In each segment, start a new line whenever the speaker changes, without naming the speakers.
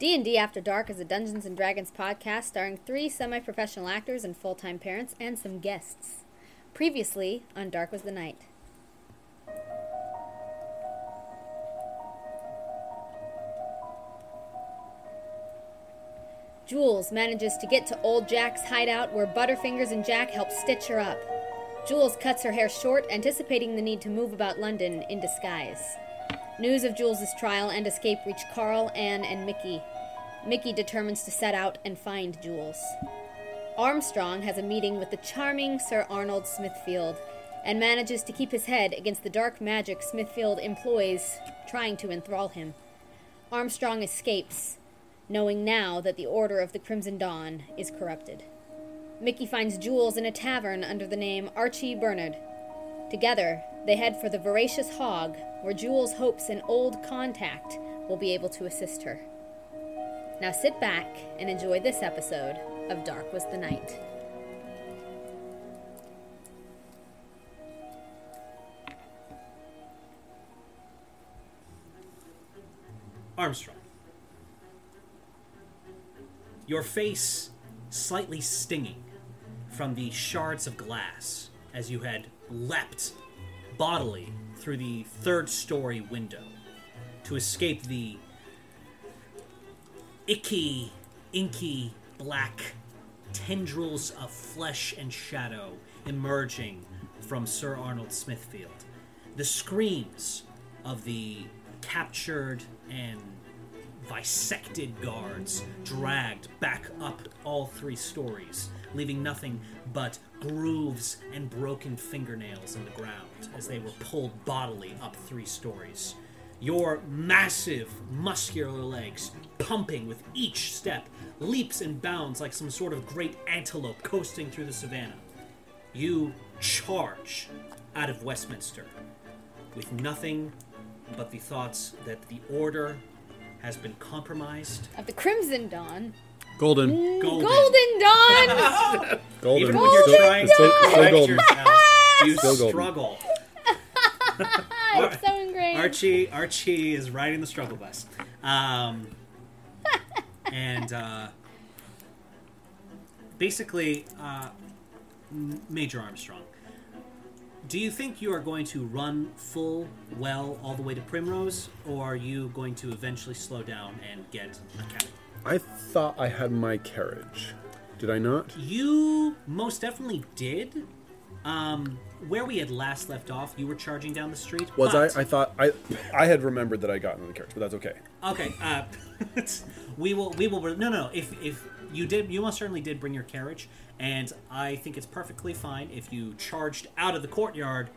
D&D After Dark is a Dungeons & Dragons podcast starring three semi-professional actors and full-time parents and some guests. Previously on Dark Was the Night. Jules manages to get to old Jack's hideout where Butterfingers and Jack help stitch her up. Jules cuts her hair short, anticipating the need to move about London in disguise. News of Jules's trial and escape reach Carl, Anne, and Mickey. Mickey determines to set out and find Jules. Armstrong has a meeting with the charming Sir Arnold Smithfield and manages to keep his head against the dark magic Smithfield employs trying to enthrall him. Armstrong escapes, knowing now that the Order of the Crimson Dawn is corrupted. Mickey finds Jules in a tavern under the name Archie Bernard. Together, they head for the Voracious Hog, where Jules hopes an old contact will be able to assist her. Now sit back and enjoy this episode of Dark Was the Night.
Armstrong. Your face slightly stinging from the shards of glass as you had leapt bodily through the third story window to escape the icky, inky black tendrils of flesh and shadow emerging from Sir Arnold Smithfield. The screams of the captured and visected guards dragged back up all three stories, leaving nothing but grooves and broken fingernails in the ground as they were pulled bodily up three stories. Your massive, muscular legs, pumping with each step, leaps and bounds like some sort of great antelope coasting through the savannah. You charge out of Westminster with nothing but the thoughts that the order has been compromised.
Of the Crimson Dawn.
Golden.
Golden.
Golden Dawn!
Golden.
Even when you're
Still-
trying
still-
to
still
correct
golden.
yourself, you
Still golden.
struggle.
it's so ingrained.
Archie, Archie is riding the struggle bus, um, and uh, basically, uh, M- Major Armstrong. Do you think you are going to run full well all the way to Primrose, or are you going to eventually slow down and get a cab?
I thought I had my carriage. Did I not?
You most definitely did. Um, where we had last left off, you were charging down the street.
Was
but-
I? I thought I. I had remembered that I got in the carriage, but that's okay.
Okay, uh, we will. We will. No, no. If if you did, you most certainly did bring your carriage, and I think it's perfectly fine if you charged out of the courtyard,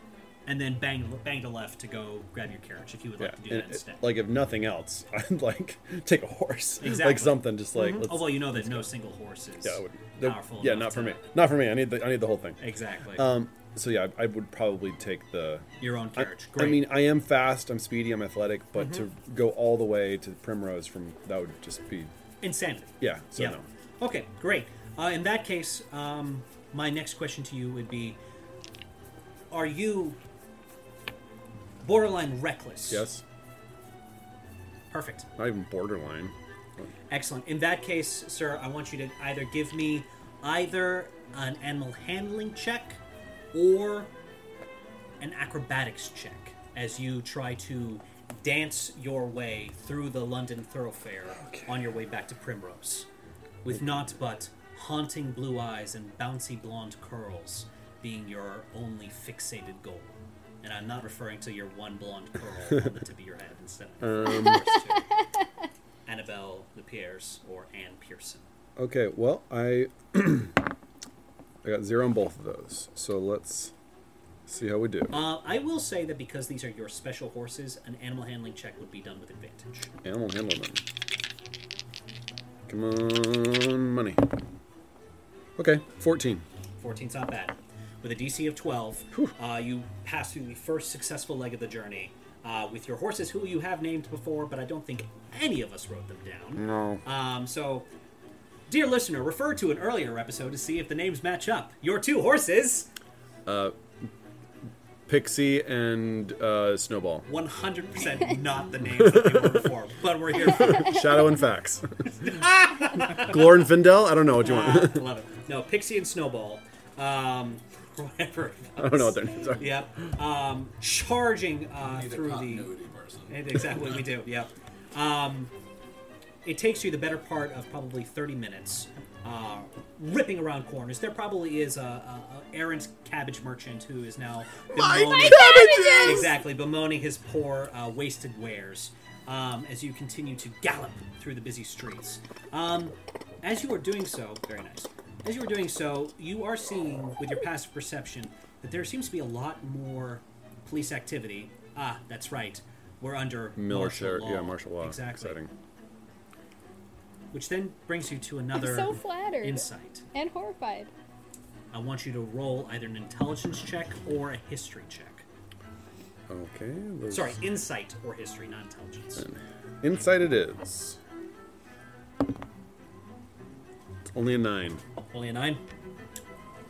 and then banged banged a left to go grab your carriage if you would like to do
and
that
it-
instead.
like if nothing else, I'd like take a horse,
Exactly.
like something, just like.
Mhm.
Let's,
although you know that no single horse is
yeah, I would- nope.
powerful.
yeah,
enough
not for
to-
me. Not for me. I need the. I need the whole thing.
Exactly.
Um. So yeah, I, I would probably take the.
your own
I,
carriage.
I
Great. Mm-hmm.
mean, I am fast. I'm speedy. I'm athletic. But to go all the way to Primrose from that would just be.
insanity.
Yeah. So
yeah.
no.
Okay, great. Uh, in that case, um, my next question to you would be: Are you borderline reckless?
Yes.
Perfect.
Not even borderline.
Excellent. In that case, sir, I want you to either give me either an animal handling check or an acrobatics check as you try to dance your way through the London thoroughfare on your way back to Primrose. With naught but haunting blue eyes and bouncy blonde curls being your only fixated goal. And I'm not referring to your one blonde curl on the tip of your head instead of the first two. Annabelle LePierre's or Anne Pearson.
Okay, well, I I got zero on both of those. So let's see how we do.
Uh, I will say that because these are your special horses, an animal handling check would be done with advantage.
Animal handling. Come on, money. Okay, 14.
14's not bad. With a DC of 12, uh, you pass through the first successful leg of the journey uh, with your horses, who you have named before, but I don't think any of us wrote them down.
No.
Um, so, dear listener, refer to an earlier episode to see if the names match up. Your two horses,
Pixie and uh, Snowball.
100% not the names that they were before, but we're here for.
Shadow and Fax. Glor and Findel? I don't know what you want.
Ah, I love it. No, Pixie and Snowball, um, or whatever. it
I don't know
was.
what their names are.
Yep. Um, charging uh,
He's a
through the.
continuity person.
And Exactly, we do. Yep. Um, it takes you the better part of probably 30 minutes, uh, ripping around corners. There probably is a, a, a errant cabbage merchant who is now bemoaning,
Cabbages!
exactly bemoaning his poor uh, wasted wares um, as you continue to gallop through the busy streets. Um, as you are doing so, very nice. As you are doing so, you are seeing with your passive perception that there seems to be a lot more police activity. Ah, that's right. We're under
Military,
martial law.
yeah, martial law.
Exactly.
Exciting.
Which then brings you to another
so flattered.
insight.
and horrified.
I want you to roll either an intelligence check or a history check.
Okay. there's-
Sorry, insight or history, not intelligence.
Insight it is. It's only a nine.
Only a nine.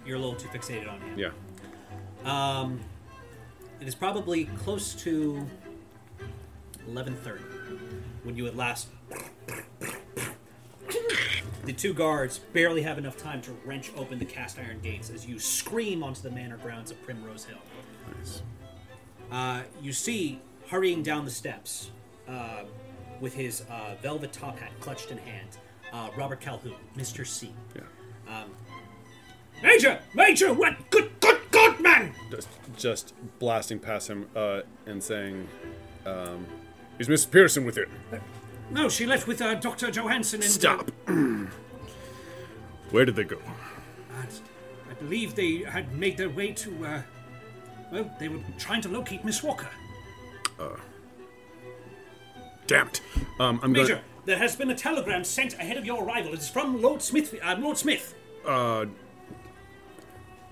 You're a little too fixated on him.
Yeah.
Um, it is probably close to 11:30 when you at last. The two guards barely have enough time to wrench open the cast iron gates as you scream onto the manor grounds of Primrose Hill.
Nice.
Uh, you see, hurrying down the steps, uh, with his uh, velvet top hat clutched in hand, uh, Robert Calhoun, Mr. C.
Yeah.
Major! Major! What? Good, good, good man!
Just, just blasting past him uh, and saying, um, "Is Miss Pearson with it?"
No, she left with uh, Dr. Johansson and.
Stop. Where did they go?
And I believe they had made their way to, uh, well, they were trying to locate Miss Walker.
Damn it! Um, I'm
Major,
going.
there has been a telegram sent ahead of your arrival. It's from Lord Smith. Uh, Lord Smith.
Uh,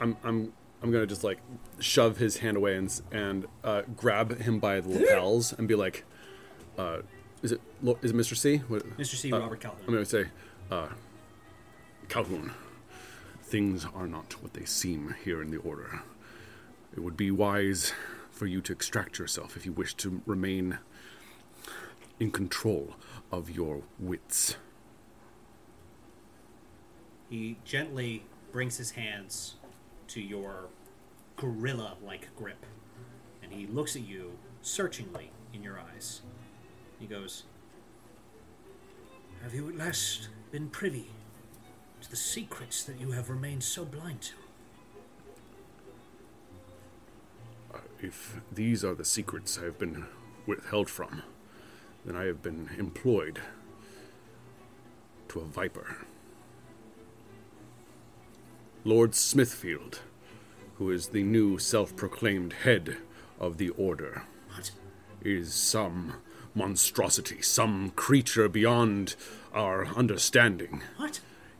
I'm, I'm, I'm gonna just like shove his hand away and s- and uh, grab him by the lapels and be like, uh, "Is it, Lo- is it Mr. C?" What,
Mr. C.
Uh,
Robert Calhoun.
I'm going to say, uh, Calhoun, things are not what they seem here in the Order. It would be wise for you to extract yourself if you wish to remain in control of your wits.
He gently brings his hands to your gorilla like grip, and he looks at you searchingly in your eyes. He goes, Have you at last been privy to the secrets that you have remained so blind to?
If these are the secrets I have been withheld from, then I have been employed to a viper. Lord Smithfield, who is the new self proclaimed head of the Order,
What?
is some monstrosity, some creature beyond our understanding.
What?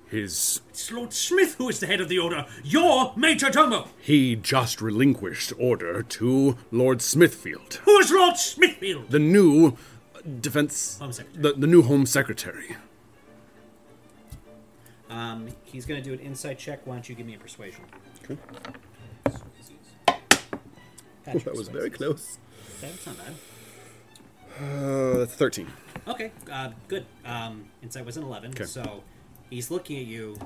His
It's Lord Smith who is the head of the order. You're Major Domo.
he just relinquished order to Lord Smithfield.
Who is Lord Smithfield?
the new defense
Home Secretary.
The, the new home secretary
Um, he's going to do an insight check. Why don't you give me a persuasion? Patrick persuades.
close
Okay, That's not bad.
uh, 13
Okay, uh, good. Um, insight was an 11, so he's looking at you,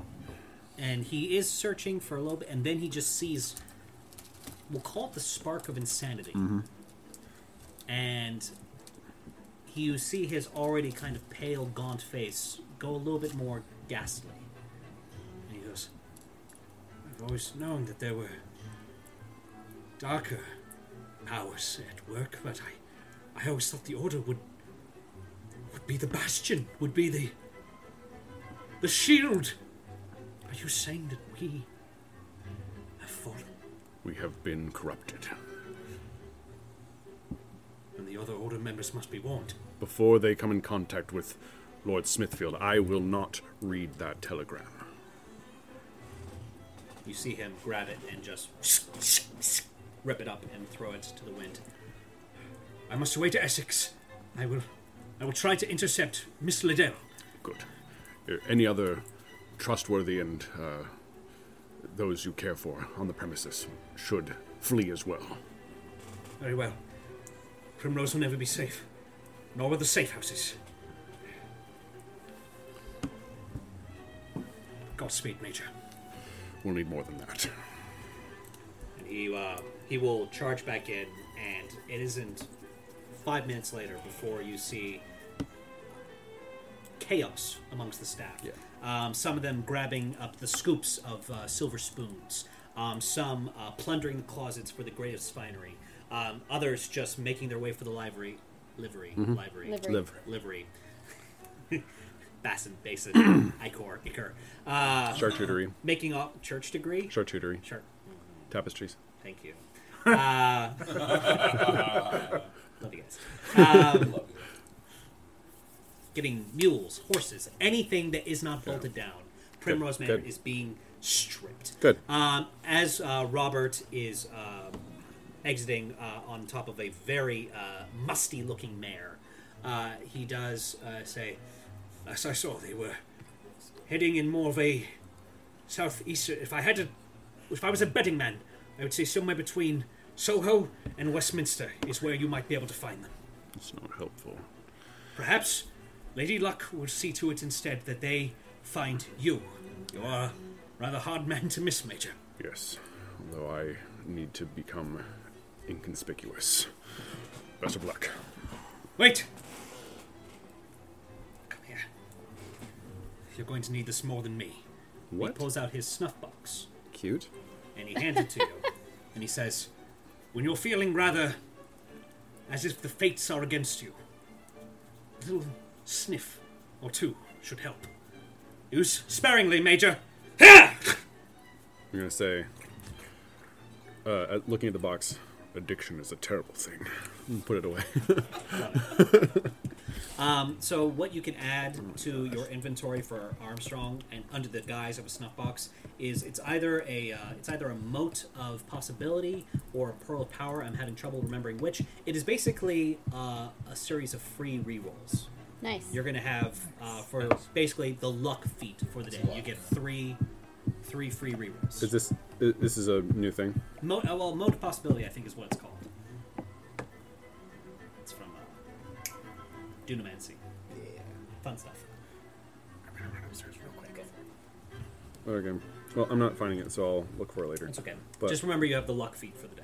and he is searching for a little bit, and then he just sees, we'll call it the spark of insanity. And he, you see his already kind of pale, gaunt face go a little bit more ghastly. And he goes, I've always known that there were darker powers at work, but I, I always thought the Order would would be the bastion, would be the the shield. Are you saying that we have fallen
we have been corrupted
and the other order members must be warned?
before they come in contact with lord smithfield i will not read that telegram
You see him grab it and just rip it up and throw it to the wind. I must away to Essex. I will I will try to intercept Miss Liddell.
good Uh, any other trustworthy and uh, those you care for on the premises should flee as well
Very well. Primrose will never be safe, nor will the safe houses. Godspeed, Major.
We'll need more than that.
And he uh, he will charge back in, and it isn't five minutes later before you see chaos amongst the staff.
Yeah.
Um, some of them grabbing up the scoops of uh, silver spoons. Um, some uh, plundering the closets for the greatest finery. Um, others just making their way for the livery, livery, livery,
Livery.
Live.
livery. Bassin, basin, Icor, Icor. Uh,
Charcuterie.
making off church degree.
Charcuterie.
Sure.
Tapestries.
Thank you. Uh, love you guys. Um, getting mules, horses, anything that is not bolted down. Primrose Manor
good.
is being stripped.
Good.
Um, as uh, Robert is
uh,
um exiting uh, on top of a very uh, musty-looking mare, uh, he does uh, say,
As I saw, they were heading in more of a southeast. If I had to, if I was a betting man, I would say somewhere between Soho and Westminster is where you might be able to find them.
It's not helpful.
Perhaps Lady Luck will see to it instead that they find you. You are a rather hard man to miss, Major.
Yes. Although I need to become inconspicuous. Best of luck.
Wait! Come here. You're going to need this more than me. He
What?
pulls out his snuff box
Cute.
and he hands it to you. and he says, When you're feeling rather as if the fates are against you, a little sniff or two should help. Use sparingly, Major.
I'm gonna say, uh, at- looking at the box, addiction is a terrible thing. And Put it away.
So what you can add to your inventory for Armstrong and under the guise of a snuff box is it's either a uh, it's either a moat of possibility or a pearl of power. I'm having trouble remembering which. It is basically uh, a series of free rerolls.
Nice.
You're gonna have uh, for basically the luck feat for the day. You get three three free rerolls.
is this i- this is a new thing?
Mo- uh, well, mode of possibility, I think, is what it's called. It's from uh, Dunamancy. Yeah. Fun stuff. I'm gonna run upstairs real quick.
Okay. Well, I'm not finding it, so I'll look for it later.
It's okay.
But-
Just remember you have the luck feat for the day.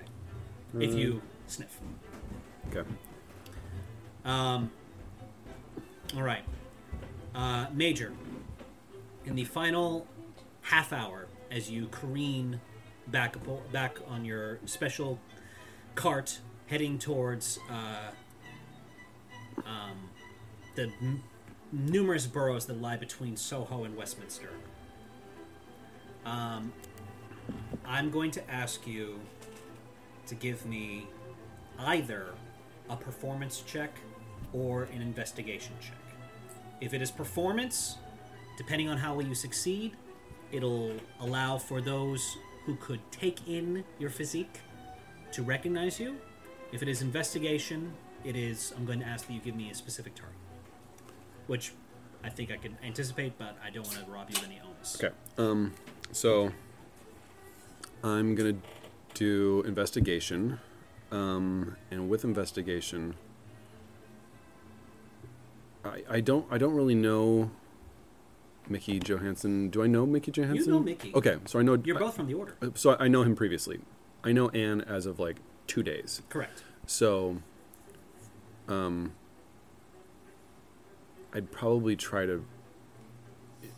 if you sniff.
Okay.
All right. Uh, Major, in the final half hour, as you careen back abo- back on your special cart, heading towards uh, um, the n- numerous boroughs that lie between Soho and Westminster, um, I'm going to ask you to give me either a performance check or an investigation check. If it is performance, depending on how well you succeed, it'll allow for those who could take in your physique to recognize you. If it is investigation, it is I'm going to ask that you give me a specific target, which I think I can anticipate, but I don't want to rob you of any onus.
Okay. Um, so I'm gonna do investigation, um, and with investigation, I, I don't I don't really know Mickey Johansson. Do I know Mickey Johansson?
Mickey.
Okay, so I know
You're both from the order.
I- so I know him previously. I know Anne as of like two days.
Correct.
So, um, I'd probably try to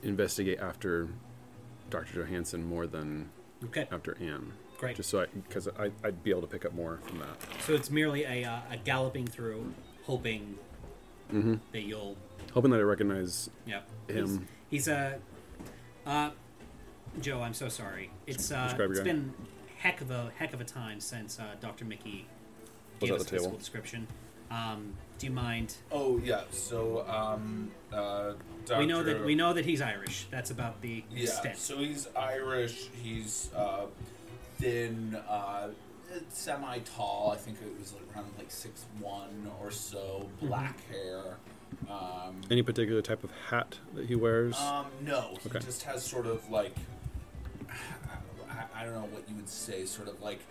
investigate after Dr. Johansson more than
Okay.
after Anne.
Great.
Just so I, because I, I'd be able to pick up more from that.
So it's merely a, uh, a galloping through, hoping that you'll.
Hoping that I recognize
Yeah.
Mm-hmm. Him.
He's, he's a. Uh, Joe, I'm so sorry. It's uh,
Describe your
it's
guy.
been heck of a heck of a time since uh, Dr. Mickey
Was
gave
at
us
the
a physical
table.
description. Um, do you mind?
Oh yeah. So um, uh, Dr.
We know that we know that he's Irish. That's about the
Yeah.
extent.
So he's Irish. He's uh, thin, uh, semi-tall. I think it was like around like six one or so.
Mm-hmm.
Black hair. Um,
any particular type of hat that he wears.
Um, no, he
Okay.
just has sort of like I, I don't know what you would say, sort of like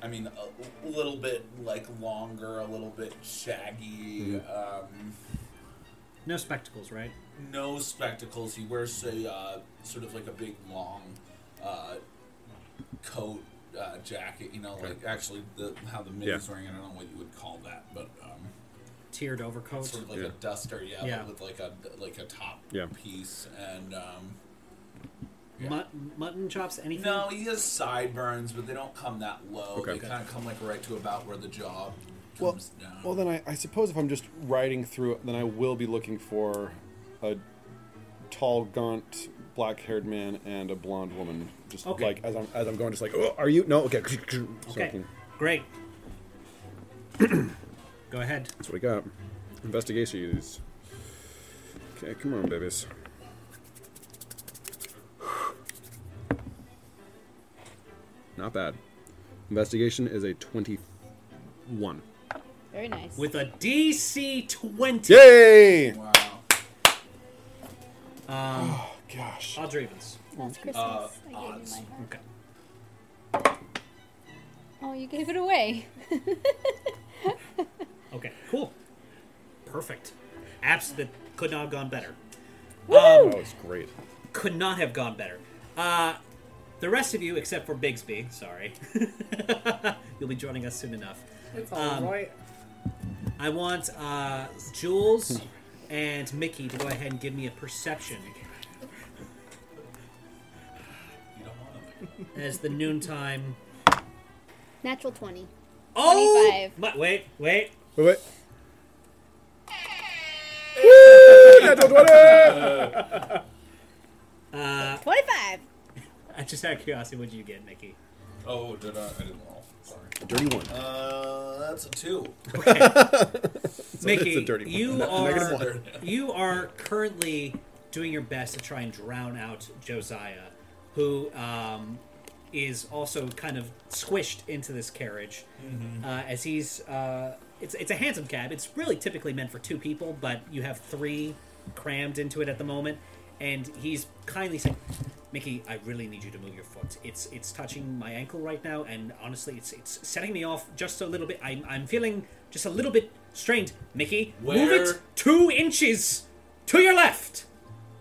I mean, a l- little bit like longer, a little bit shaggy.
Mm-hmm.
Um,
No spectacles, right?
no spectacles. He wears a uh, sort of like a big long uh, coat uh, jacket. You know, like actually the how the mid
Yeah.
is wearing. it, I don't know what you would call that, but um,
Tiered overcoat.
sort of like
Yeah.
a duster, yeah,
Yeah.
with like a like a top
Yeah.
piece. And um,
Mut- mutton chops, anything?
no, he has sideburns, but they don't come that low.
Okay.
They kind of come like right to about where the jaw
Well,
comes down.
well, then I, I suppose if I'm just riding through it, then I will be looking for a tall, gaunt, black-haired man and a blonde woman. Just
Okay.
like as I'm as I'm going, just like, oh, are you? No, okay. So I
Okay.
can-
Great. Go ahead.
That's what we got. Investigations. Okay, come on, babies. Not bad. Investigation is a 21.
Very nice.
With a DC 20.
Yay!
wow.
Gosh.
Odds or evens?
That's Christmas.
Uh,
I gave
odds.
you my heart.
Okay.
Oh, you gave it away.
Okay, cool. Perfect. Apps that could not have gone better.
Oh, it's great.
Could not have gone better. Uh, the rest of you, except for Bigsby, sorry. You'll be joining us soon enough. Um,
It's alright.
I want uh, Jules and Mickey to go ahead and give me a perception
You don't want to
as the noontime.
Natural 20.
Oh!
25.
My, wait, wait.
Wait, wait. Woo! Natural 20!
25!
I just out of curiosity, what did you get, Mickey?
Oh, did I? I didn't roll. Sorry.
Dirty one.
Uh, that's a two.
Mickey,
it's a dirty one.
you are
negative one.
you are currently doing your best to try and drown out Josiah, who um, is also kind of squished into this carriage uh, as he's. Uh, it's it's a handsome cab. It's really typically meant for two people, but you have three crammed into it at the moment, and he's kindly saying. Mickey, I really need you to move your foot. It's it's touching my ankle right now, and honestly, it's it's setting me off just a little bit. I'm I'm feeling just a little bit strained. Mickey, move it
Where?
two inches to your left.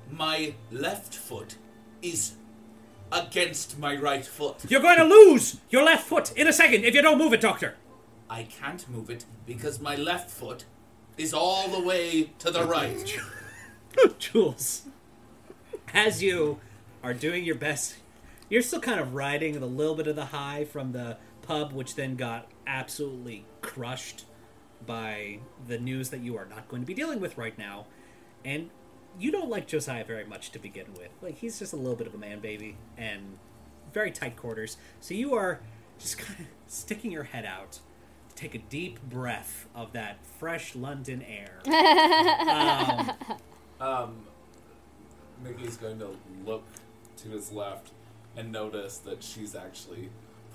My left foot is against my right foot.
You're going to lose your left foot in a second if you don't move it, Doctor.
I can't move it because my left foot is all the way to the right.
Jules, as you are doing your best, you're still kind of riding with a little bit of the high from the pub, which then got absolutely crushed by the news that you are not going to be dealing with right now. And you don't like Josiah very much to begin with. Like, he's just a little bit of a man baby and very tight quarters. So you are just kind of sticking your head out. to Take a deep breath of that fresh London air. Um,
Mickey's going to look to his left and notice that she's actually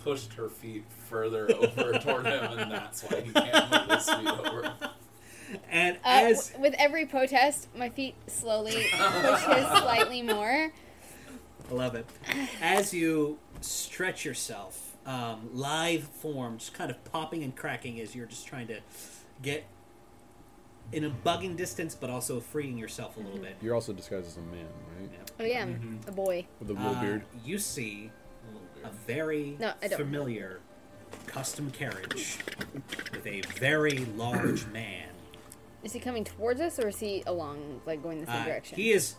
pushed her feet further over toward him, and that's why he can't move his feet over.
and
Uh,
as
w- with every protest, my feet slowly push his slightly more.
I love it. As you stretch yourself, um, live form just kind of popping and cracking as you're just trying to get in a bugging distance, but also freeing yourself a little bit.
You're also disguised as a man, right?
Yeah.
Oh, yeah,
Mm-hmm.
a boy.
With a little
Uh,
beard.
You see a very
No, I don't.
familiar custom carriage with a very large man.
Is he coming towards us or is he along, like going the same
Uh,
direction?
he is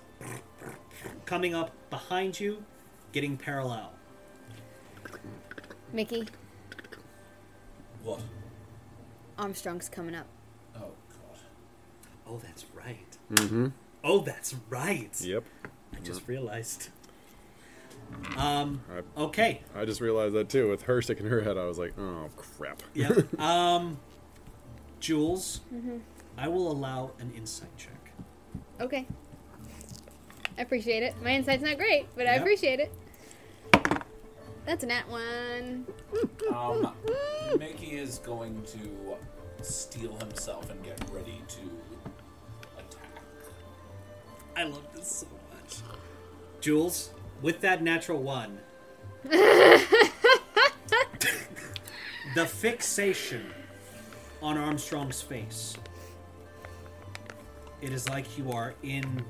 coming up behind you, getting parallel.
Mickey,
What?
Armstrong's coming up.
Oh, God.
Oh, that's right. Mm-hmm. Oh, that's right.
Yep.
I just realized. Um. Okay.
I just realized that too. With her sticking her head, I was like, oh, crap.
Yeah. um. Jules, I will allow an insight check.
Okay. I appreciate it. My insight's not great, but I
Yeah.
appreciate it. That's a nat one.
Um,
Hmm.
Mickey is going to steal himself and get ready to attack.
I love this so much. Jules, with that natural one, the fixation on Armstrong's face. It is like you are in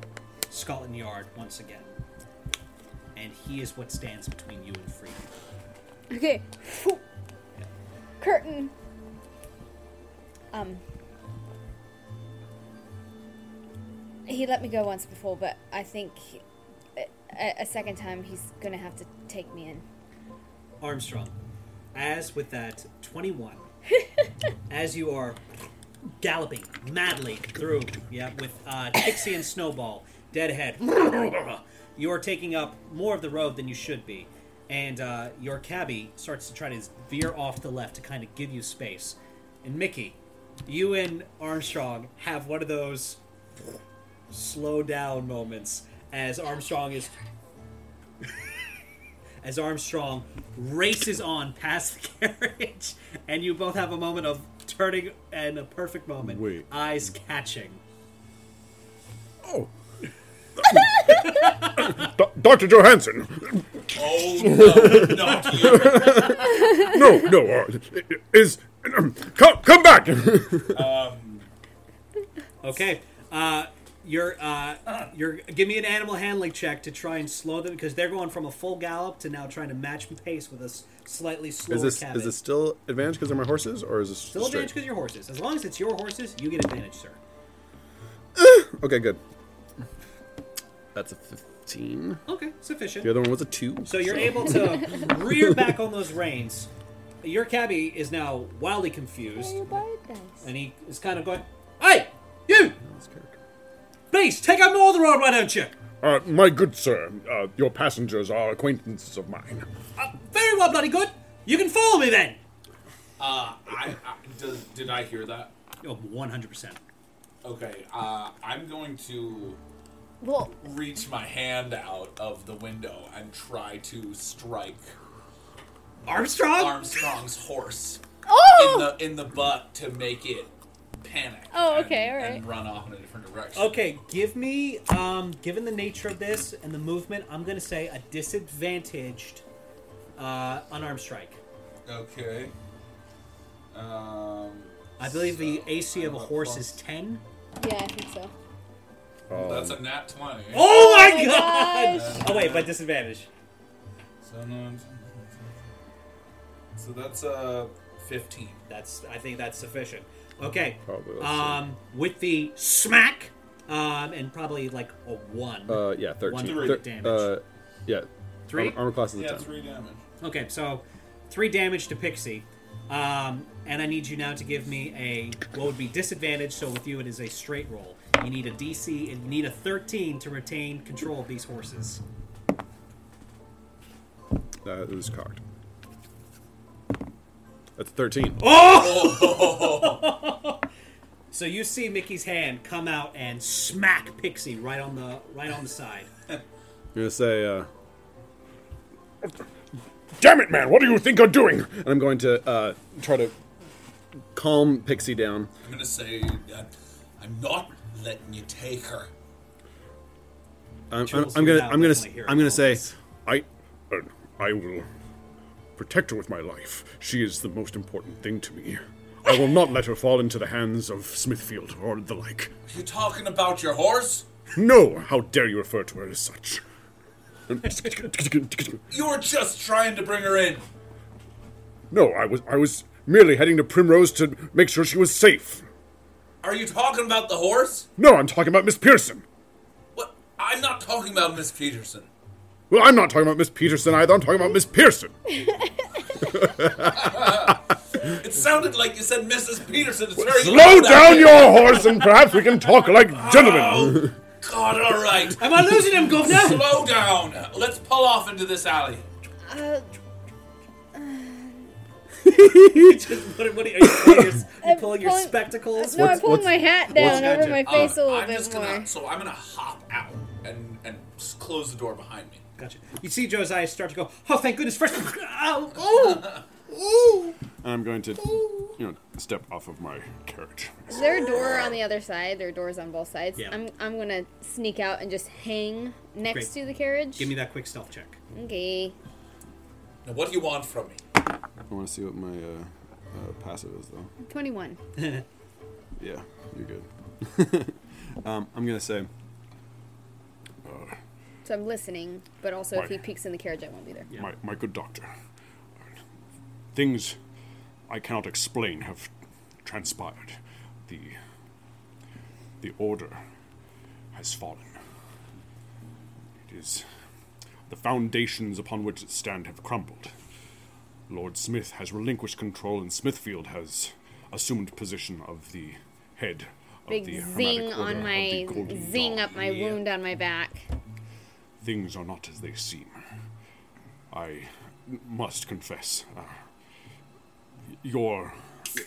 Scotland Yard once again. And he is what stands between you and freedom.
Okay. Phew. Curtain. Um. He let me go once before, but I think a, a second time he's gonna have to take me in.
Armstrong, as with that 21, as you are galloping madly through, yeah, with uh, Dixie and Snowball, Deadhead, you are taking up more of the road than you should be. And uh, your cabbie starts to try to veer off the left to kind of give you space. And Mickey, you and Armstrong have one of those slow down moments as Armstrong is as Armstrong races on past the carriage, and you both have a moment of turning and a perfect moment,
Wait.
eyes catching.
Oh. Do- Dr. Johansson!
Oh no, not you!
No, no, uh, is. Come, come back!
Okay, uh, you're uh, you're give me an animal handling check to try and slow them because they're going from a full gallop to now trying to match pace with a s- slightly slower
Is this
cabbie.
is this still advantage because they're my horses, or is this
Still
straight?
advantage because your horses. As long as it's your horses, you get advantage, sir.
Okay, good. That's a fifteen.
Okay, sufficient.
The other one was a two.
So you're able to rear back on those reins. Your cabbie is now wildly confused, and he is kind of going, "Hey, you, please take up all the road, why don't you?"
Uh, my good sir, uh, your passengers are acquaintances of mine.
Uh, very well, bloody good. You can follow me then.
Uh, I, I does, did I hear that?
Oh, 100 percent.
Okay, uh, I'm going to
Well,
reach my hand out of the window and try to strike
Armstrong.
Armstrong's horse in
oh,
the in the butt to make it panic.
Oh, okay,
and-
alright.
And run off in a different direction.
Okay, give me. Um, given the nature of this and the movement, I'm gonna say a disadvantaged uh, unarmed strike.
Okay. Um,
I believe the
so
AC of a
I'm up
horse
plus-
is 10.
yeah, I think so.
That's a nat twenty.
Oh my,
my
god!
gosh.
Oh wait, but disadvantage.
So, no, so that's uh, fifteen.
That's I think that's sufficient. Okay.
Mm, Probably, let's see.
Um, with the smack, um, and probably like a one.
Uh, yeah,
One
thirteen.
three
Thir-
damage.
Uh, yeah.
Three?
Armor, armor class is a
Yeah,
ten.
three damage.
okay, so three damage to Pixie. Um, and I need you now to give me a what would be disadvantage. So with you, it is a straight roll. You need a DC and you need a 13 to retain control of these horses.
Uh, it was cocked. That's thirteen.
Oh!
So you see Mickey's hand come out and smack Pixie right on the right on the side.
I'm gonna say, uh,
Damn it, man, what do you think you're doing?
and I'm going to uh, try to calm Pixie down.
I'm gonna say that I'm not letting you take her.
I'm, I'm,
Jules
I'm gonna,
without
I'm gonna,
is
s-
my hero
I'm gonna say,
always.
I. Uh, I will protect her with my life. She is the most important thing to me. I will not let her fall into the hands of Smithfield or the like.
You talking about your horse?
No! How dare you refer to her as such?
You were just trying to bring her in.
No, I was I was merely heading to Primrose to make sure she was safe.
Are you talking about the horse?
No, I'm talking about Miss Pearson.
What? I'm not talking about Miss Peterson.
Well, I'm not talking about Miss Peterson either. I'm talking about Miss Pearson.
It sounded like you said Mrs. Peterson. It's very
Slow
loud out
down
there.
your horse, and perhaps we can talk like gentlemen.
Oh, God, all right.
Am I losing him, Governor?
Slow down. Let's pull off into this alley.
Uh,
what, what are you, are you pulling your, you
I'm
pulling your
pulling-
spectacles?
no, I pulled
what's-
my hat down over
gotcha?
Oh,
my face a
Uh,
little
I'm
bit
just
more.
gonna. So I'm gonna hop out and and s- close the door behind me.
Gotcha. You see Josiah start to go, oh, thank goodness, first. Ow, oh, oh.
And I'm going to, you know, step off of my carriage.
Is there a door on the other side? There are doors on both sides.
Yeah.
I'm I'm gonna sneak out and just hang next
Great.
to the carriage.
Give me that quick stealth check.
Okay.
Now, what do you want from me?
I want to see what my uh, uh, passive is, though.
21.
Yeah, you're good. um, I'm gonna say,
So I'm listening, but also if
Right.
he peeks in the carriage, I won't be there.
Yeah.
my, my good doctor, things I cannot explain have transpired. The the order has fallen. It is the foundations upon which it stand have crumbled. Lord Smith has relinquished control, and Smithfield has assumed position of the head of
Big
the Hermetic
zing
Order
on
of
my
the Golden
zing
Dawn
up my wound on my back.
things are not as they seem. I must confess, uh, your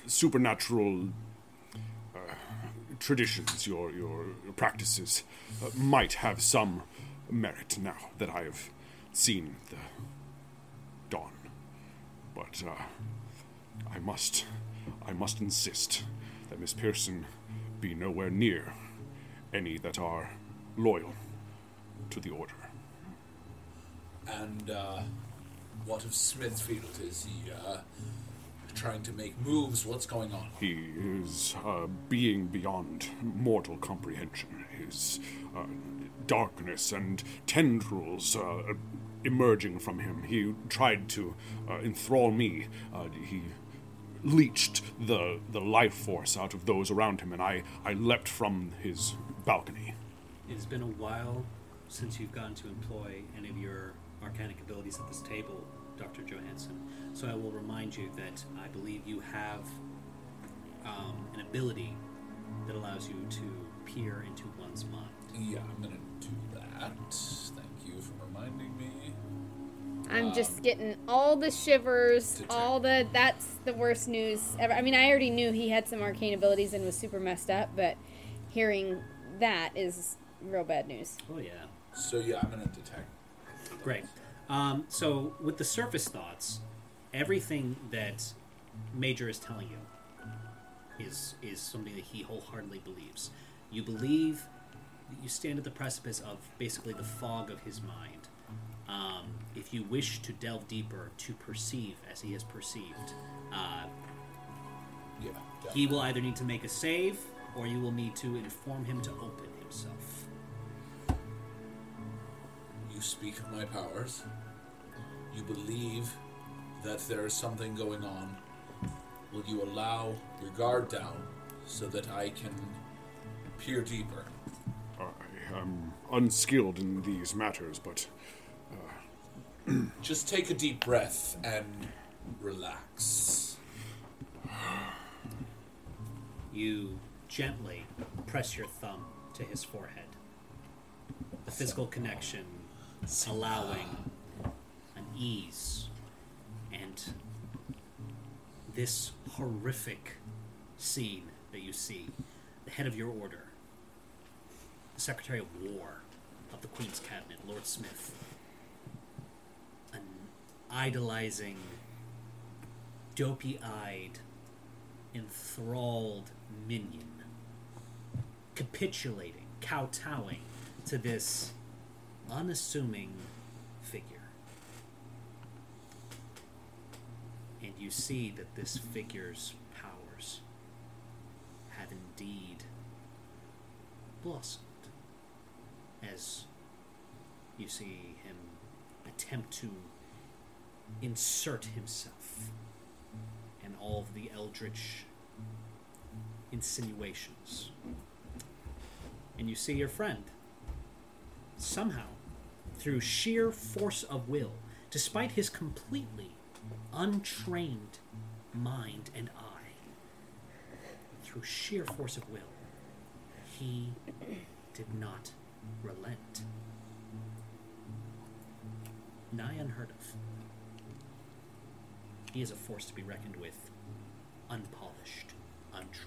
supernatural uh, traditions, your your practices, uh, might have some merit now that I have seen the dawn. But uh, I must, I must insist that Miss Pearson be nowhere near any that are loyal to the order.
And uh, what of Smithfield? Is he uh, trying to make moves? What's going on?
He is a being beyond mortal comprehension. His uh, darkness and tendrils uh, emerging from him. He tried to uh, enthrall me. Uh, he leached the the life force out of those around him, and I I leapt from his balcony.
It's been a while since you've gotten to employ any of your arcanic abilities at this table, Dr. Johansson. So I will remind you that I believe you have um, an ability that allows you to peer into one's mind.
Yeah, I'm gonna do that. Thank you for reminding me.
I'm just getting all the shivers,
Detect-
all the that's the worst news ever. I mean, I already knew he had some arcane abilities and was super messed up, but hearing that is real bad news.
Oh, yeah.
So yeah, I'm gonna detect.
Great. Um, so, with the surface thoughts, everything that Major is telling you is is something that he wholeheartedly believes. You believe that you stand at the precipice of basically the fog of his mind. Um, if you wish to delve deeper to perceive as he has perceived, uh,
Yeah,
he
definitely.
will either need to make a save or you will need to inform him to open himself.
You speak of my powers. You believe that there is something going on. Will you allow your guard down so that I can peer deeper?
I am unskilled in these matters, but
Just take a deep breath and relax.
You gently press your thumb to his forehead. The physical connection allowing an ease and this horrific scene that you see the head of your order, the Secretary of War of the Queen's Cabinet, Lord Smith, an idolizing, dopey eyed, enthralled minion, capitulating, kowtowing to this unassuming figure. And you see that this figure's powers have indeed blossomed as you see him attempt to insert himself and all of the eldritch insinuations. And you see your friend somehow, through sheer force of will, despite his completely untrained mind and eye, through sheer force of will, he did not relent. Nigh unheard of. He is a force to be reckoned with, unpolished, untrained.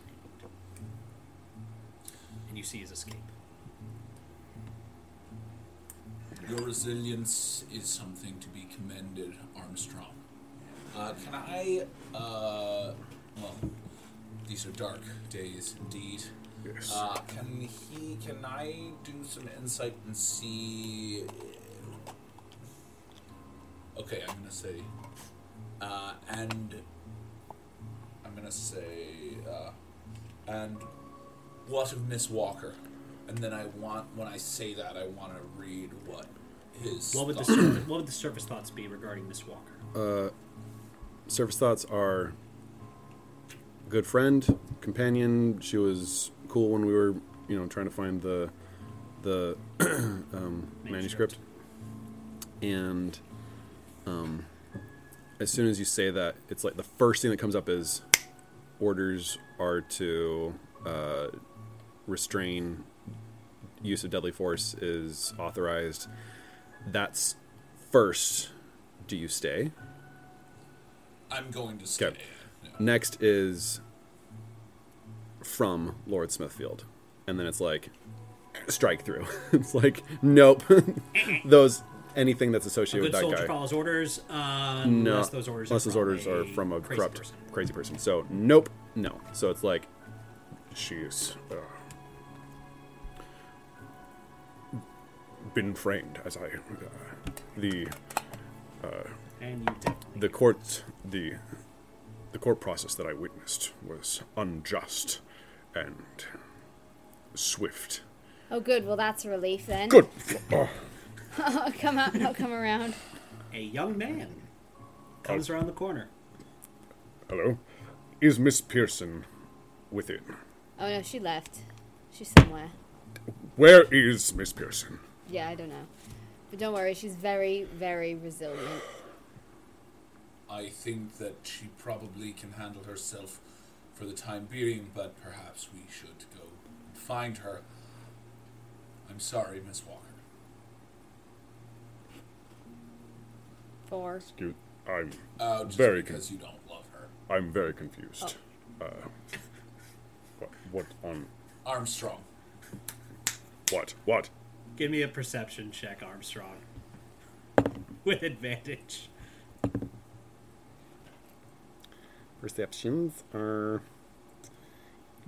And you see his escape.
Your resilience is something to be commended, Armstrong. Uh, can I? Uh, well, these are dark days indeed.
yes.
Uh, can he? Can I do some insight and see? Okay, uh, I'm gonna say. Uh, and gonna say, uh, and what of Miss Walker? And then I want, when I say that, I want to read what his.
What would the
thought-
surface, what would the surface thoughts be regarding Miss Walker?
Surface thoughts are good friend, companion. She was cool when we were, you know, trying to find the the um, manuscript. And um, as soon as you say that, it's like the first thing that comes up is orders are to uh, restrain use of deadly force is authorized. That's first. Do you stay?
I'm going to stay.
Okay. Next is from Lord Smithfield. And then it's like strike through. it's like nope. Those anything that's
A good
associated with
soldier
that guy.
follows orders, uh,
No,
unless those orders
unless
are
those
from
orders
a
are from a
crazy
corrupt
person.
crazy person. So nope, no. So it's like she's uh, been framed as I uh, the
And you definitely
The court, the the court process that I witnessed was unjust and swift.
Oh, good. Well, that's a relief then.
Good. Oh,
Oh, come out and I'll come around.
a young man
Oh.
comes around the corner.
hello, is Miss Pearson within?
Oh no, she left. She's somewhere.
Where is Miss Pearson?
Yeah, I don't know. But don't worry, she's very, very resilient.
I think that she probably can handle herself for the time being, but perhaps we should go and find her. I'm sorry, Miss Walker.
Four.
You- I'm
Uh, just
Very
because you don't love her.
I'm very confused. Uh, what, what on
Armstrong.
what what?
Give me a perception check, Armstrong. With advantage.
Perceptions are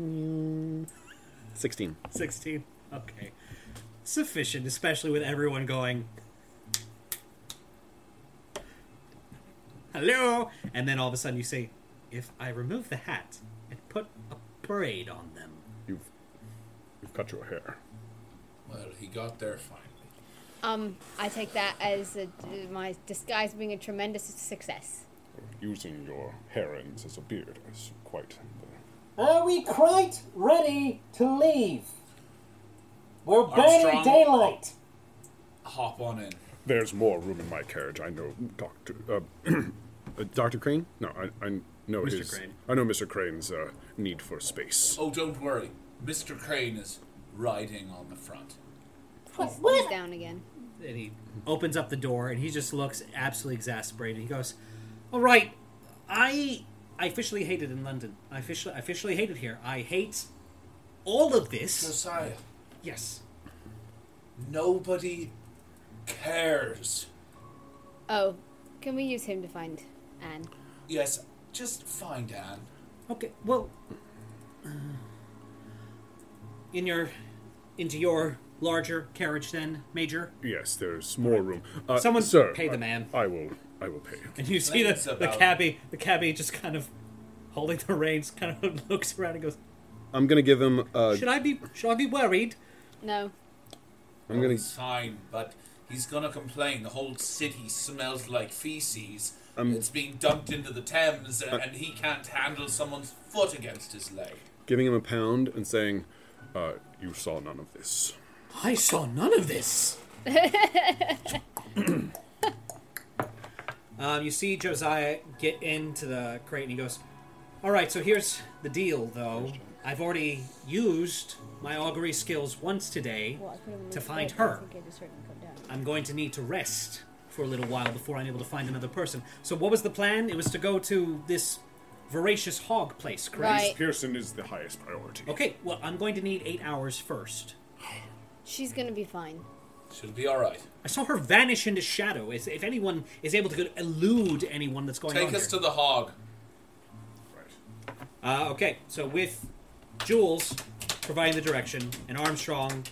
mm, sixteen.
16. Okay. Sufficient, especially with everyone going. Hello! And then all of a sudden you say, if I remove the hat and put a braid on them.
You've you've cut your hair.
Well, he got there finally.
Um, I take that as a, my disguise being a tremendous success.
Using your hair ends as a beard is quite.
Are we quite ready to leave? We're
Armstrong.
burning daylight.
Hop on in.
There's more room in my carriage. I know Doctor uh, uh, Doctor Crane. No, I, I know
Mr.
his.
Crane.
I know Mr. Crane's uh, need for space.
Oh, don't worry. Mr. Crane is riding on the front.
What?
He's
what?
down again.
And he opens up the door and he just looks absolutely exasperated. He goes, Alright, I I officially hate it in London. I officially I officially hate it here. I hate all of this.
Josiah,
Yes.
nobody cares.
Oh, can we use him to find Anne?
Yes, just find Anne.
Okay, well, in your into your larger carriage, then, Major.
Yes, there's more room. Uh,
Someone
sir,
pay the
I-
man.
I, will. I will pay.
And you see the,
Complaints
the
about-
cabbie, the cabbie just kind of holding the reins, kind of looks around and goes,
I'm gonna give him uh
"Should I be? Should I be worried?"
No.
I'm gonna
It's fine, but he's gonna complain. The whole city smells like feces.
Um,
it's being dumped into the Thames, and, and he can't handle someone's foot against his leg.
giving him a pound and saying
Uh, you saw none of this.
I saw none of this. um, you see Josiah get into the crate and he goes, All right, so here's the deal, though. I've already used my augury skills once today to find her. I'm going to need to rest for a little while before I'm able to find another person. So, what was the plan? It was to go to this voracious hog place, correct?
Right.
Pearson is the highest priority.
Oh,
Okay, well, I'm going to need eight hours first.
She's gonna be fine.
Should be all right.
I saw her vanish into shadow. Is- If anyone is able to go- elude anyone that's going
Take
on
us to
here.
the hog.
uh, okay, so with Jules providing the direction and Armstrong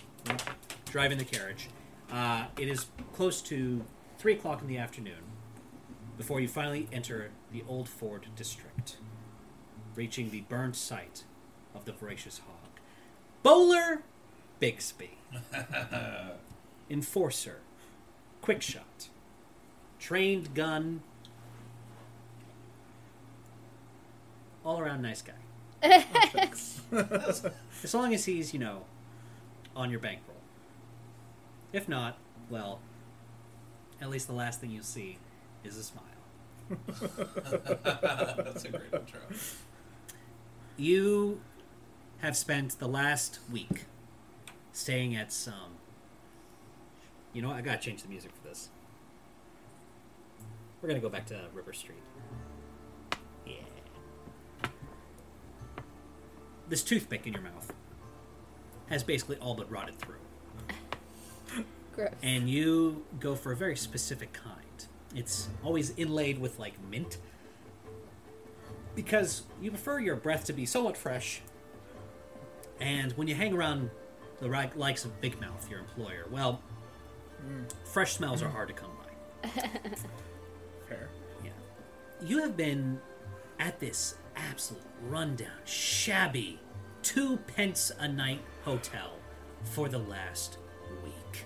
driving the carriage, uh, it is close to three o'clock in the afternoon before you finally enter the Old Ford district. reaching the burned site of the voracious hog. Bowler Bigsby. Enforcer. Quick shot. Trained gun. All around nice guy. as long as he's, you know, on your bankroll. If not, well, at least the last thing you'll see is a smile.
That's a great intro.
You have spent the last week staying at some. You know, what? I gotta change the music for this. We're gonna go back to River Street. Yeah. This toothpick in your mouth has basically all but rotted through,
Gross.
and you go for a very specific kind. It's always inlaid with like mint because you prefer your breath to be somewhat fresh. And when you hang around the ri- likes of Big Mouth, your employer, well, fresh smells are hard to come by.
Fair.
Yeah. You have been at this absolute rundown, shabby, two pence a night hotel for the last week.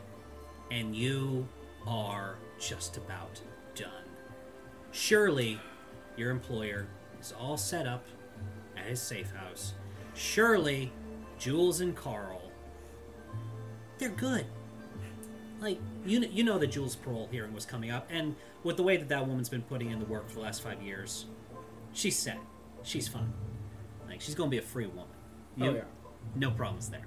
And you are just about done. Surely your employer is all set up at his safe house. Surely Jules and Carl, they're good. Like you, kn- you know the Jules parole hearing was coming up, and with the way that that woman's been putting in the work for the last five years, she's set. She's fine. Like she's gonna be a free woman. You,
Oh, yeah.
No problems there.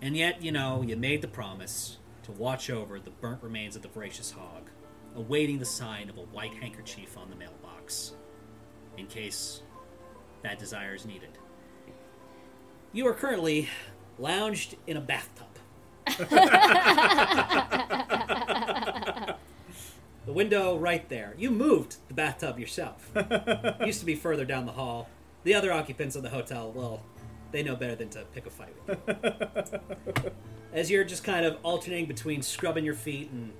And yet, you know, you made the promise to watch over the burnt remains of the voracious hog, awaiting the sign of a white handkerchief on the mailbox, in case that desire is needed. You are currently lounged in a bathtub. the window right there. You moved the bathtub yourself. Used to be further down the hall. The other occupants of the hotel, well, they know better than to pick a fight with you. As you're just kind of alternating between scrubbing your feet and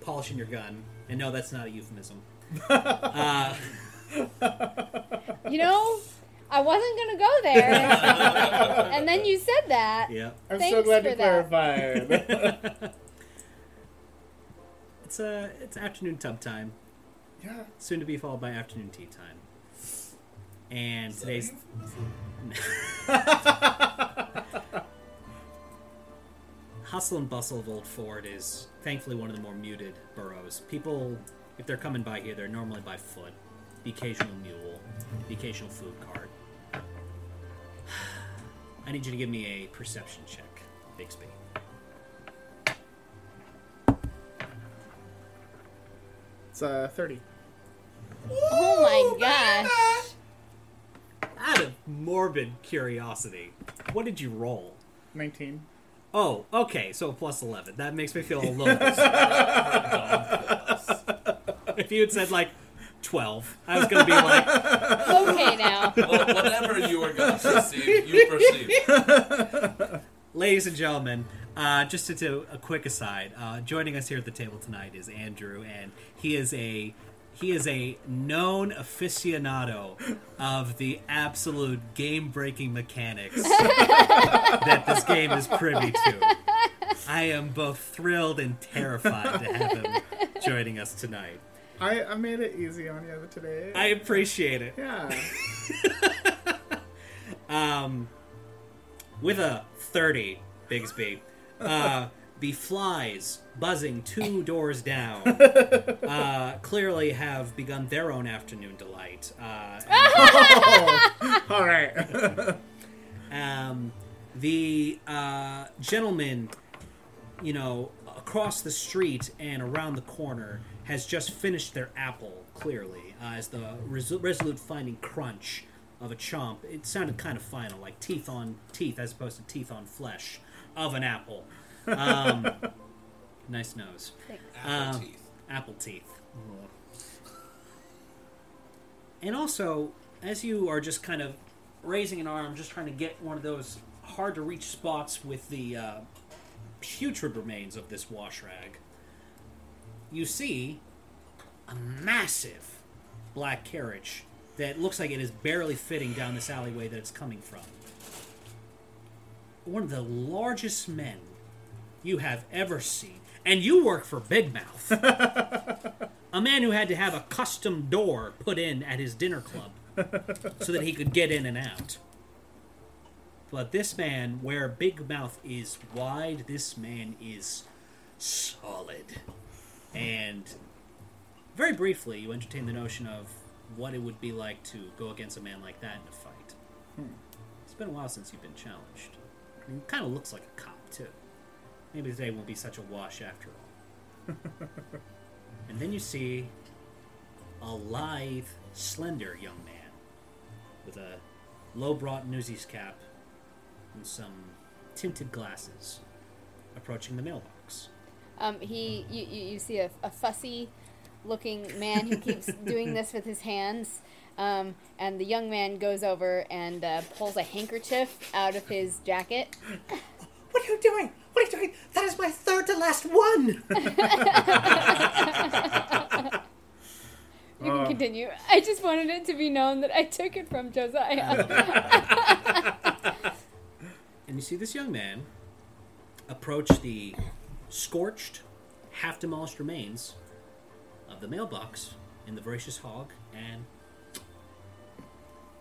polishing your gun, and no, that's not a euphemism. uh,
You know, I wasn't gonna go there, and then you said that.
yeah.
I'm so
Thanks
glad
for
you
that.
clarified.
It's uh, it's afternoon tub time.
yeah.
soon to be followed by afternoon tea time. And today's hustle and bustle of Old Ford is thankfully one of the more muted boroughs. People, if they're coming by here, they're normally by foot, the occasional mule, the occasional food cart. I need you to give me a perception check, Bixby.
It's uh, 30.
Oh my gosh.
Out of morbid curiosity, what did you roll?
19.
Oh, okay, so a plus 11. That makes me feel a little bit If you had said, like, 12, I was going to be like,
Okay now.
Well, whatever you were going to perceive, you perceive.
ladies and gentlemen, uh, just to do a quick aside, uh, joining us here at the table tonight is Andrew, and he is a. He is a known aficionado of the absolute game-breaking mechanics that this game is privy to. I am both thrilled and terrified to have him joining us tonight.
I, I made it easy on you today.
I appreciate it.
yeah.
Um, with a 30, Bigsby, uh, the flies buzzing two doors down uh, clearly have begun their own afternoon delight. Uh,
All right.
um, the uh, gentleman, you know, across the street and around the corner has just finished their apple, clearly, uh, as the res- resolute finding crunch of a chomp. It sounded kind of final, like teeth on teeth as opposed to teeth on flesh of an apple. Um, nice nose.
Apple
Um,
teeth.
Apple teeth. And also, as you are just kind of raising an arm, just trying to get one of those hard to reach spots with the uh, putrid remains of this wash rag, you see a massive black carriage that looks like it is barely fitting down this alleyway that it's coming from. One of the largest men you have ever seen, and you work for Big Mouth. a man who had to have a custom door put in at his dinner club so that he could get in and out. But this man, where Big Mouth is wide, this man is solid. And very briefly, you entertain the notion of what it would be like to go against a man like that in a fight. It's been a while since you've been challenged. And kind of looks like a cop, too. Maybe today won't be such a wash after all. and then you see a lithe, slender young man with a low brought newsies cap and some tinted glasses approaching the mailbox.
Um, he, you, you, you see a, a fussy looking man who keeps doing this with his hands. Um, and the young man goes over and uh, pulls a handkerchief out of his jacket.
What are you doing? What are you doing? That is my third to last one!
You can continue. I just wanted it to be known that I took it from Josiah.
And you see this young man approach the scorched, half demolished remains of the mailbox in the voracious hog and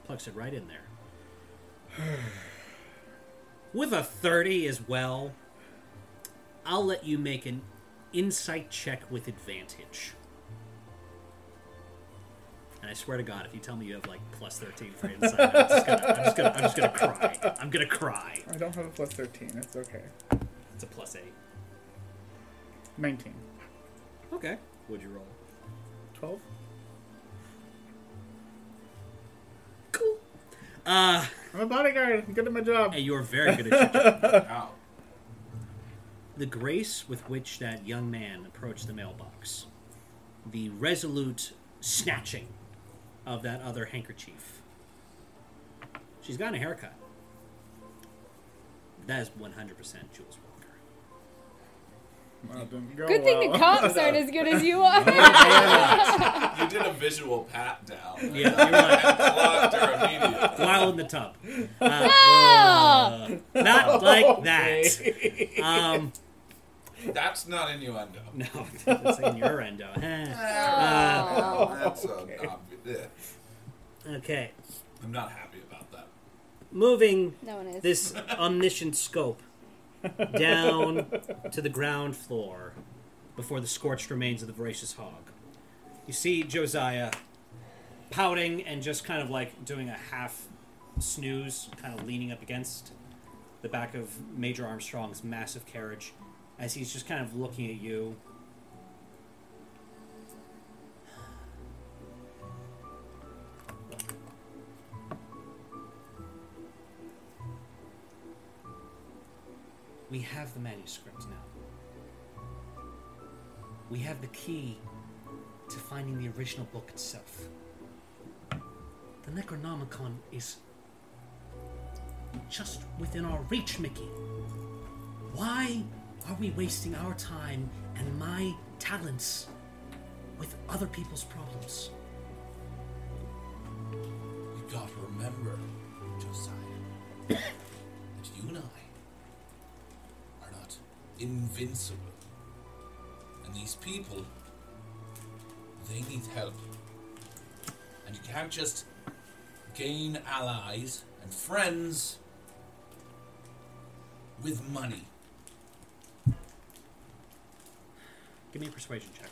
plucks it right in there. With a 30 as well, I'll let you make an insight check with advantage. And I swear to God, if you tell me you have like plus 13 for insight, I'm just gonna, I'm just gonna, I'm just gonna cry. I'm gonna cry.
I don't have a plus 13. It's okay.
It's a plus eight.
19.
Okay. Would you roll?
12?
Cool. Uh,
I'm a bodyguard. I'm good at my job.
and you're very good at your job.
Ow.
The grace with which that young man approached the mailbox, the resolute snatching of that other handkerchief. She's gotten a haircut. That is 100% Jules Walker.
Well, didn't go
Good thing the
well.
cops aren't as good as you are.
You did a visual pat
Yeah,
down.
you're like,
Blocked her immediately.
while in the tub. Uh, not like that. Um,
That's not innuendo.
no, Oh, it's in your endo. Eh.
Aw.
That's okay. obvious.
Okay.
I'm not happy about that.
Moving
No one is.
this omniscient scope down to the ground floor before the scorched remains of the voracious hog. You see Josiah pouting and just kind of like doing a half snooze, kind of leaning up against the back of Major Armstrong's massive carriage as he's just kind of looking at you. We have the manuscript now. We have the key to finding the original book itself. The Necronomicon is just within our reach, Mickey. Why are we wasting our time and my talents with other people's problems?
You gotta remember, Josiah, that you and I are not invincible. And these people, they need help. And you can't just gain allies and friends with money.
Give me a persuasion check.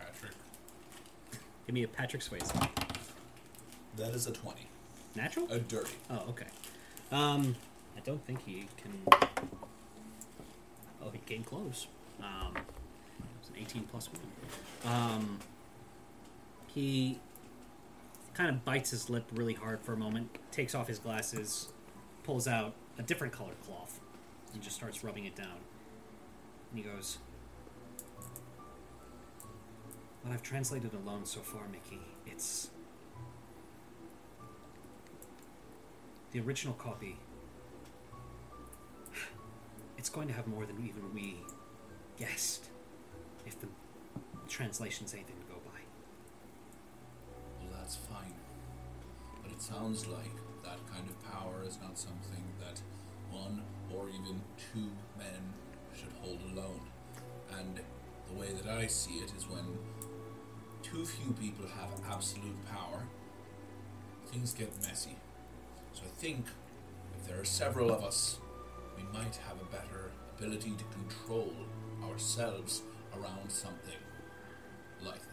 Patrick,
Give me a Patrick Swayze.
that is a 20.
Natural?
A dirty.
Oh, okay. Um, I don't think he can. Oh, he came close. Um, it was an 18 plus one. Um, he kind of bites his lip really hard for a moment, takes off his glasses, pulls out a different colored cloth, and just starts rubbing it down. And he goes, What I've translated alone so far, Mickey, it's. the original copy, it's going to have more than even we guessed if the translation's anything to go by.
Well, that's that's fine. But it sounds like that kind of power is not something that one or even two men should hold alone. And the way that I see it is when too few people have absolute power, things get messy. So I think if there are several of us, we might have a better ability to control ourselves around something like that.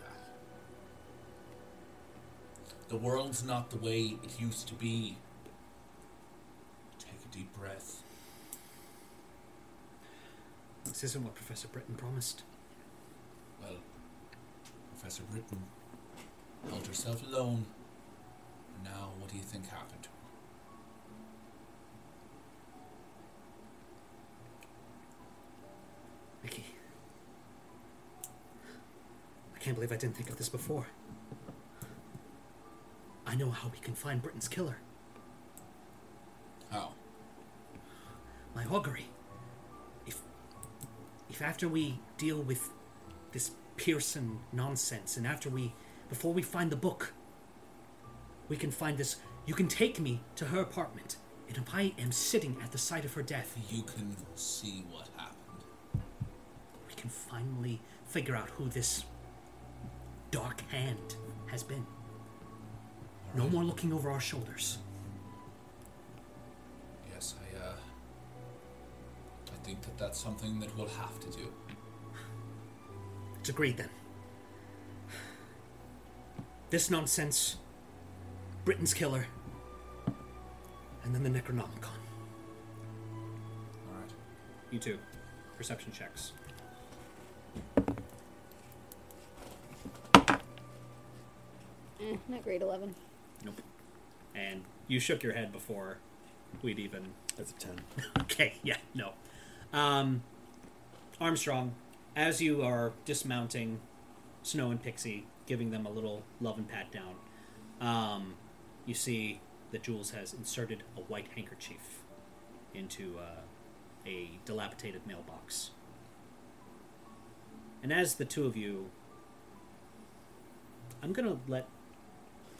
The world's not the way it used to be. Take a deep breath.
This isn't what Professor Britton promised.
Well, Professor Britton held herself alone. Now, what do you think happened to her?
Mickey. I can't believe I didn't think of this before. I know how we can find Britain's killer.
How?
My augury. If if after we deal with this Pearson nonsense and after we before we find the book, we can find this you can take me to her apartment, and if I am sitting at the site of her death,
You can see what happened.
we can finally figure out who this dark hand has been. No more looking over our shoulders.
Yes, I, uh. I think that that's something that we'll have to do.
It's agreed then. This nonsense, Britain's killer, and then the Necronomicon.
Alright.
You too. Perception checks.
Eh, not grade 11.
Nope. And you shook your head before we'd even.
That's a 10.
Okay, yeah, no. Um, Armstrong, as you are dismounting Snow and Pixie, giving them a little love and pat down, um, you see that Jules has inserted a white handkerchief into uh, a dilapidated mailbox. And as the two of you, I'm going to let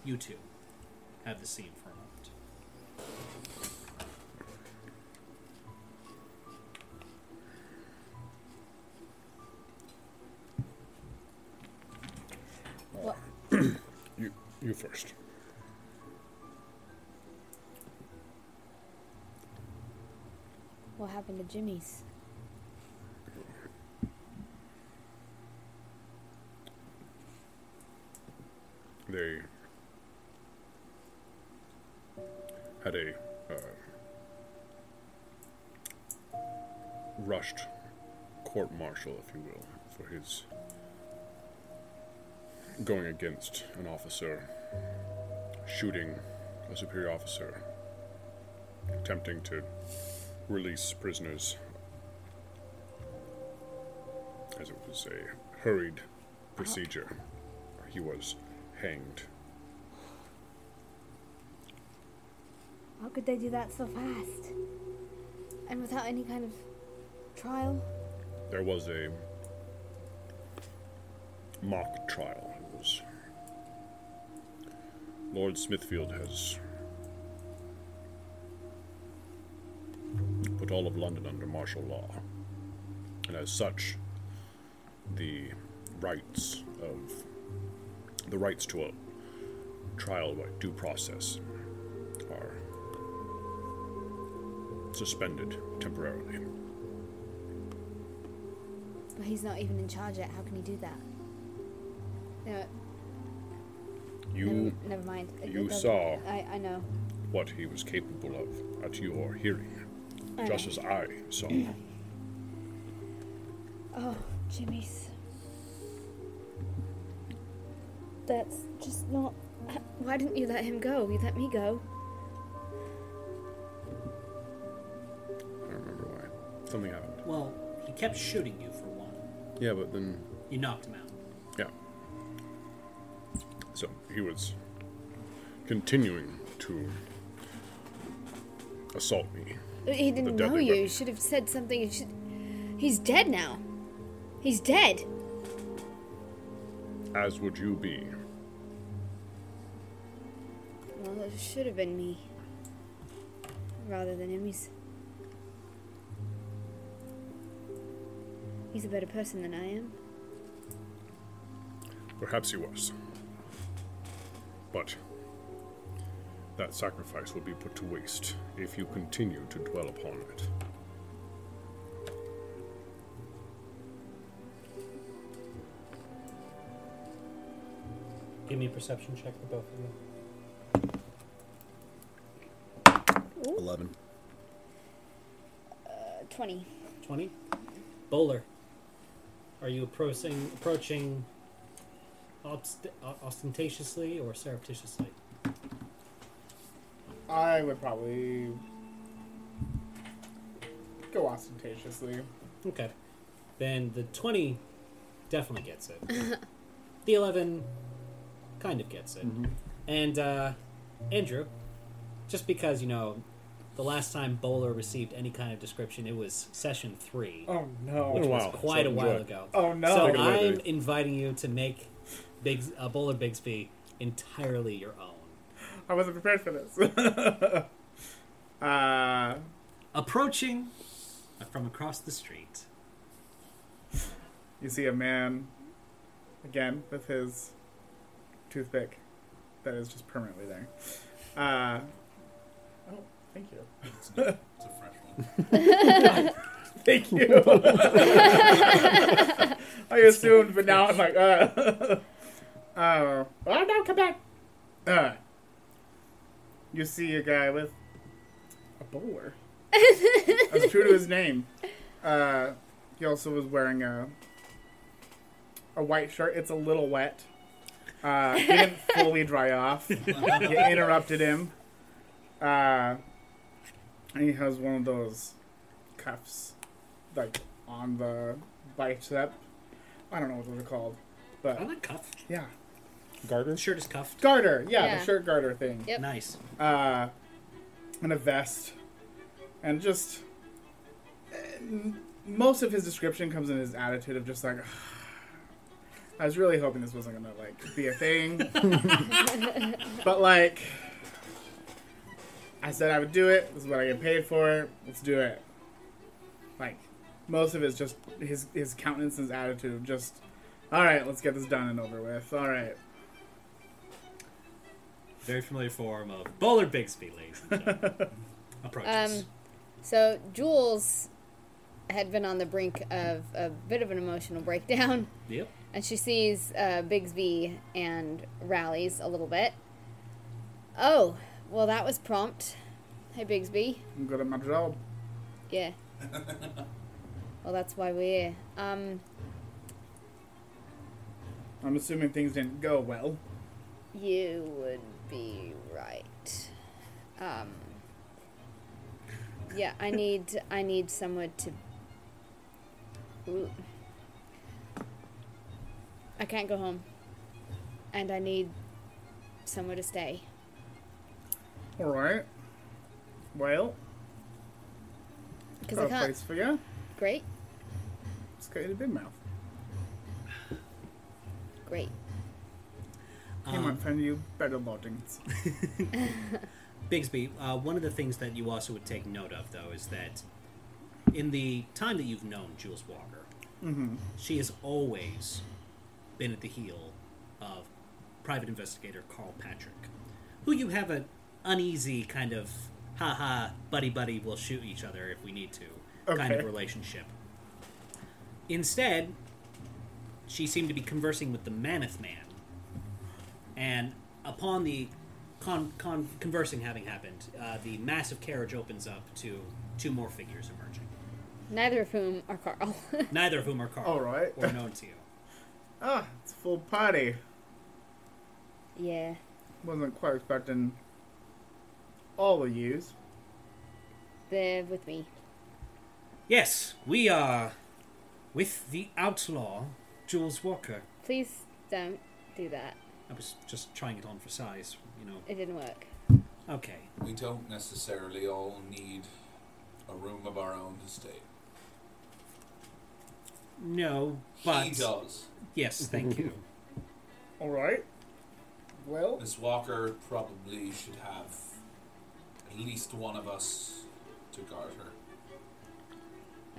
you two have the scene for a moment.
You, you first.
What happened to Jimmy's?
They had a uh, rushed court martial, if you will, for his going against an officer, shooting a superior officer, attempting to release prisoners, as it was a hurried procedure. He was hanged.
How could they do that so fast? And without any kind of trial?
There was a mock trial. It was Lord Smithfield has put all of London under martial law, and as such, the rights of the rights to a trial by due process are suspended temporarily.
But he's not even in charge yet. How can he do that? No,
You
never, never mind. It- it
you
doesn't-
saw.
I, I know.
what he was capable of at your hearing, just as I saw.
Oh, Jimmy's. That's just not. Why didn't you let him go? You let me go.
I don't remember why. Something happened.
Well, he kept shooting you for one.
Yeah, but then,
You knocked him out.
yeah. So he was continuing to assault me.
But He didn't know
deadly
you.
weapon.
You should have said something. You should. He's dead now. He's dead.
As would you be
Well, it should have been me. Rather than him, he's. He's a better person than I am.
Perhaps he was. But that sacrifice will be put to waste if you continue to dwell upon it.
Give me a perception check for both of you.
11.
20.
20. Bowler, are you approaching approaching obst- o- ostentatiously or surreptitiously?
I would probably go ostentatiously.
Okay. Then the 20 definitely gets it. the 11 kind of gets it. And uh, Andrew, just because, you know, the last time Bowler received any kind of description, it was session three.
Oh no.
which
Oh,
was
wow.
quite
So
a while
enjoy.
ago.
Oh, no.
So
Take
it away,
I'm
Dave.
inviting you to make Bigs, uh, Bowler Bigsby entirely your own.
I wasn't prepared for this. uh,
Approaching from across the street,
you see a man again with his toothpick that is just permanently there. Uh, oh, thank you.
It's, new. it's a fresh one.
Thank you. I assumed, but now I'm like, uh. uh oh, no, come back. Uh, you see a guy with a bowler. That's true to his name. Uh, he also was wearing a a white shirt. It's a little wet. Uh, he didn't fully dry off. you interrupted him. Uh, and he has one of those cuffs, like on the bicep. I don't know what those are called,
I'm
but
not cuffed.
yeah,
The shirt is cuffed.
garter. Yeah,
Yeah.
the shirt garter thing.
Yep.
Nice.
Uh, and a vest, and just and most of his description comes in his attitude of just like. I was really hoping this wasn't gonna like be a thing, but like, I said I would do it. This is what I get paid for. Let's do it. Like, most of it's just his his countenance, and his attitude. Just, all right, let's get this done and over with. All right,
Very familiar form of Bowler Bigsby, ladies and gentlemen. Approaches.
Um, So Jules had been on the brink of a bit of an emotional breakdown,
yep.
and she sees uh, Bigsby and rallies a little bit. Oh, well, that was prompt. Hey, Bigsby.
I'm good at my job.
Yeah. well, that's why we're here. Um,
I'm assuming things didn't go well.
you would be right. Um, yeah, I need I need somewhere to. Ooh. I can't go home, and I need somewhere to stay.
All right. Well,
Because
got
I
a
can't.
place for you.
Great,
Let's go to Big Mouth.
great.
He might find you better lodgings.
Bigsby, uh, one of the things that you also would take note of, though, is that in the time that you've known Jules Walker, she has always been at the heel of private investigator Carl Patrick, who you have an uneasy kind of ha ha buddy buddy we'll shoot each other if we need to kind of
Okay.
relationship. Instead, she seemed to be conversing with the Mammoth Man, and upon the con- con- conversing having happened, uh, the massive carriage opens up to two more figures emerging.
Neither of whom are Carl.
Neither of whom are Carl
All right.
or known to you.
Ah, it's a full party.
yeah.
Wasn't quite expecting all of yous.
They're with me.
Yes, we are with the outlaw Jules Walker.
Please don't do that.
I was just trying it on for size, you know.
It didn't work.
Okay,
We don't necessarily all need a room of our own to stay.
no, but
he does.
yes, thank you.
All right. Well,
Miss Walker probably should have at least one of us to guard her.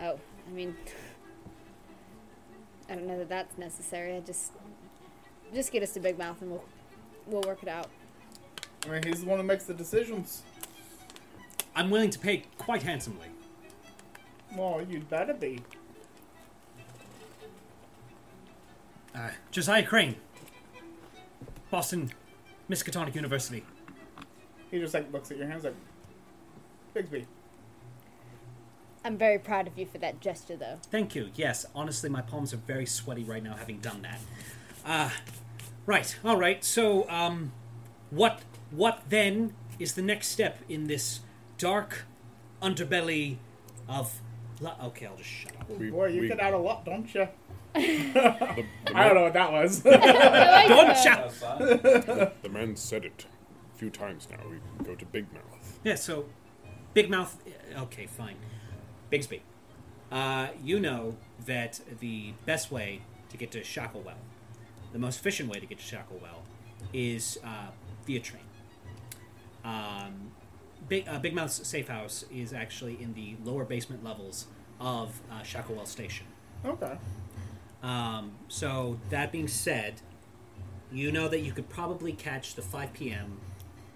Oh, I mean, I don't know that that's necessary. I just, just get us to Big Mouth and we'll, we'll work it out.
I mean, he's the one who makes the decisions.
I'm willing to pay quite handsomely.
Well, you'd better be.
Uh, Josiah Crane, Boston Miskatonic University.
He just like looks at your hands like, Bigsby.
I'm very proud of you for that gesture, though.
Thank you. Yes, honestly, my palms are very sweaty right now, having done that. Uh, right. All right. So, um, what what then is the next step in this dark underbelly of? La- okay, I'll just shut up.
We,
oh Boy, you
we-
get out a lot, don't you?
the, the
I don't
man,
know what that was.
Don't shout.
That's fine.
the man said it a few times now. We go to Big Mouth.
Yeah. So, Big Mouth. Okay, fine. Bigsby, uh, you know that the best way to get to Shacklewell, the most efficient way to get to Shacklewell, is uh, via train. Um, Big, uh, Big Mouth's safe house is actually in the lower basement levels of uh, Shacklewell Station.
okay.
Um, so that being said, you know that you could probably catch the 5 p.m.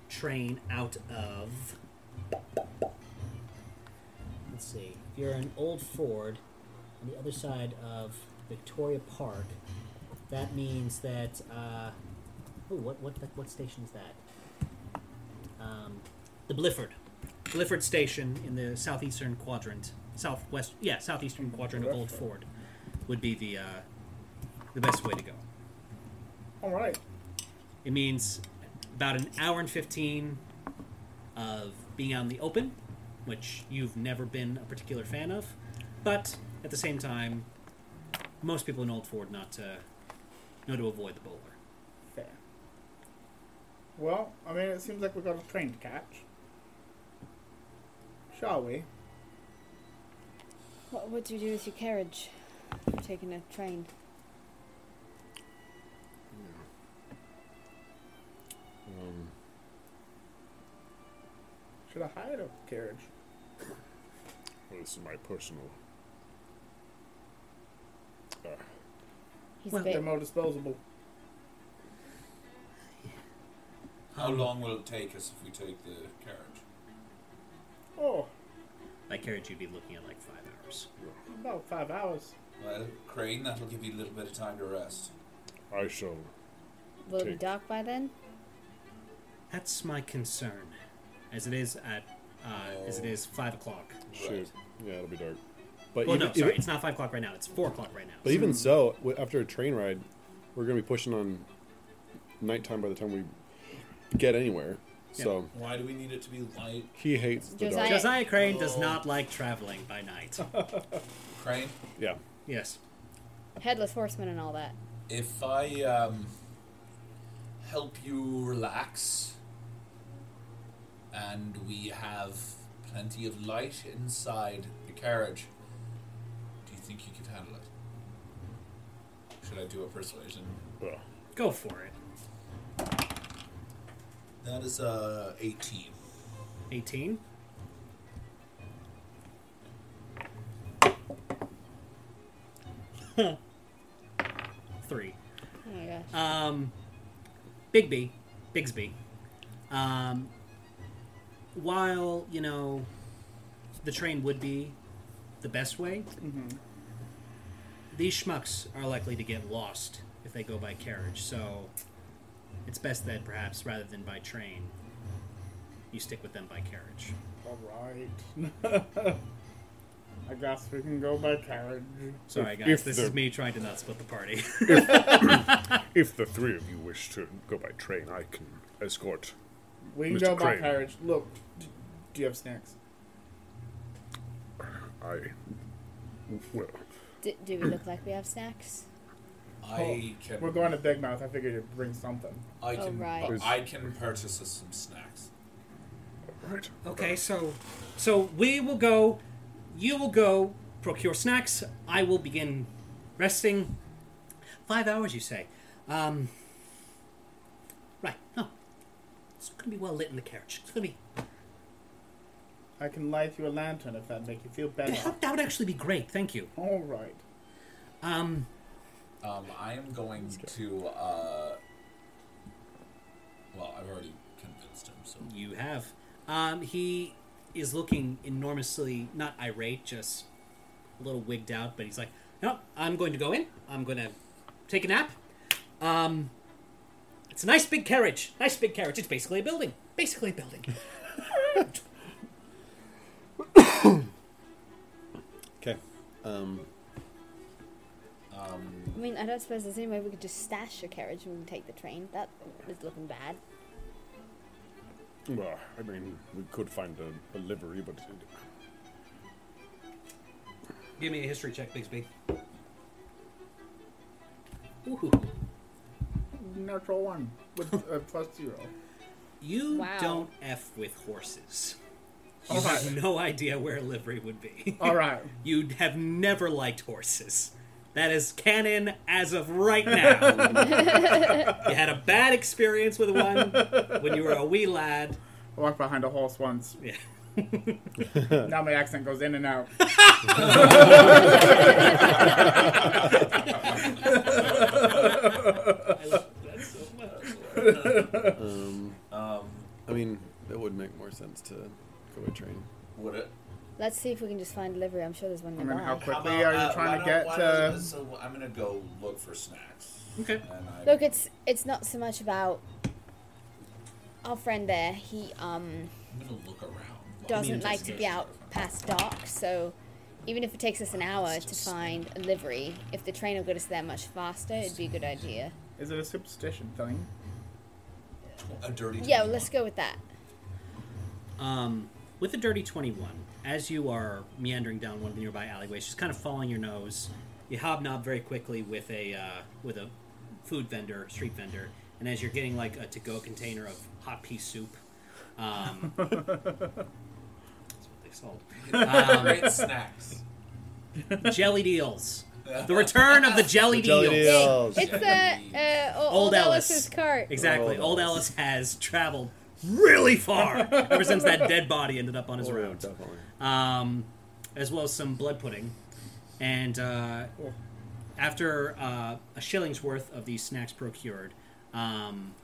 train out of. Let's see. If you're in Old Ford, on the other side of Victoria Park, that means that. Uh, ooh, what what what station is that? Um, the Blifford, Blifford Station in the southeastern quadrant, southwest. Yeah, southeastern quadrant of Old Ford would be the uh, the best way to go.
All right.
It means about an hour and fifteen of being out in the open, which you've never been a particular fan of, but at the same time, most people in Old Ford not to know to avoid the bowler.
Fair. Well, I mean, it seems like we've got a train to catch. Shall we?
What would you do with your carriage? You're taking a train.
Um,
Should I hire a carriage?
Well, this is my personal. Uh,
He's
Well,
big.
They're more disposable.
How long will it take us if we take the carriage?
Oh,
By carriage, you'd be looking at like five hours.
about five hours.
Well, Crane, that'll give you a little bit of time to rest.
I shall.
Will it be
take-
dark by then?
That's my concern, as it is at uh, as it is five o'clock.
shoot. Yeah, it'll be dark. But
Well,
even,
no, sorry,
even-
it's not five o'clock right now. It's four o'clock right now.
but even so, w- after a train ride, we're gonna be pushing on nighttime by the time we get anywhere. So
Why do we need it to be light?
he hates the dark.
Josiah-
Josiah Crane does not like traveling by night.
Crane,
Yeah.
yes.
Headless horseman and all that.
if I um, help you relax and we have plenty of light inside the carriage, do you think you could handle it? Should I do a persuasion?
Well,
Go for it.
That is uh, 18.
18. Three.
Oh my gosh.
Um, Bigby, Bigsby. Um, while you know the train would be the best way, these schmucks are likely to get lost if they go by carriage. So it's best that perhaps rather than by train, you stick with them by carriage.
All right. I guess we can go by carriage.
Sorry,
If-
guys.
if
this
they're-
is me trying to not split the party.
if the three of you wish to go by train, I can escort.
We can
Mr.
go by
Crane.
carriage. Look, d- do you have snacks?
I. Well,
D- do we look like we have snacks?
I can.
We're going to Big Mouth. I figured you'd bring something.
I
Oh,
can. uh,
right.
I can purchase us some snacks.
right.
Okay, so so we will go. You will go procure snacks. I will begin resting. Five hours, you say. Um, Right. No. It's going to be well lit in the carriage. It's going to be.
I can light you a lantern if that make you feel better.
That, that would actually be great. Thank you.
All right.
Um,
Um, I am going to. Uh, well, I've already convinced him, so
you have. Um, he is looking enormously not irate, just a little wigged out, but he's like, "No, I'm going to go in. I'm going to take a nap." Um, it's a nice big carriage. Nice big carriage. It's basically a building. Basically a building.
Okay. Um,
I mean, I don't suppose there's any way we could just stash a carriage and we can take the train. That is looking bad.
well, I mean, we could find a, a livery, but
Give me a history check, Bigsby. Ooh.
Natural one with a plus zero.
You
Wow.
don't f with horses. You
All
have
right.
no idea where livery would be.
All right.
You have never liked horses. That is canon as of right now. you had a bad experience with one when you were a wee lad.
I walked behind a horse once.
Yeah.
Now my accent goes in and out.
I love that so much.
I mean, it would make more sense to go by train.
would it?
Let's see if we can just find livery. I'm sure there's one
I mean, how
nearby.
quickly
How about,
are you
uh, why
trying to
don't-
get
why
to?
don't- so I'm gonna go look for snacks.
Okay.
And I,
Look, it's it's not so much about our friend there. He um
I'm gonna look around.
doesn't like to be out past dark, so even if it takes us an hour to find a livery, if the train will get us there much faster, it'd be a good idea.
Is it a superstition thing?
A dirty.
Yeah, well, let's go with that.
Um, with a dirty 21, as you are meandering down one of the nearby alleyways, just kind of following your nose, you hobnob very quickly with a uh, with a food vendor, street vendor, and as you're getting like a to-go container of hot pea soup, um, that's what they sold.
Great snacks.
jelly deals. The return of the jelly,
jelly
deals.
deal.
Yay.
Ellis.
It's the uh, o-
Old
old
Ellis.
Ellis's cart.
Exactly.
Old
Old Ellis has traveled really far ever since that dead body ended up on his road.
definitely.
um, as well as some blood pudding. And uh, after uh, a shilling's worth of these snacks procured, um,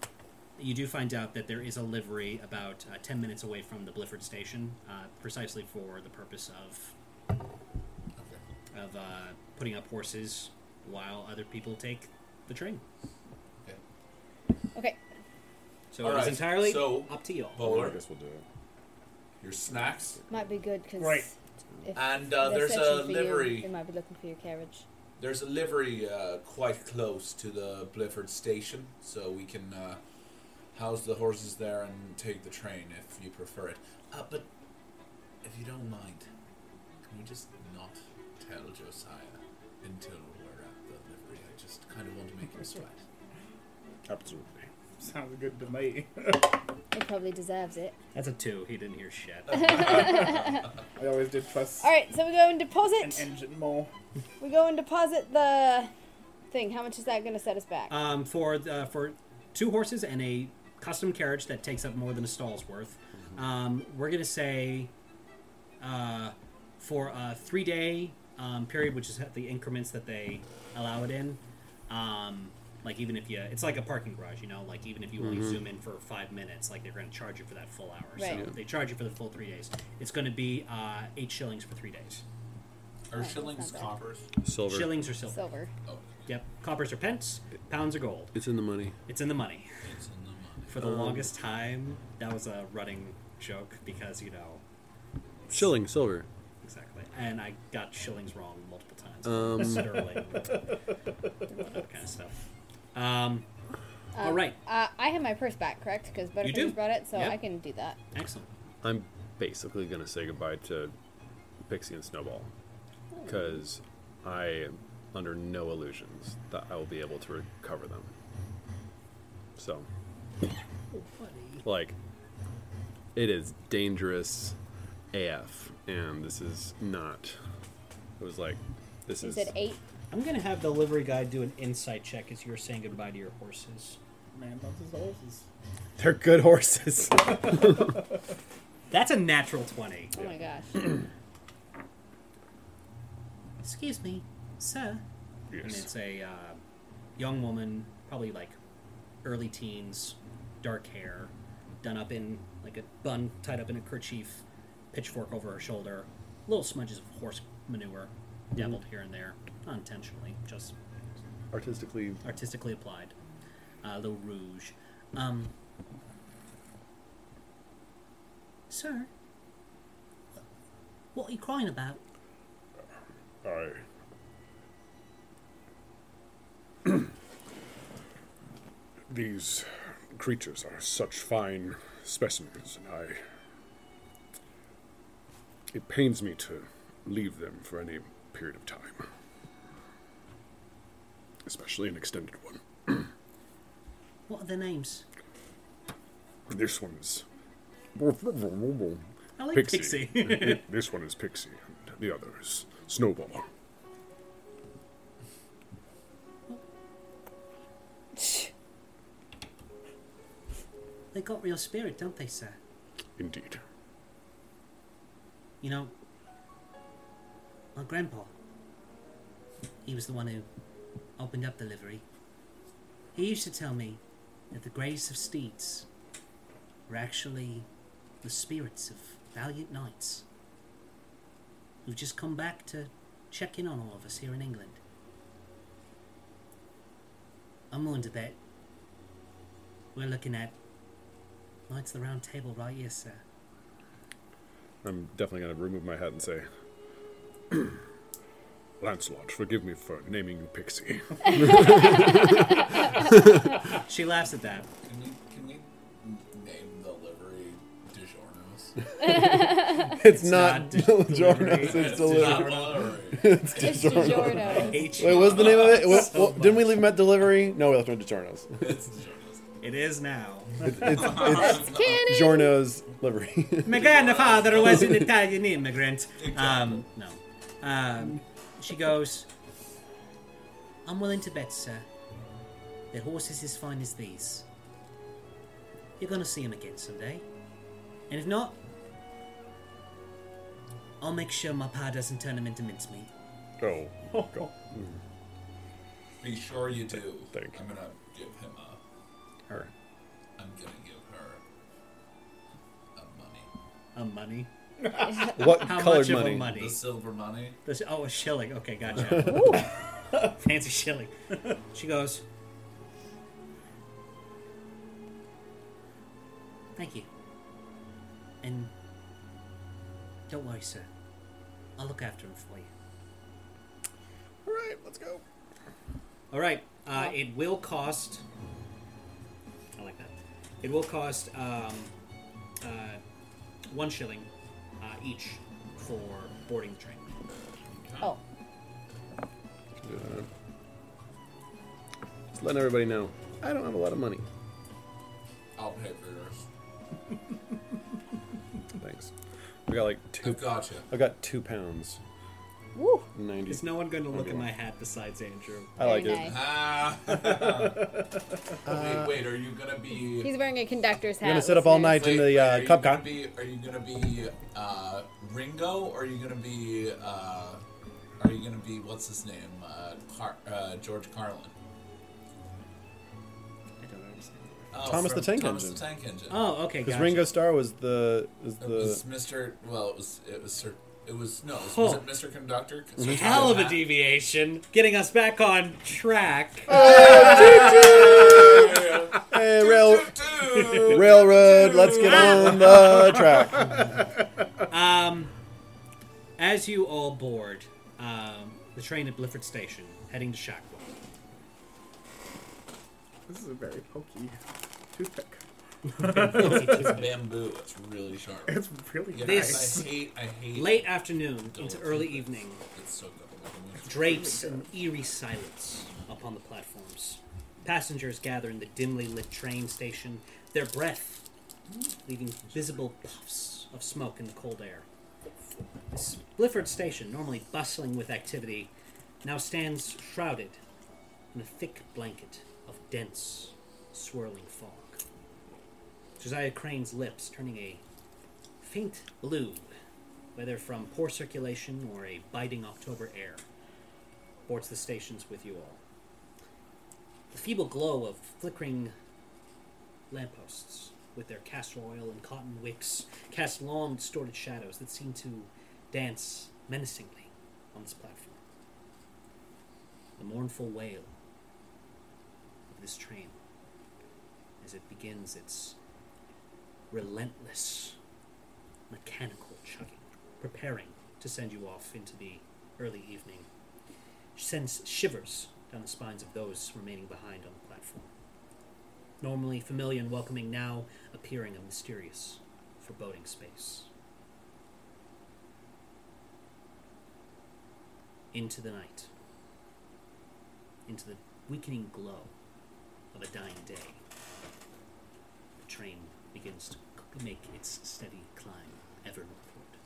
you do find out that there is a livery about uh, 10 minutes away from the Blifford station, uh, precisely for the purpose of, of uh, putting up horses while other people take the train.
Okay,
So
All
it is
right,
entirely
so-
up to y'all.
I
Bowler,
guess we'll do it.
your snacks.
might be good because
Right.
And, uh, there's a livery.
they might be looking for your carriage.
There's a livery uh, quite close to the Blifford station, so we can uh, house the horses there and take the train if you prefer it. Uh, but if you don't mind, can we just not tell Josiah until we're at the livery? I just kind of want to make him sweat.
Absolutely.
Sounds good to me.
It probably deserves it.
That's a two. He didn't hear shit.
Uh-huh.
I always did trust
All right, so we go and
an
deposit.
engine more.
We go and deposit the thing. How much is that going to set us back?
um, for the, for two horses and a custom carriage that takes up more than a stall's worth.
Mm-hmm.
Um, we're gonna say uh, for a three day um, period, which is at the increments that they allow it in. Um, like even if you, it's like a parking garage, you know. Like even if you only
Mm-hmm.
zoom in for five minutes, like they're going to charge you for that full hour.
Right.
So they charge you for the full three days. It's going to be uh, eight shillings for three days.
Are shillings
not bad.
coppers?
Silver.
Shillings or silver.
Silver.
Oh,
Yep. Coppers or pence. Pounds or gold.
It's in the money.
It's in the money.
it's in the money.
For the longest time, that was a running joke because, you know,
Shilling, silver.
exactly. And I got shillings wrong multiple times. Sterling. that kind of stuff. Um, all right.
Uh, I have my purse back, correct? Because
You do.
Butterfingers brought it, so
Yep.
I can do that.
Excellent.
I'm basically going to say goodbye to Pixie and Snowball because I am under no illusions that I will be able to recover them. So, like, it is dangerous AF, and this is not. It was like, this
You
is.
said eight.
I'm going to have the livery guy do an insight check as you're saying goodbye to your horses.
man loves his horses.
They're good horses.
That's a natural 20.
Oh my gosh.
Excuse me, sir. And it's a uh, young woman, probably like early teens, dark hair, done up in like a bun, tied up in a kerchief, pitchfork over her shoulder, little smudges of horse manure, dabbled here and there, not intentionally, just
Artistically,
artistically applied. Uh, little rouge. Um, sir, what are you crying about?
I. These creatures are such fine specimens, and I. It pains me to leave them for any period of time, especially an extended one.
What are their names?
This one is.
I like
Pixie.
Pixie.
this one is Pixie, and the other is Snowball.
They got real spirit, don't they, sir?
Indeed.
You know, my grandpa, he was the one who opened up the livery. He used to tell me that the greys of steeds were actually the spirits of valiant knights who've just come back to check in on all of us here in England. I'm willing to bet we're looking at Knights of the Round Table right here, sir.
I'm definitely going to remove my hat and say,
Lancelot, forgive me for naming you Pixie.
She laughs at that.
Can we, can we n- name the livery DiGiorno's?
it's, not,
not di-
It's
DiGiorno's, it's delivery.
delivery.
It's
It's
DiGiorno.
DiGiorno.
Wait, what's the name of it? What, what- didn't we leave him at delivery? No, we left him at DiGiorno's.
It's DiGiorno's.
It is now.
It's, it's
It's canon.
Giorno's livery.
My grandfather was an Italian immigrant. Um, no. Um, she goes, I'm willing to bet, sir, that horses as fine as these, you're going to see them again someday. And if not, I'll make sure my pa doesn't turn them into mincemeat.
Oh, God.
Be sure you do.
Thank you.
I'm gonna give him a.
Her.
I'm gonna give her a money.
A money?
What
How
colored
much
money?
of a
The
money?
silver money.
The sh- oh, a shilling. Okay, gotcha. Fancy shilling. she goes, Thank you. And don't worry, sir. I'll look after him for you.
All right, let's go.
All right. Uh, it will cost. I like that. It will cost um, uh, one shilling uh, each for boarding the train.
Oh,
Uh, Just letting everybody know, I don't have a lot of money.
I'll pay for yours.
Thanks. I got like two.
I've got you.
I got two pounds.
woo.
Ninety.
Is no one going to look at my hat besides Andrew?
I like
Very
it.
nice.
Ah. wait, wait. Are you gonna be?
He's wearing a conductor's hat.
gonna sit up all
listeners.
night. in the, uh,
are you
Cup
gonna
Con.
be? Are you gonna be uh, Ringo? Or are you gonna be? Uh, are you gonna be? What's his name? Uh, Car- uh, George Carlin.
I don't understand.
Oh,
Thomas
from
the Tank
Thomas
Engine.
the Tank Engine.
Oh, okay.
Because
Gotcha.
Ringo Starr was the was
It was
the
Mr. Well, it was it was Sir. It was no. It was,
Huh.
was it Mr. Conductor?
Mm-hmm.
Sir
hell of a
Conductor?
deviation, getting us back on track.
hey, rail,
Dude.
railroad. Let's get on the track.
As you all board um, the train at Blifford Station, heading to Shackwell.
This is a very pokey toothpick.
it's bamboo. It's really sharp.
It's really
Yes,
This-
I hate. I hate.
Late afternoon
Don't
into
do
early
this.
evening,
It's so good.
drapes an eerie silence upon the platforms. Passengers gather in the dimly lit train station, their breath leaving visible puffs of smoke in the cold air. This Blifford Station, normally bustling with activity, now stands shrouded in a thick blanket of dense,
swirling fog. Josiah Crane's lips turning a faint blue, whether from poor circulation or a biting October air, boards the stations with you all. The feeble glow of flickering lampposts with their castor oil and cotton wicks cast long, distorted shadows that seem to dance menacingly on this platform. The mournful wail of this train as it begins its relentless, mechanical chugging, preparing to send you off into the early evening, sends shivers down the spines of those remaining behind on the platform normally familiar and welcoming now appearing a mysterious foreboding space into the night into the weakening glow of a dying day the train begins to c- make its steady climb ever northward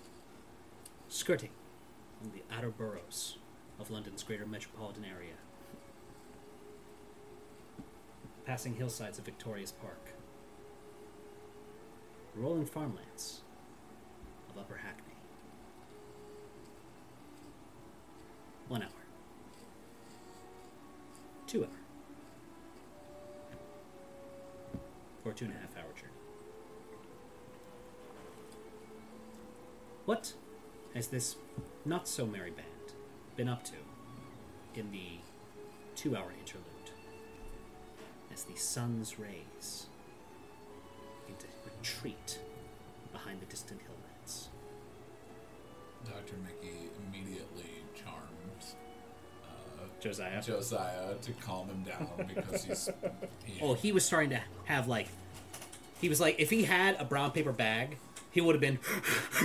skirting on the outer boroughs of london's greater metropolitan area passing hillsides of Victoria's Park, rolling farmlands of Upper Hackney. One hour. Two hour. Or two and a half hour journey. What has this not so merry band been up to in the two hour interlude? as the sun's rays begin to retreat behind the distant hilllands.
Dr. Mickey immediately charms
Josiah.
Josiah to calm him down because he's. he-
oh, he was starting to have like, he was like, if he had a brown paper bag, he would have been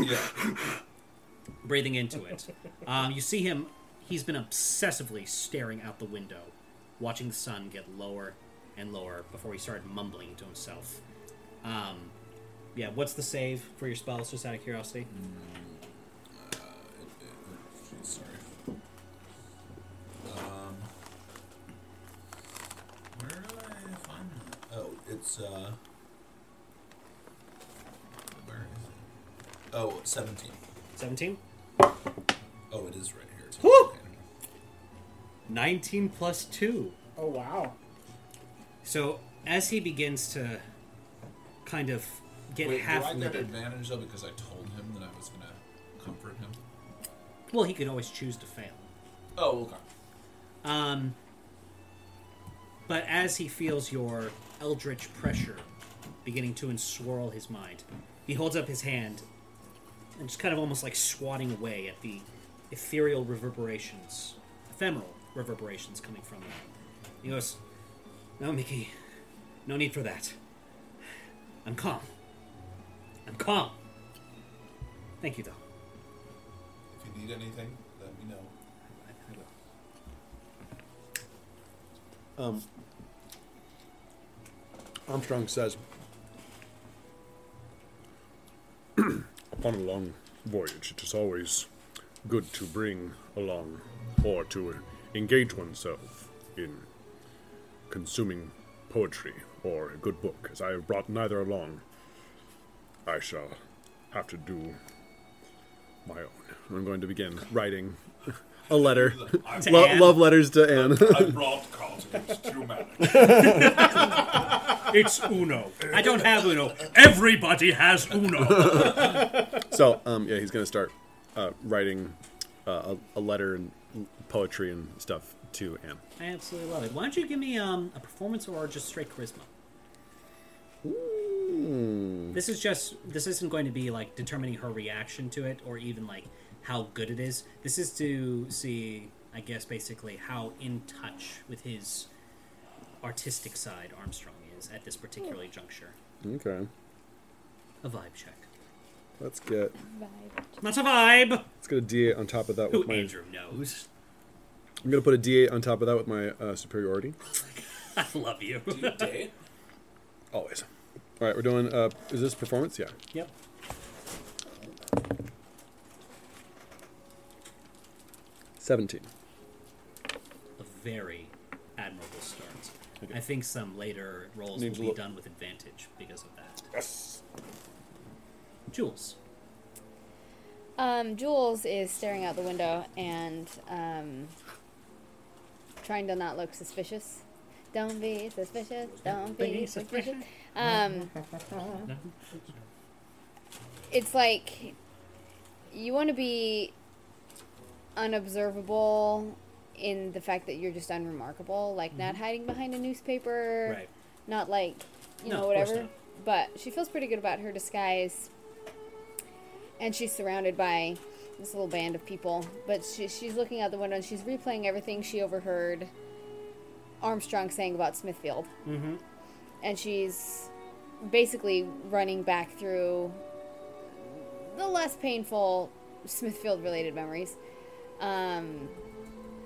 yeah.
breathing into it. Um, you see him; he's been obsessively staring out the window, watching the sun get lower and lower before he started mumbling to himself. Um, yeah, what's the save for your spells? Just out of curiosity.
Sorry. Um, where do I find that? Oh, it's uh. Where is it? Oh, 17.
Seventeen.
Oh, it is right here. Too.
Woo!
Okay.
19 plus 2.
Oh wow.
So as he begins to kind of get
Wait, do
half
I get
witted,
advantage though because I told him that I was gonna comfort him?
well, he can always choose to fail.
Oh, okay.
Um, but as he feels your eldritch pressure beginning to enswirl his mind, he holds up his hand and just kind of almost like swatting away at the ethereal reverberations, ephemeral reverberations coming from it. He goes, No, Mickey, no need for that. I'm calm. I'm calm. Thank you, though.
If you need anything, let me know.
I, I will.
Armstrong says, Upon a long voyage, it is always good to bring along or to engage oneself in consuming poetry or a good book. As I have brought neither along, I shall have to do my own. I'm going to begin writing a letter.
I,
Lo- Anne. love
letters to Anne.
I brought continents to humanity.
It's Uno. I don't have Uno. Everybody has Uno.
So, um, yeah, he's going to start uh, writing uh, a, a letter and poetry and stuff to Anne.
I absolutely love it. Why don't you give me um, a performance or just straight charisma? This is just. This isn't going to be like determining her reaction to it or even like how good it is. This is to see, I guess, basically how in touch with his artistic side Armstrong is at this particular juncture.
Okay,
A vibe check.
let's get
Not a vibe.
let's get a D8 on top of that
Who
with my.
Andrew knows.
I'm going to put a D8 on top of that with my uh, superiority.
I love you.
Do you date?
Always. All right, we're doing. Uh, is this performance? Yeah.
yep.
Seventeen.
a very admirable start. I think some later rolls
Needs a
will be
lo-
done with advantage because of that. Yes. Jules,
Um, Jules is staring out the window and um, trying to not look suspicious. Don't be suspicious. Don't be suspicious. Um, it's like you want to be unobservable in the fact that you're just unremarkable, like not hiding behind a newspaper,
right?
not like you
No,
know
of course
whatever
not.
but she feels pretty good about her disguise and she's surrounded by this little band of people but she, she's looking out the window and she's replaying everything she overheard armstrong saying about smithfield mm-hmm. and she's basically running back through the less painful smithfield related memories um,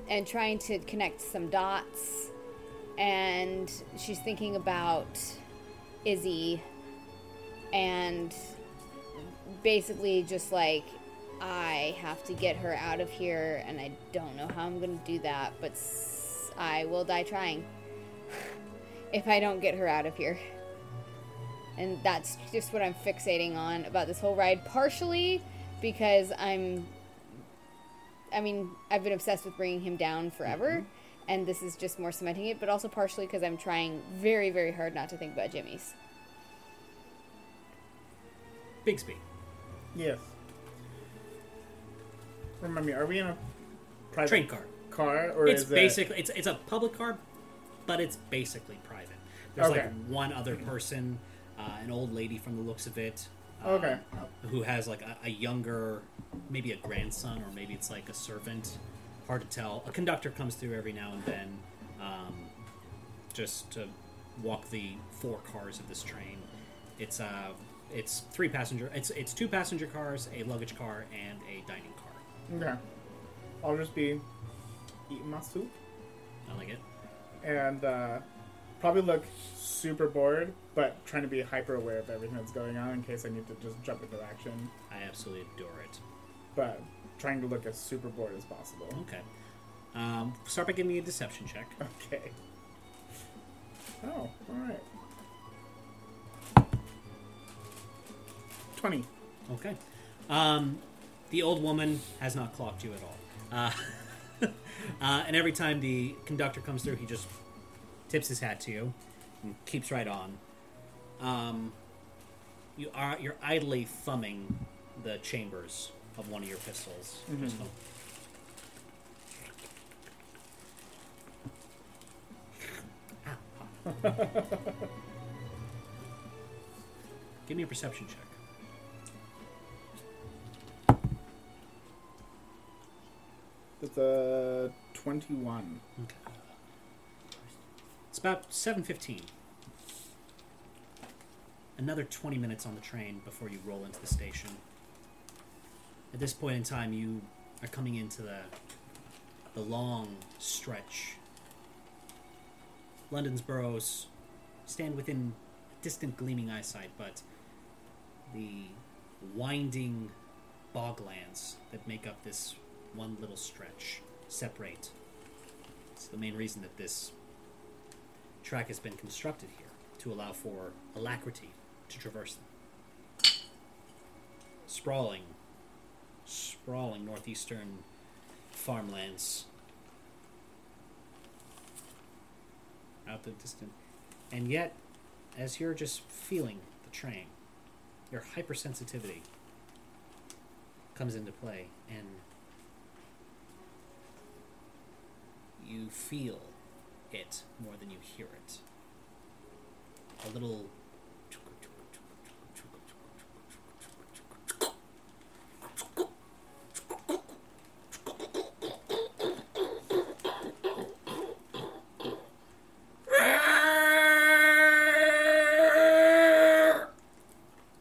and trying to connect some dots and she's thinking about Izzy and basically just like I have to get her out of here and I don't know how I'm going to do that but s- I will die trying if I don't get her out of here. And that's just what I'm fixating on about this whole ride partially because I'm I mean, I've been obsessed with bringing him down forever, and this is just more cementing it, but also partially because I'm trying very, very hard not to think about Jimmy's.
Bigsby.
Yes. Remind me, are we in a private
Train car.
car or
it's
is uh,
basically it's it's a public car, but it's basically private. There's
Okay.
like one other person, uh, an old lady from the looks of it, uh,
It, okay.
who has like a, a younger, maybe a grandson or maybe it's like a servant. Hard to tell. A conductor comes through every now and then, um, just to walk the four cars of this train. It's uh, it's three passenger. It's it's two passenger cars, a luggage car, and a dining car.
Okay. I'll just be eating my soup
I like it.
and uh, probably look super bored, but trying to be hyper aware of everything that's going on in case I need to just jump into action.
I absolutely adore it.
But trying to look as super bored as possible.
Oh, Okay. Um, start by giving me a deception check.
Okay. Oh, all right. Twenty.
Okay. Um, the old woman has not clocked you at all. Uh, uh, and every time the conductor comes through, he just tips his hat to you and keeps right on. Um, you are you're idly thumbing the chambers of one of your pistols. Just thumb- Ah. Give me a perception check.
It's a twenty-one.
It's about seven fifteen. Another twenty minutes on the train before you roll into the station. At this point in time, you are coming into the the long stretch. London's boroughs stand within distant gleaming eyesight, but the winding boglands that make up this one little stretch separate. It's the main reason that this track has been constructed here to allow for alacrity to traverse them. Sprawling, sprawling northeastern farmlands out the distant. And yet, as you're just feeling the train, your hypersensitivity comes into play and you feel it more than you hear it. A little.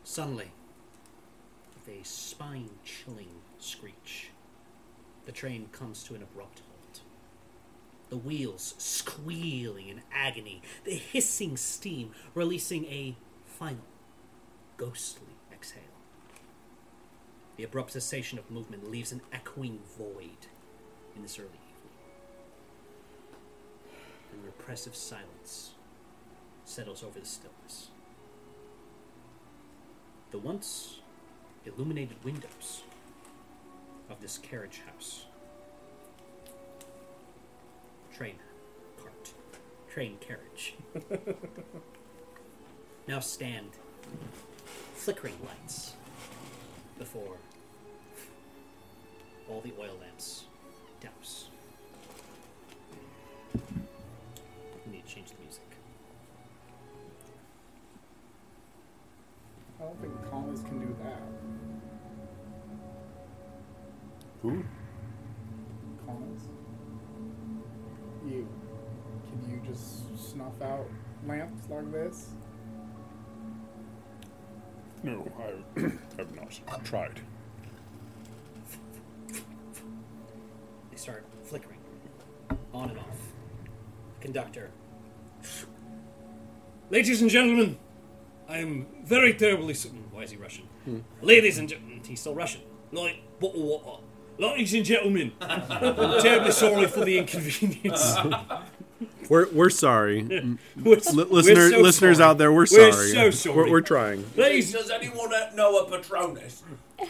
Suddenly, with a spine chilling screech, the train comes to an abrupt halt the wheels squealing in agony, the hissing steam releasing a final, ghostly exhale. The abrupt cessation of movement leaves an echoing void in this early evening. And your oppressive silence settles over the stillness. The once illuminated windows of this carriage house, train cart, train carriage, now stand flickering lights before all the oil lamps douse. We need to change the music.
I don't think Thomas can do that.
Who?
Collins? You. Can you just snuff out lamps like this?
No, I have not tried.
They start flickering on and off. Conductor,
Ladies and gentlemen, I am very terribly. s- mm, Why is he Russian? Ladies and gentlemen, he's still Russian. Like bottle water. Ladies and gentlemen, I'm terribly sorry for the inconvenience.
We're we're sorry,
We're-
Li-
we're
listener,
so
listeners
sorry.
out there. We're sorry.
We're so sorry.
We're, we're trying.
ladies,
Does anyone know a Patronus?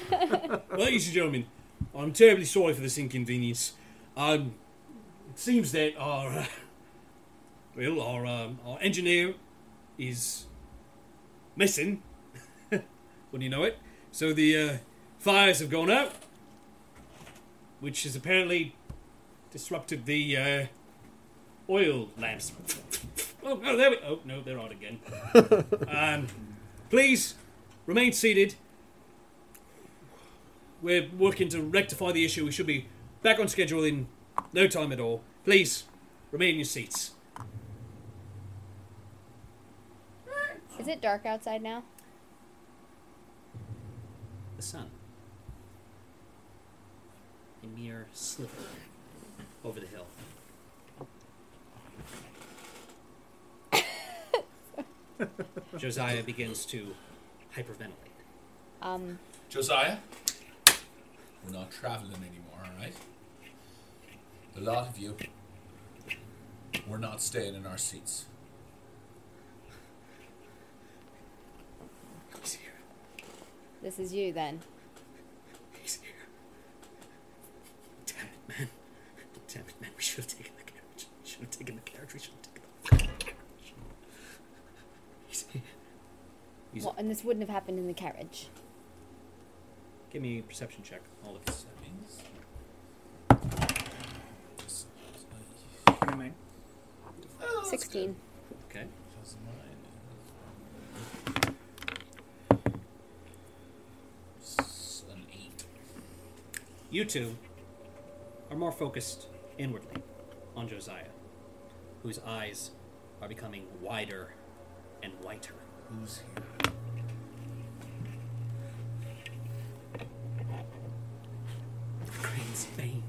ladies and gentlemen, I'm terribly sorry for this inconvenience. Um, it seems that our uh, well, our um, our engineer is missing. when you know it, so the uh, fires have gone out, which has apparently disrupted the uh, oil lamps. oh no, there we. Oh no, they're on again. um, please remain seated. We're working to rectify the issue. We should be back on schedule in no time at all. Please remain in your seats.
Is it dark outside now?
the sun. A mere sliver over the hill. Josiah begins to hyperventilate.
Um,
Josiah? We're not traveling anymore, alright? A lot of you. We're not staying in our seats.
He's here.
this is you then.
He's here. Damn it, man. Damn it, man. We should have taken the carriage. We should have taken the carriage. We should have taken the fucking carriage. He's here. He's-
Well, and this wouldn't have happened in the carriage.
Give me a perception check. All of us.
That means.
Nine.
Oh,
Sixteen.
Okay.
S- An eight.
You two are more focused inwardly on Josiah, whose eyes are becoming wider and whiter.
Who's here?
The crane's bane.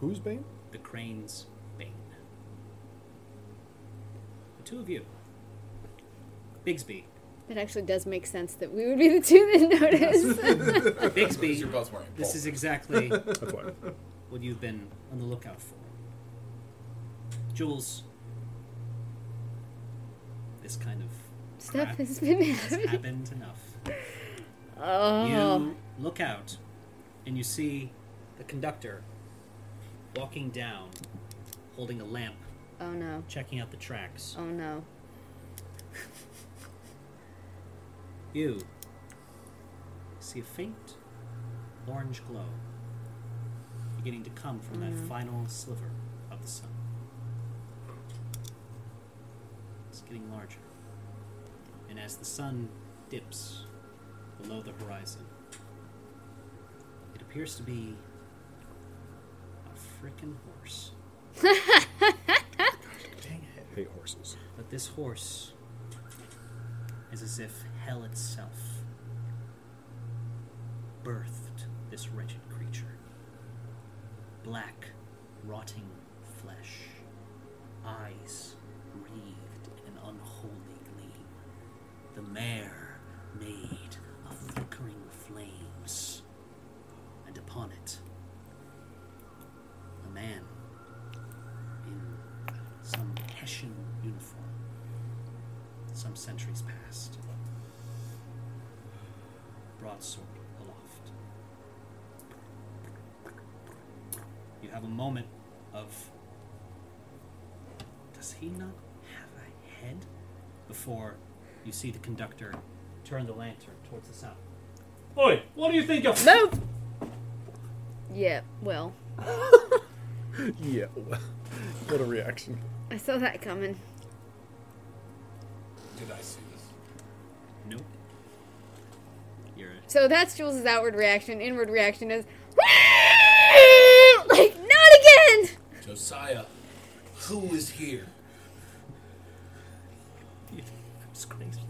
Who's Bane?
The crane's bane. The two of you. Bigsby.
It actually does make sense that we would be the two that notice.
Because you're
Bigsby,
both wearing
this
pulp.
is exactly
That's why.
what you've been on the lookout for. Jules, this kind of
Stuff
crap
has been
has
happening.
happened enough.
Oh,
You look out and you see the conductor walking down, holding a lamp,
oh no,
checking out the tracks.
oh no.
You see a faint orange glow beginning to come from that final sliver of the sun. It's getting larger. And as the sun dips below the horizon, it appears to be a frickin' horse.
Dang it. I hate horses.
But this horse is as if hell itself birthed this wretched creature. Black, rotting flesh, eyes wreathed in an unholy gleam. The mare made of flickering flames, and upon it, a man in some centuries past. Broadsword aloft. You have a moment of. Does he not have a head? Before you see the conductor turn the lantern towards the south. Oi, what do you think of?
Move! Yeah, well,
Yeah. What a reaction.
I saw that coming.
Did I see this?
Nope. You're
So that's Jules' outward reaction. Inward reaction is. Like, not again!
Josiah, who is here?
You thought I was crazy.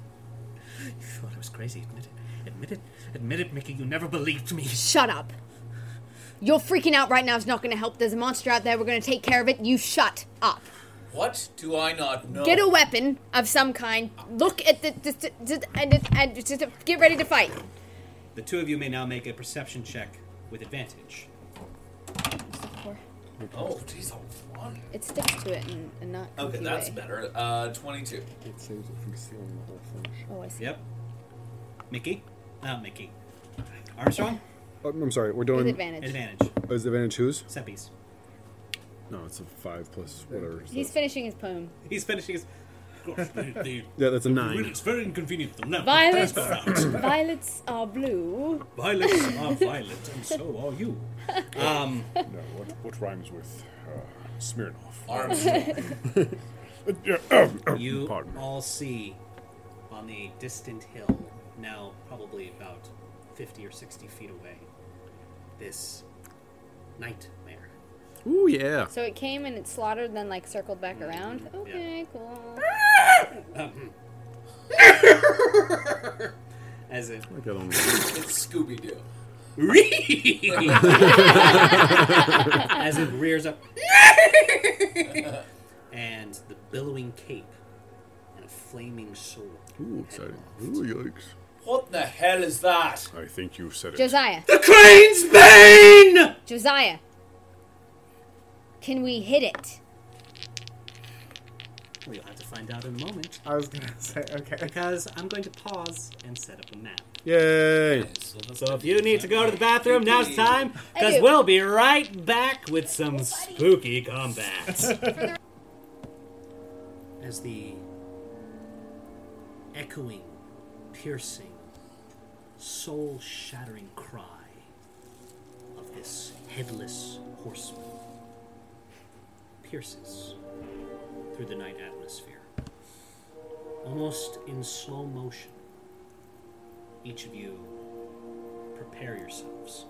You thought I was crazy. Admit it. Admit it. Admit it, Mickey. You never believed me.
Shut up. You're freaking out right now is not gonna help. There's a monster out there. We're gonna take care of it. You shut up.
What do I not know?
Get a weapon of some kind. Look at the. the- the- the- and, and just get ready to fight.
The two of you may now make a perception check with advantage.
Oh, jeez, I'm one.
It sticks to it and, and not.
Okay,
goofy
that's
way.
better. Uh, 22.
It saves it from sealing the whole thing.
Oh, I see.
Yep. Mickey? Not Mickey. Armstrong?
Oh, I'm sorry, we're
With
doing.
advantage.
Advantage.
Oh, is advantage whose?
Seppies.
No, it's a five plus whatever. so-
He's finishing his poem.
He's finishing his.
Gosh, they, they,
yeah, that's a
well,
nine.
it's very inconvenient. The lamp
Violets, violets are blue.
violets are violet, and so are you.
Um,
No, what, what rhymes with uh, Smirnoff? Uh, um,
Arms.
you
Pardon.
all see on the distant hill, now probably about 50 or 60 feet away, this nightmare.
Ooh, yeah.
So it came and it slaughtered, then like circled back around. Okay, cool.
As if
I got on
it's Scooby Doo.
as it rears up and the billowing cape and a flaming sword.
Ooh, exciting. Ooh, yikes.
What the hell is that?
I think you said it.
Josiah,
The crane's bane!
Josiah, can we hit it?
Well, you'll have to find out in a moment
I was gonna say, okay.
because I'm going to pause and set up a map.
Yay!
So
So if you need to go to the bathroom, now's time because we'll be right back with some spooky combat. As the echoing, piercing, soul shattering cry of this headless horseman pierces through the night atmosphere. Almost in slow motion, each of you prepare yourselves.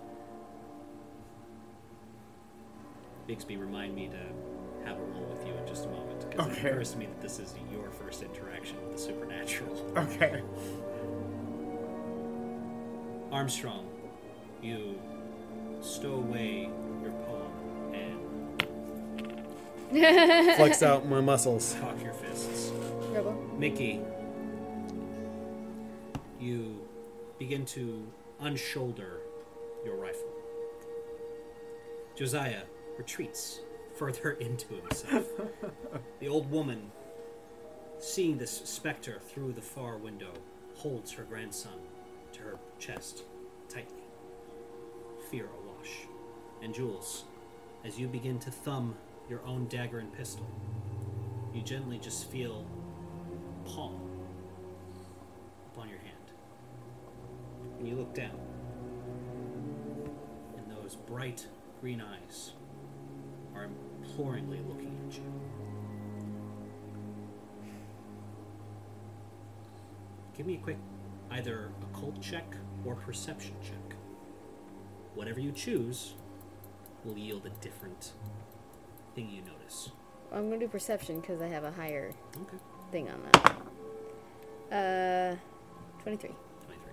Bixby, remind me to have a roll with you in just a moment because
Okay.
it occurs to me that this is your first interaction with the supernatural.
Okay.
Armstrong, you stow away your poem and
Flex out my muscles.
cock your fists.
Robo.
Mickey, you begin to unshoulder your rifle. Josiah retreats further into himself. the old woman, seeing this specter through the far window, holds her grandson to her chest tightly, fear awash. And Jules, as you begin to thumb your own dagger and pistol, you gently just feel palm upon your hand. And you look down, and those bright green eyes are imploringly looking at you. Give me a quick either occult check or perception check. Whatever you choose will yield a different thing you notice.
I'm gonna do perception because I have a higher
Okay.
thing on that. Uh, 23.
23.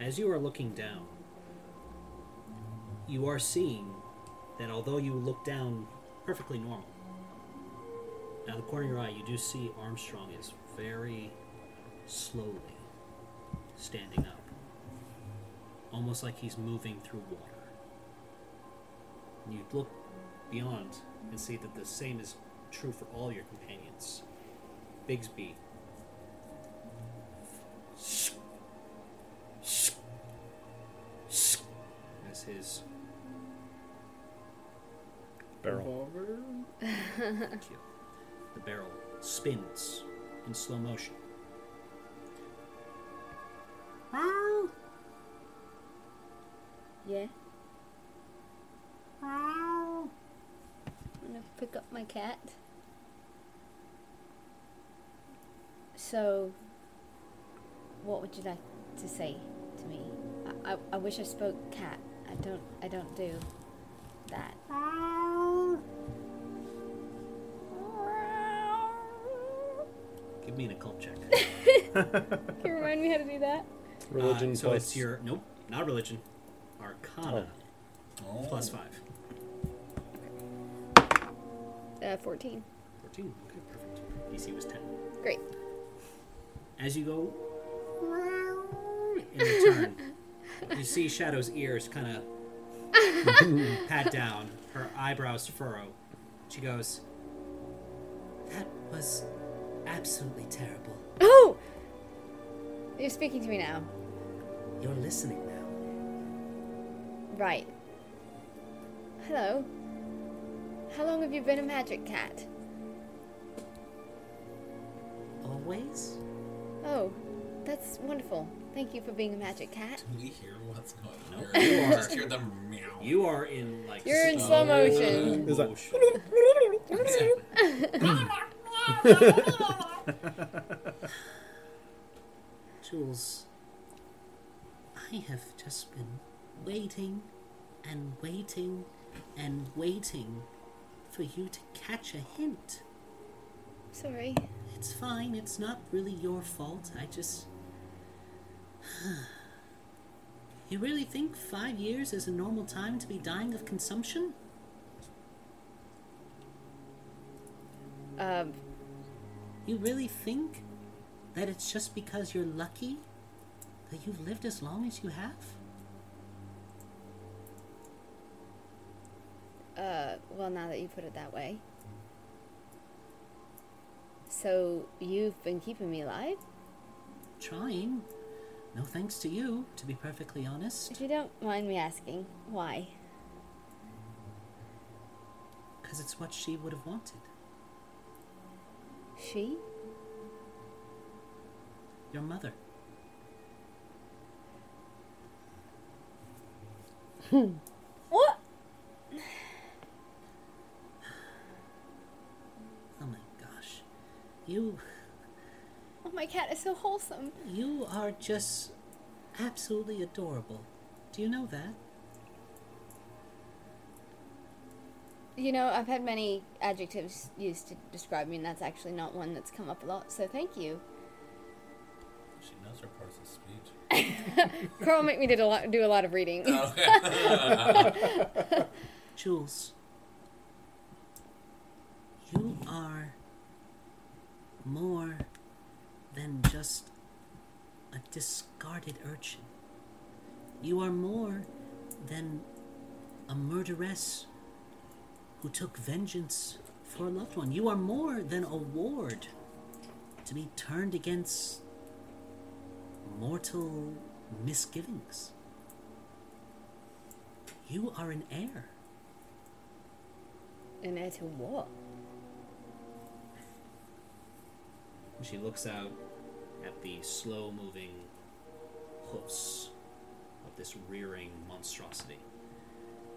As you are looking down, you are seeing that although you look down perfectly normal, out of the corner of your eye, you do see Armstrong is very slowly standing up, almost like he's moving through water. And you look beyond and see that the same is true for all your companions. Bigsby, his
barrel.
Revolver?
cue. The barrel spins in slow motion.
Yeah. I'm gonna pick up my cat. So, what would you like to say to me? I, I, I wish I spoke cat. I don't I don't do that.
Give me an occult check.
Can you remind me how to do that?
Uh, so it's your nope, not religion, Arcana
Oh.
plus five.
Uh, 14.
14. Okay, perfect. DC was 10.
Great.
As you go in return, you see Shadow's ears kind of pat down, her eyebrows furrow. She goes, That was absolutely terrible.
Oh! You're speaking to me now.
You're listening now.
Right. Hello. How long have you been a magic cat?
Always?
Oh, that's wonderful. Thank you for being a magic cat.
Do we hear what's going on
No.
here?
You
We just
are-
hear them meow.
You are in like.
You're in slow
slow
motion.
It's like-
motion. Jules, I have just been waiting and waiting and waiting for you to catch a hint.
Sorry.
It's fine, it's not really your fault. I just. You really think five years is a normal time to be dying of consumption?
Um,
You really think that it's just because you're lucky that you've lived as long as you have?
uh, well, now that you put it that way. So, you've been keeping me alive?
Trying. No thanks to you, to be perfectly honest.
If you don't mind me asking, why?
Because it's what she would have wanted.
She?
Your mother.
What?
Oh my gosh. You.
Oh, my cat is so wholesome.
You are just absolutely adorable. Do you know that?
You know, I've had many adjectives used to describe me, and that's actually not one that's come up a lot, so thank you.
She knows her parts of speech.
Carl made me did a lot, do a lot of reading.
Jules. You are more than just a discarded urchin. You are more than a murderess who took vengeance for a loved one. You are more than a ward to be turned against mortal misgivings. You are an heir.
And heir to what?
And she looks out at the slow moving hoofs of this rearing monstrosity.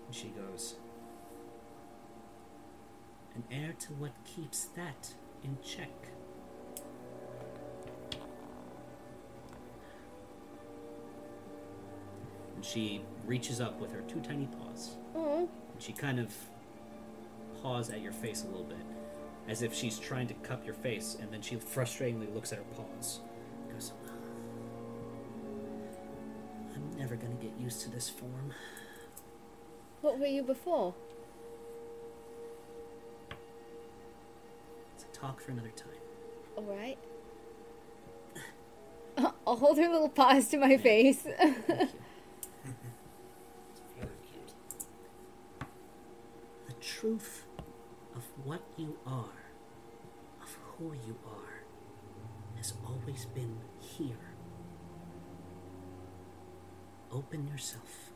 And she goes, An heir to what keeps that in check? And she reaches up with her two tiny paws.
Oh,
And she kind of paws at your face a little bit, as if she's trying to cup your face, and then she frustratingly looks at her paws. and Goes, I'm never gonna get used to this form.
what were you before?
It's a talk for another time.
All right. I'll hold her little paws to my face.
Very cute.
The truth of what you are, of who you are, has always been here. Open yourself.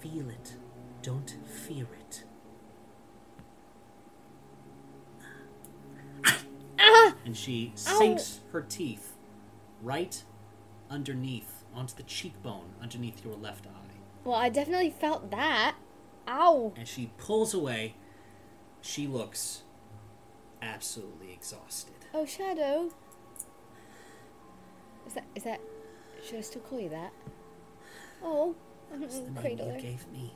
Feel it. Don't fear it. And she sinks her teeth right underneath, onto the cheekbone underneath your left eye.
Well, I definitely felt that. Ow.
and she pulls away. She looks absolutely exhausted.
Oh, Shadow. Is that. Is that. Should I still call you that? Oh. I'm
The
gonna
name
cradle
you
her.
gave me,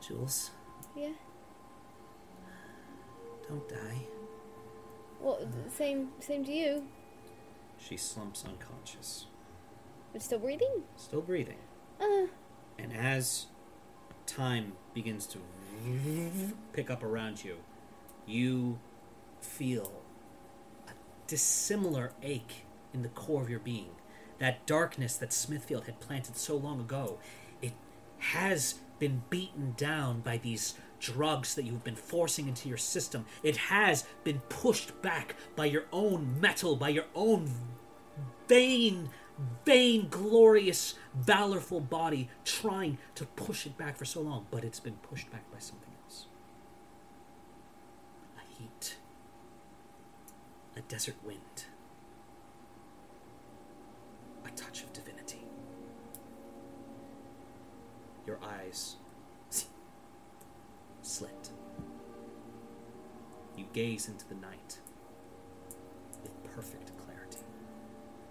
Jules.
Yeah.
Don't die.
Well, th- same, same to you.
She slumps unconscious,
But still breathing?
still breathing.
Uh,
And as time begins to pick up around you, you feel a dissimilar ache in the core of your being. That darkness that Smithfield had planted so long ago, it has been beaten down by these drugs that you've been forcing into your system. It has been pushed back by your own metal, by your own vain, vain, glorious, valorful body trying to push it back for so long, but it's been pushed back by something else. A heat. A desert wind. A touch of divinity. Your eyes slit. You gaze into the night with perfect clarity.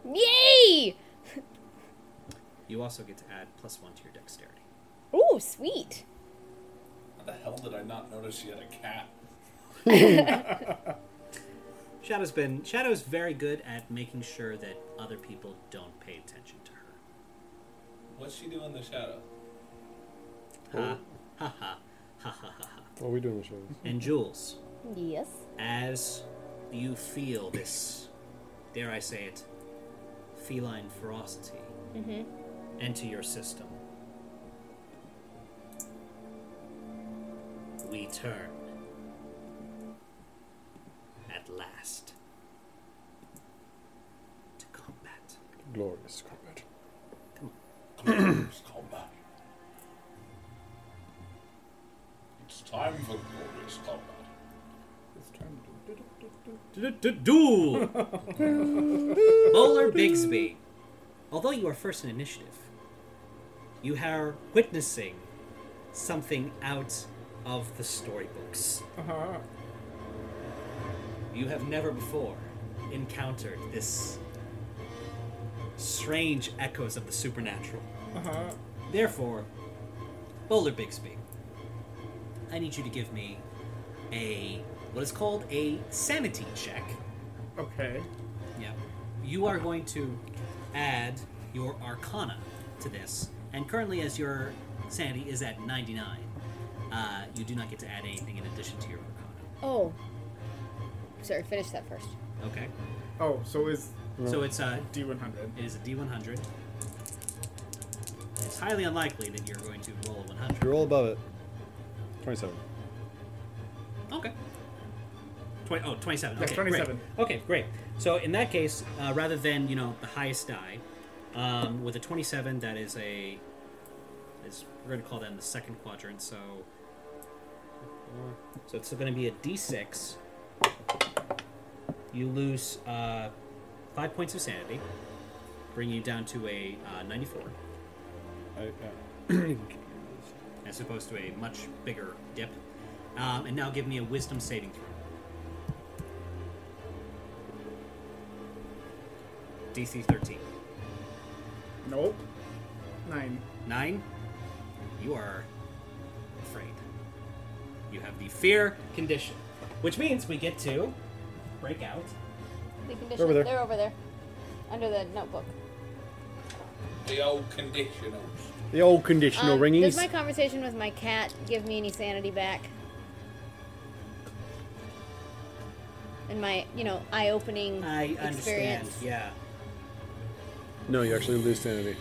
yay!
You also get to add plus one to your dexterity.
Ooh, sweet.
How the hell did I not notice she had a cat?
Shadow's been Shadow's very good at making sure that other people don't pay attention to her.
What's she doing in the shadow?
Ha ha ha ha ha ha. ha.
What are we doing the show?
And Jules,
Yes.
as you feel this, dare I say it, feline ferocity enter your system, we turn at last to combat.
Glorious combat.
Glorious combat. It's time for glorious combat.
It's time to do- do- do- do.
Duel! Bowler Bigsby. Although you are first in initiative, you are witnessing something out of the storybooks.
Uh-huh.
You have never before encountered this strange echoes of the supernatural.
Uh-huh.
Therefore, Bowler Bigsby, I need you to give me a what is called a sanity check.
Okay.
Yeah. You are going to add your Arcana to this, and currently, as your sanity is at 99, uh, you do not get to add anything in addition to your Arcana.
Oh. Sorry, finish that first.
Okay.
Oh, so is
So it's uh, a
D100.
it is a D100. It's highly unlikely that you're going to roll a 100.
You roll above it. 27.
Okay. Twen- oh, 27.
Yeah,
okay,
27.
Great. Okay, great. So in that case, uh, rather than, you know, the highest die, um, with a 27, that is a. Is, we're going to call that in the second quadrant, so. So it's going to be a d6. You lose uh, 5 points of sanity, bringing you down to a uh, 94,
I,
as opposed to a much bigger dip. Um, and now give me a wisdom saving throw. DC 13.
Nope. Nine.
Nine, you are afraid. You have the fear condition, which means we get to break out.
The condition.
They're over there.
They're over there. Under the notebook.
The old conditionals.
the old conditional
Um,
ringies.
Does my conversation with my cat give me any sanity back? And my, you know, eye-opening
I understand.
experience.
Yeah.
No, you actually lose sanity.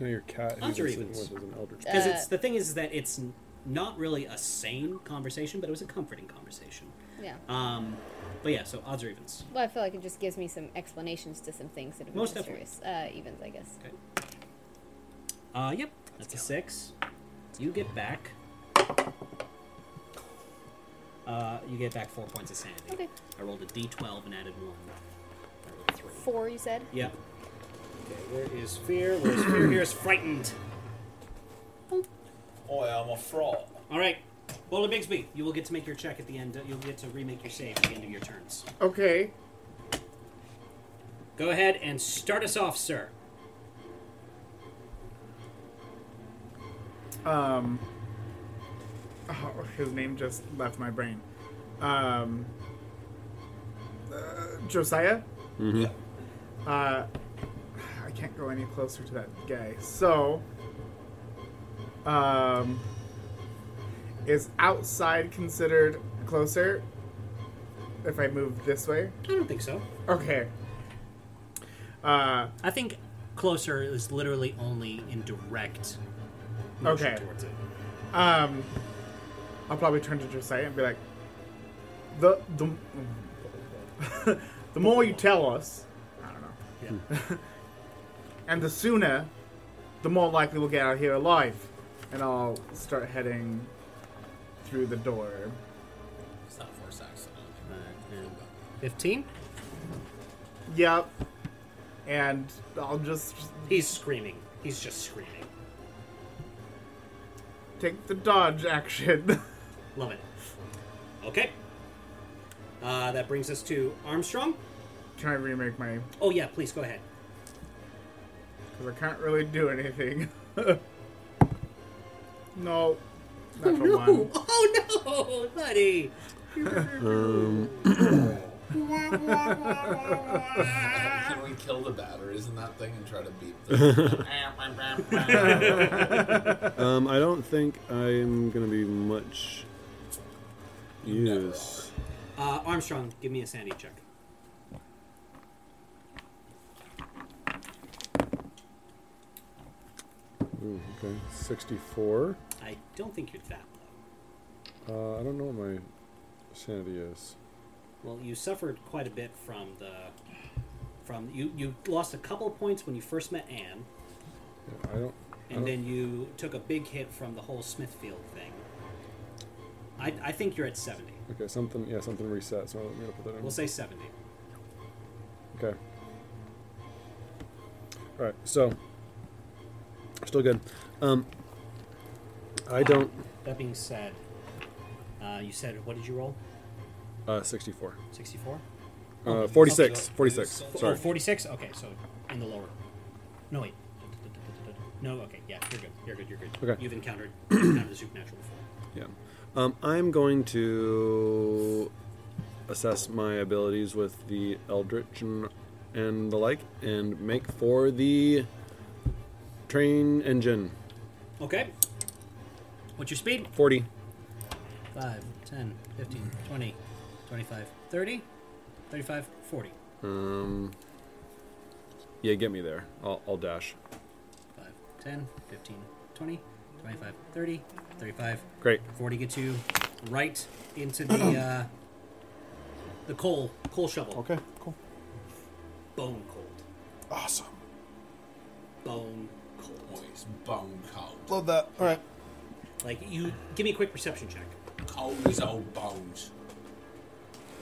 No, your cat
Odds
who's
are
been sleeping
evens.
with is an eldritch.
Because
Uh,
it's the thing is that it's n- not really a sane conversation, but it was a comforting conversation.
Yeah.
Um, But yeah, so odds or evens.
Well, I feel like it just gives me some explanations to some things that have been
Most
mysterious. Uh, evens, I guess.
Uh, yep, that's a six. You get back. Uh, you get back four points of sanity.
Okay.
I rolled a d12 and added one. I rolled a three.
Four, you said?
Yep. Okay, where is fear? Where is fear? Here is frightened.
Oh, I'm a fraud.
All right. Bola Bigsby, you will get to make your check at the end. You'll get to remake your save at the end of your turns.
Okay.
Go ahead and start us off, sir.
Um. Oh, his name just left my brain. Um. uh, Josiah?
Yeah.
Uh, I can't go any closer to that guy. So, um, is outside considered closer if I move this way?
I don't think so.
Okay. Uh,
I think closer is literally only in direct motion
Okay.
towards it.
um, I'll probably turn to Josiah and be like, the the the more you tell us, I don't know,
Yeah.
and the sooner, the more likely we'll get out of here alive. And I'll start heading through the door.
It's not a force accident.
Uh, and 15?
Yep. And I'll just
He's screaming. He's just screaming.
take the dodge action.
Love it. Okay. Uh, that brings us to Armstrong.
Can I remake my?
Oh, yeah, please go ahead.
Because I can't really do anything. no. Natural one.
Oh, no, buddy.
Can we kill the batteries in that thing and try to beat
Uh,
them?
Um, I don't think I'm gonna be much
You never
use.
Uh, Armstrong, give me a sanity check.
Ooh, okay, 64.
I don't think you're that low.
Uh, I don't know what my sanity is.
Well, you suffered quite a bit from the. From you, you lost a couple of points when you first met Anne,
Yeah, I don't.
and then you took a big hit from the whole Smithfield thing. I, I think you're at 70.
Okay, something. Yeah, something resets. So I'm gonna put that in.
We'll say 70.
Okay. All right. So, still good. Um, I don't.
That being said, uh, you said, what did you roll?
Uh, 64.
64?
Uh, 46. 46.
Oh,
Sorry.
46? Okay, so in the lower. No, wait. No, okay, yeah, you're good. You're good, you're good.
Okay.
You've encountered, you've encountered the supernatural before.
Yeah. Um, I'm going to assess my abilities with the Eldritch and, and the like and make for the train engine.
Okay. What's your speed?
40.
5, 10, 15, 20, 25, 30, 35, 40.
Um, yeah, get me there. I'll, I'll dash.
5, 10, 15, 20, 25, 30, 35,
Great.
40 gets you right into the uh, the coal coal shovel.
Okay, cool.
Bone cold.
Awesome.
Bone cold.
Boys, bone cold.
Love that. All right.
Like you give me a quick perception check.
Cold as old bones.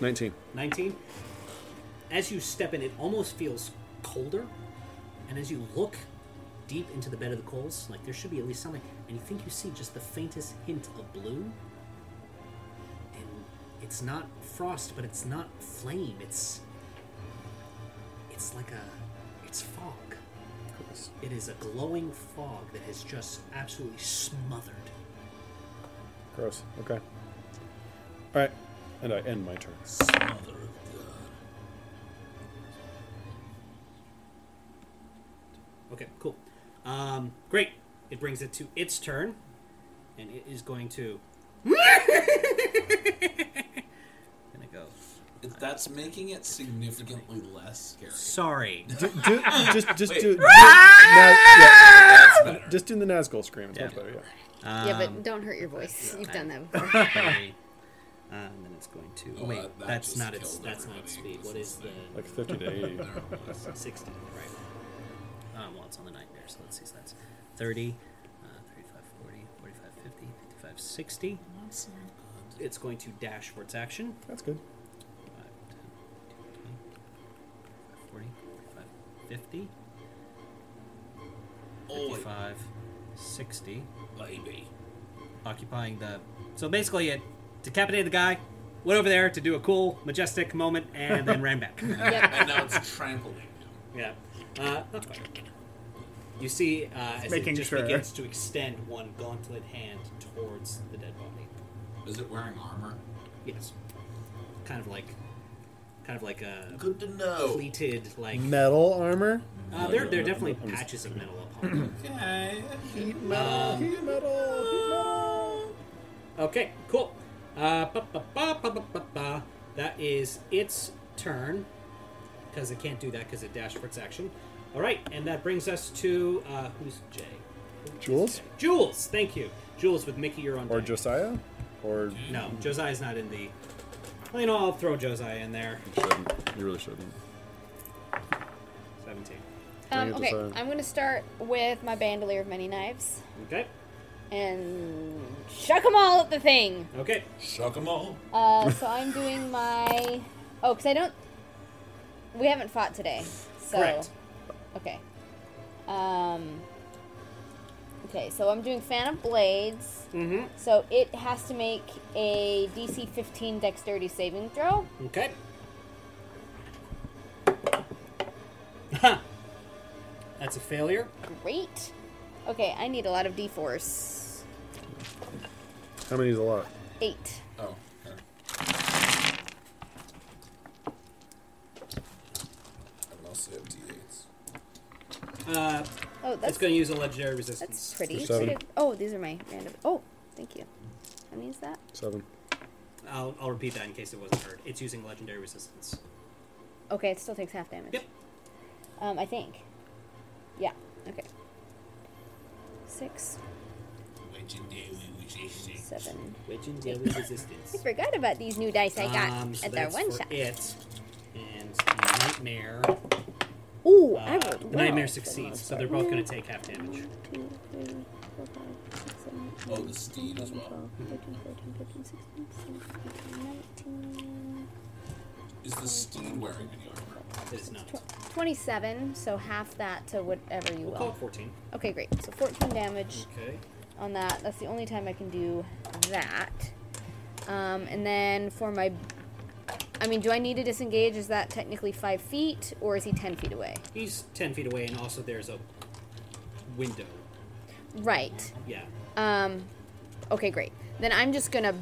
19.
19. As you step in, it almost feels colder. And as you look deep into the bed of the coals, like there should be at least something, and you think you see just the faintest hint of blue. And it's not frost, but it's not flame. It's it's like a it's fog. It is a glowing fog that has just absolutely smothered.
Gross. Okay. All right. And I end my turn.
Smother of God.
Okay, cool. Um, great. It brings it to its turn, and it is going to. gonna go.
If That's making it significantly less scary.
Sorry.
do, just just
Wait.
do. do- Naz- yeah.
That's better.
Just doing the Nazgul scream. It's much
Yeah. um,
better, yeah.
yeah, but don't hurt your voice. You've done that before.
Sorry. Uh, and then it's going to.
Oh,
wait,
that- that
that's
just
not its.
killed
That's not its
everybody.
speed. What is the
Like 50 to 80.
sixty? Right. Um, well, it's on the nightmare, so let's see. So that's thirty, uh, 35, 40, 45, 50, 55, 60. It's going to dash for its action.
That's good.
5, 10, 20, 40, 50,
Oi.
55, 60.
Baby.
Occupying the. So basically, it decapitated the guy, went over there to do a cool, majestic moment, and then ran back.
Yep.
And now it's trampling him.
Yeah. Uh, not quite. You see, uh, as it
making
just
sure.
begins to extend one gauntlet hand towards the dead body.
Is it wearing armor?
Yes. Kind of like, kind of like a
Good to know.
pleated like.
Metal armor?
Uh, there, there are definitely patches of metal upon it.
Okay.
Um, Okay, cool. Uh, ba, ba, ba, ba, ba, ba, ba. That is its turn, because it can't do that because it dashed for its action. All right, and that brings us to uh, who's Jay?
Jules?
Jules, thank you. Jules with Mickey, you're on.
Or
deck.
Josiah? Or.
no, Josiah's not in the. Well, you know, I'll throw Josiah in there.
Shouldn't. You really shouldn't.
Seventeen.
Bring
Um,
it to
okay,
Siren.
I'm gonna start with my bandolier of many knives
Okay,
and chuck them all at the thing.
okay.
Shuck 'em all.
Uh, so I'm doing my. Oh, because I don't. We haven't fought today, so.
Correct.
Okay. Um. Okay, so I'm doing Fan of Blades.
Mhm.
So it has to make a DC 15 Dexterity saving throw.
Okay. That's a failure.
Great. Okay, I need a lot of D4s.
How many is a lot?
Eight.
Oh. okay. I mostly have D8s.
Uh,
Oh,
it's
that's
going to use a legendary resistance.
that's pretty.
For seven.
Oh, these are my random. Oh, thank you. Can I use that?
Seven.
I'll, I'll repeat that in case it wasn't heard. It's using legendary resistance.
Okay, it still takes half damage.
Yep.
Um, I think. Yeah. Okay. Six,
What you do, what you see.
seven.
Legendary resistance.
I forgot about these new dice I got
Um, so
at their
that's
one
for
shot.
It and nightmare.
Ooh, I
Uh,
rolled well
nightmare
for the
succeeds,
most
so
part.
they're both
One,
going to take half damage.
two, three, four, five, six, seven, eight,
Oh, the steed as
nine,
well.
12, 13, 14, 15, 16, 17, 18,
Is the steed wearing any armor?
It is not.
19, tw- 27, so half that to whatever you
We'll
will.
call it 14.
Okay, great. So 14 damage.
Okay.
on that. That's the only time I can do that. Um, and then for my, I mean, do I need to disengage? Is that technically five feet, or is he ten feet away?
He's 10 feet away, and also there's a window.
Right.
Yeah.
Um, okay, great. Then I'm just gonna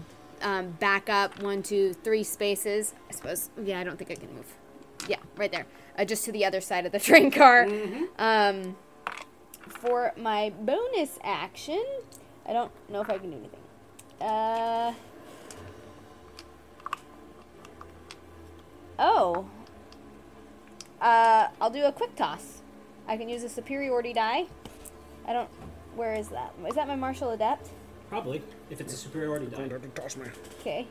um, back up one, two, three spaces. I suppose. Yeah, I don't think I can move. Yeah, right there. Uh, just to the other side of the train car. Um, for my bonus action, I don't know if I can do anything. Uh. Oh. Uh, I'll do a quick toss. I can use a superiority die. I don't. Where is that? Is that my martial adept?
Probably, if it's a superiority die.
Okay.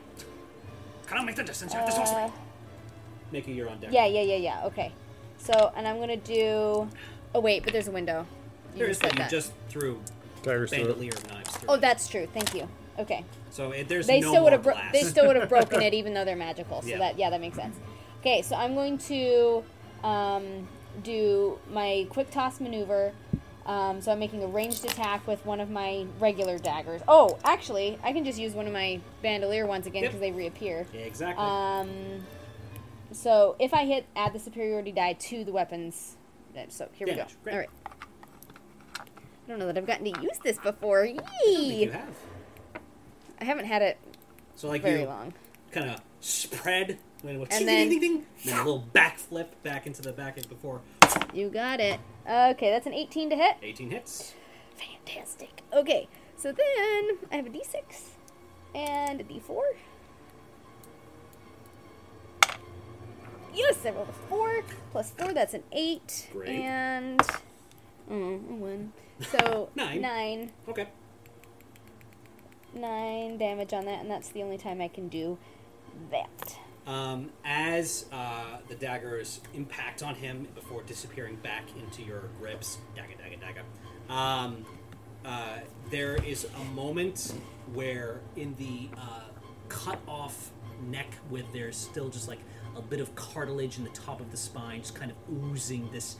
Can I make the distance? You have to toss me.
Uh,
Mickey, you're on deck.
yeah, yeah, yeah, yeah. Okay. So, and I'm gonna do. Oh wait, but there's a window. You
There is
just said
one. You
that.
just threw
Tigers throw it.
bandolier of knives through.
Oh,
it.
that's true. Thank you. Okay.
So it, there's
They
no
still
more
would have. Bro-
glass.
they still would have broken it, even though they're magical. So
Yeah.
that yeah, that makes sense. Okay, so I'm going to um, do my quick toss maneuver. Um, so I'm making a ranged attack with one of my regular daggers. Oh, actually, I can just use one of my bandolier ones again
Yep.
because they reappear.
Yeah, exactly.
Um, so if I hit, add the superiority die to the weapons. That- So here we
Damage,
go.
great.
All right. I don't know that I've gotten to use this before.
I think you
Yee!
have.
I haven't had it
So like
very
you
long.
kind of spread, and, it
And
and
then-
then, then a little backflip back into the back end before
You got it. Okay, that's an 18 to hit.
18 hits.
Fantastic. Okay, so then I have a d6 and a d4. Yes, I rolled a 4 plus 4, that's an 8.
Great.
And. Oh, a 1. So,
Nine.
9.
Okay.
nine damage on that, and that's the only time I can do that.
Um, as uh, the dagger's impact on him before disappearing back into your ribs, dagger, dagger, dagger. Um, uh, there is a moment where, in the uh, cut off neck, where there's still just like a bit of cartilage in the top of the spine, just kind of oozing this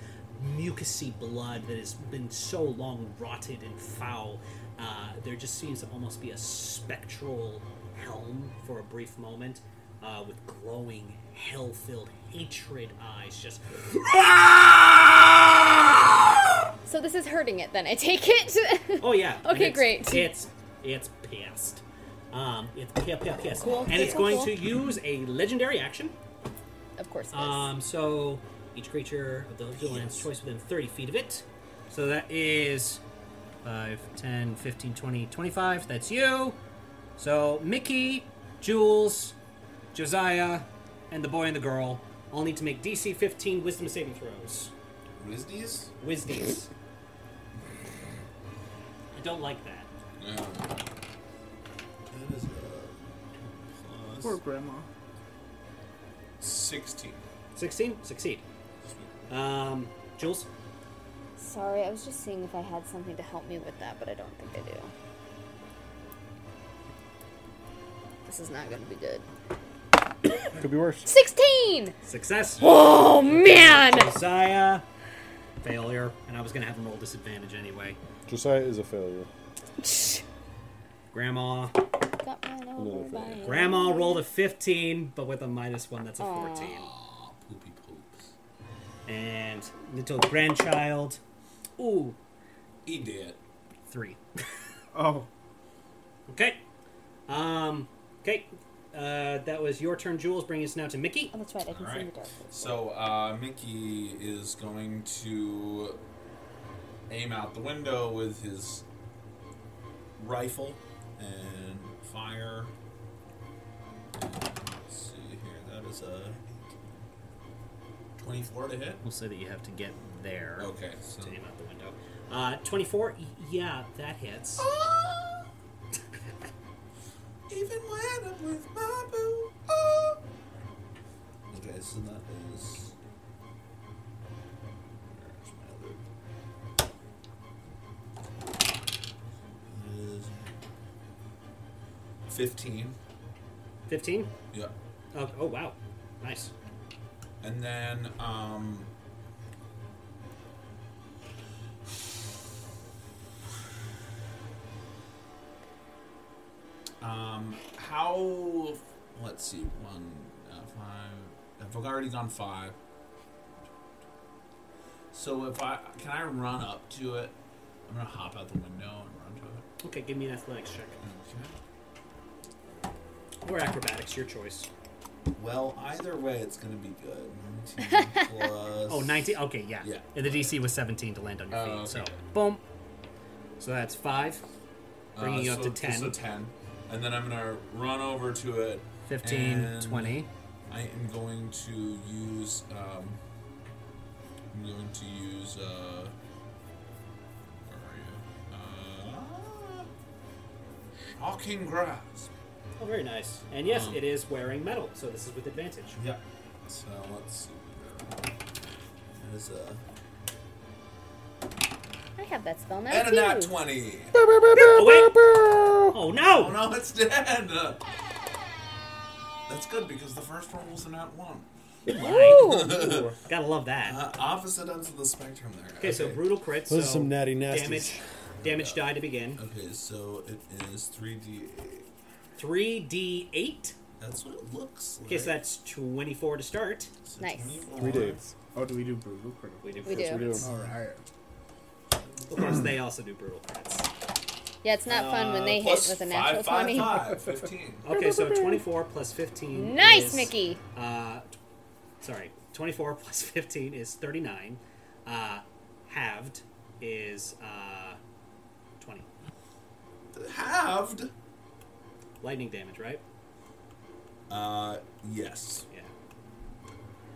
mucousy blood that has been so long rotted and foul. Uh, there just seems to almost be a spectral helm for a brief moment uh, with glowing, hell filled hatred eyes just.
So this is hurting it. Then I take it.
Oh, yeah. and
Okay,
it's-
great.
It's, it's pissed. Um, it's pi- pi- pissed.
Cool,
And it's
cool,
going
cool.
to use a legendary action.
of course. It is.
Um, so each creature of the villain's choice within 30 feet of it. So that is 5, 10, 15, 20, 25. That's you. So Mickey, Jules, Josiah, and the boy and the girl all need to make DC 15 wisdom saving throws.
Rizdies?
Wisdoms. I don't like that.
Yeah. That is a
Poor
plus
grandma.
16.
16? Succeed. Um, Jules?
Sorry, I was just seeing if I had something to help me with that, but I don't think I do. This is not going to be good.
Could be worse.
16!
Success.
Oh, man!
Josiah, failure. And I was going to have him roll disadvantage anyway.
Josiah is a failure.
Grandma.
Got run over by an
Grandma rolled a 15, but with a minus one, that's a 14.
Poopy poops.
And little grandchild, ooh,
Idiot.
three.
Oh.
Okay. Um, okay. Uh, that was your turn, Jules. Bringing us now to Mickey.
Oh, that's right, I can see in the
Alright.
dark.
So, uh, Mickey is going to aim out the window with his rifle and fire. Let's see here. That is a 24 to hit.
We'll say that you have to get there.
Okay, so
To aim out the window. Uh, 24. Y- yeah, that hits.
Even when I'm with my boo. Oh. Okay, so that is. Where's my other- That is 15.
15.
Yeah.
Oh, oh, wow. Nice.
And then, um. Um, how. Let's see, one, uh, five. I've already gone five. So if I. Can I run up to it? I'm gonna hop out the window and run to it.
Okay, give me an athletics check.
Okay.
Or acrobatics, your choice.
Well, either way, it's gonna be good. 19 plus.
Oh, 19. Okay, yeah. Uh,
Yeah.
And the DC was 17 to land on your
Oh,
feet.
okay.
So, boom. So that's five. Bringing you up
Uh, so-
to 10.
So 10. And then I'm going to run over to it.
15,
and
20.
I am going to use. Um, I'm going to use. Uh, where are you? Uh, shocking grasp.
Oh, very nice. And yes,
Um,
it is wearing metal, so this is with advantage.
Yeah. So let's see. That is a.
I have that spell now.
And a
too.
nat 20.
Oh, wait! Oh,
Oh
no!
no, it's dead! That's good because the first one was a nat 1.
Like, gotta love that.
Oh, Uh, opposite ends of the spectrum there.
Okay, so brutal crit.
Those are
so
some natty nasties.
Damage, damage die to begin.
Okay, so it is 3d8.
3d8.
That's what it looks like.
Okay, so that's 24 to start.
So
Nice.
24.
Three days.
Oh, do we do brutal critical?
do.
We do.
Alright.
Of course, they also do brutal crits.
Yeah, it's not fun when they
Uh,
hit
plus
with a natural
five,
20.
Five, five, 15.
Okay, so 24 plus 15.
Nice,
is,
Mickey!
Uh, t- sorry, 24 plus 15 is 39. Uh, halved is uh, 20.
Halved?
Lightning damage, right?
Uh, yes.
Yeah.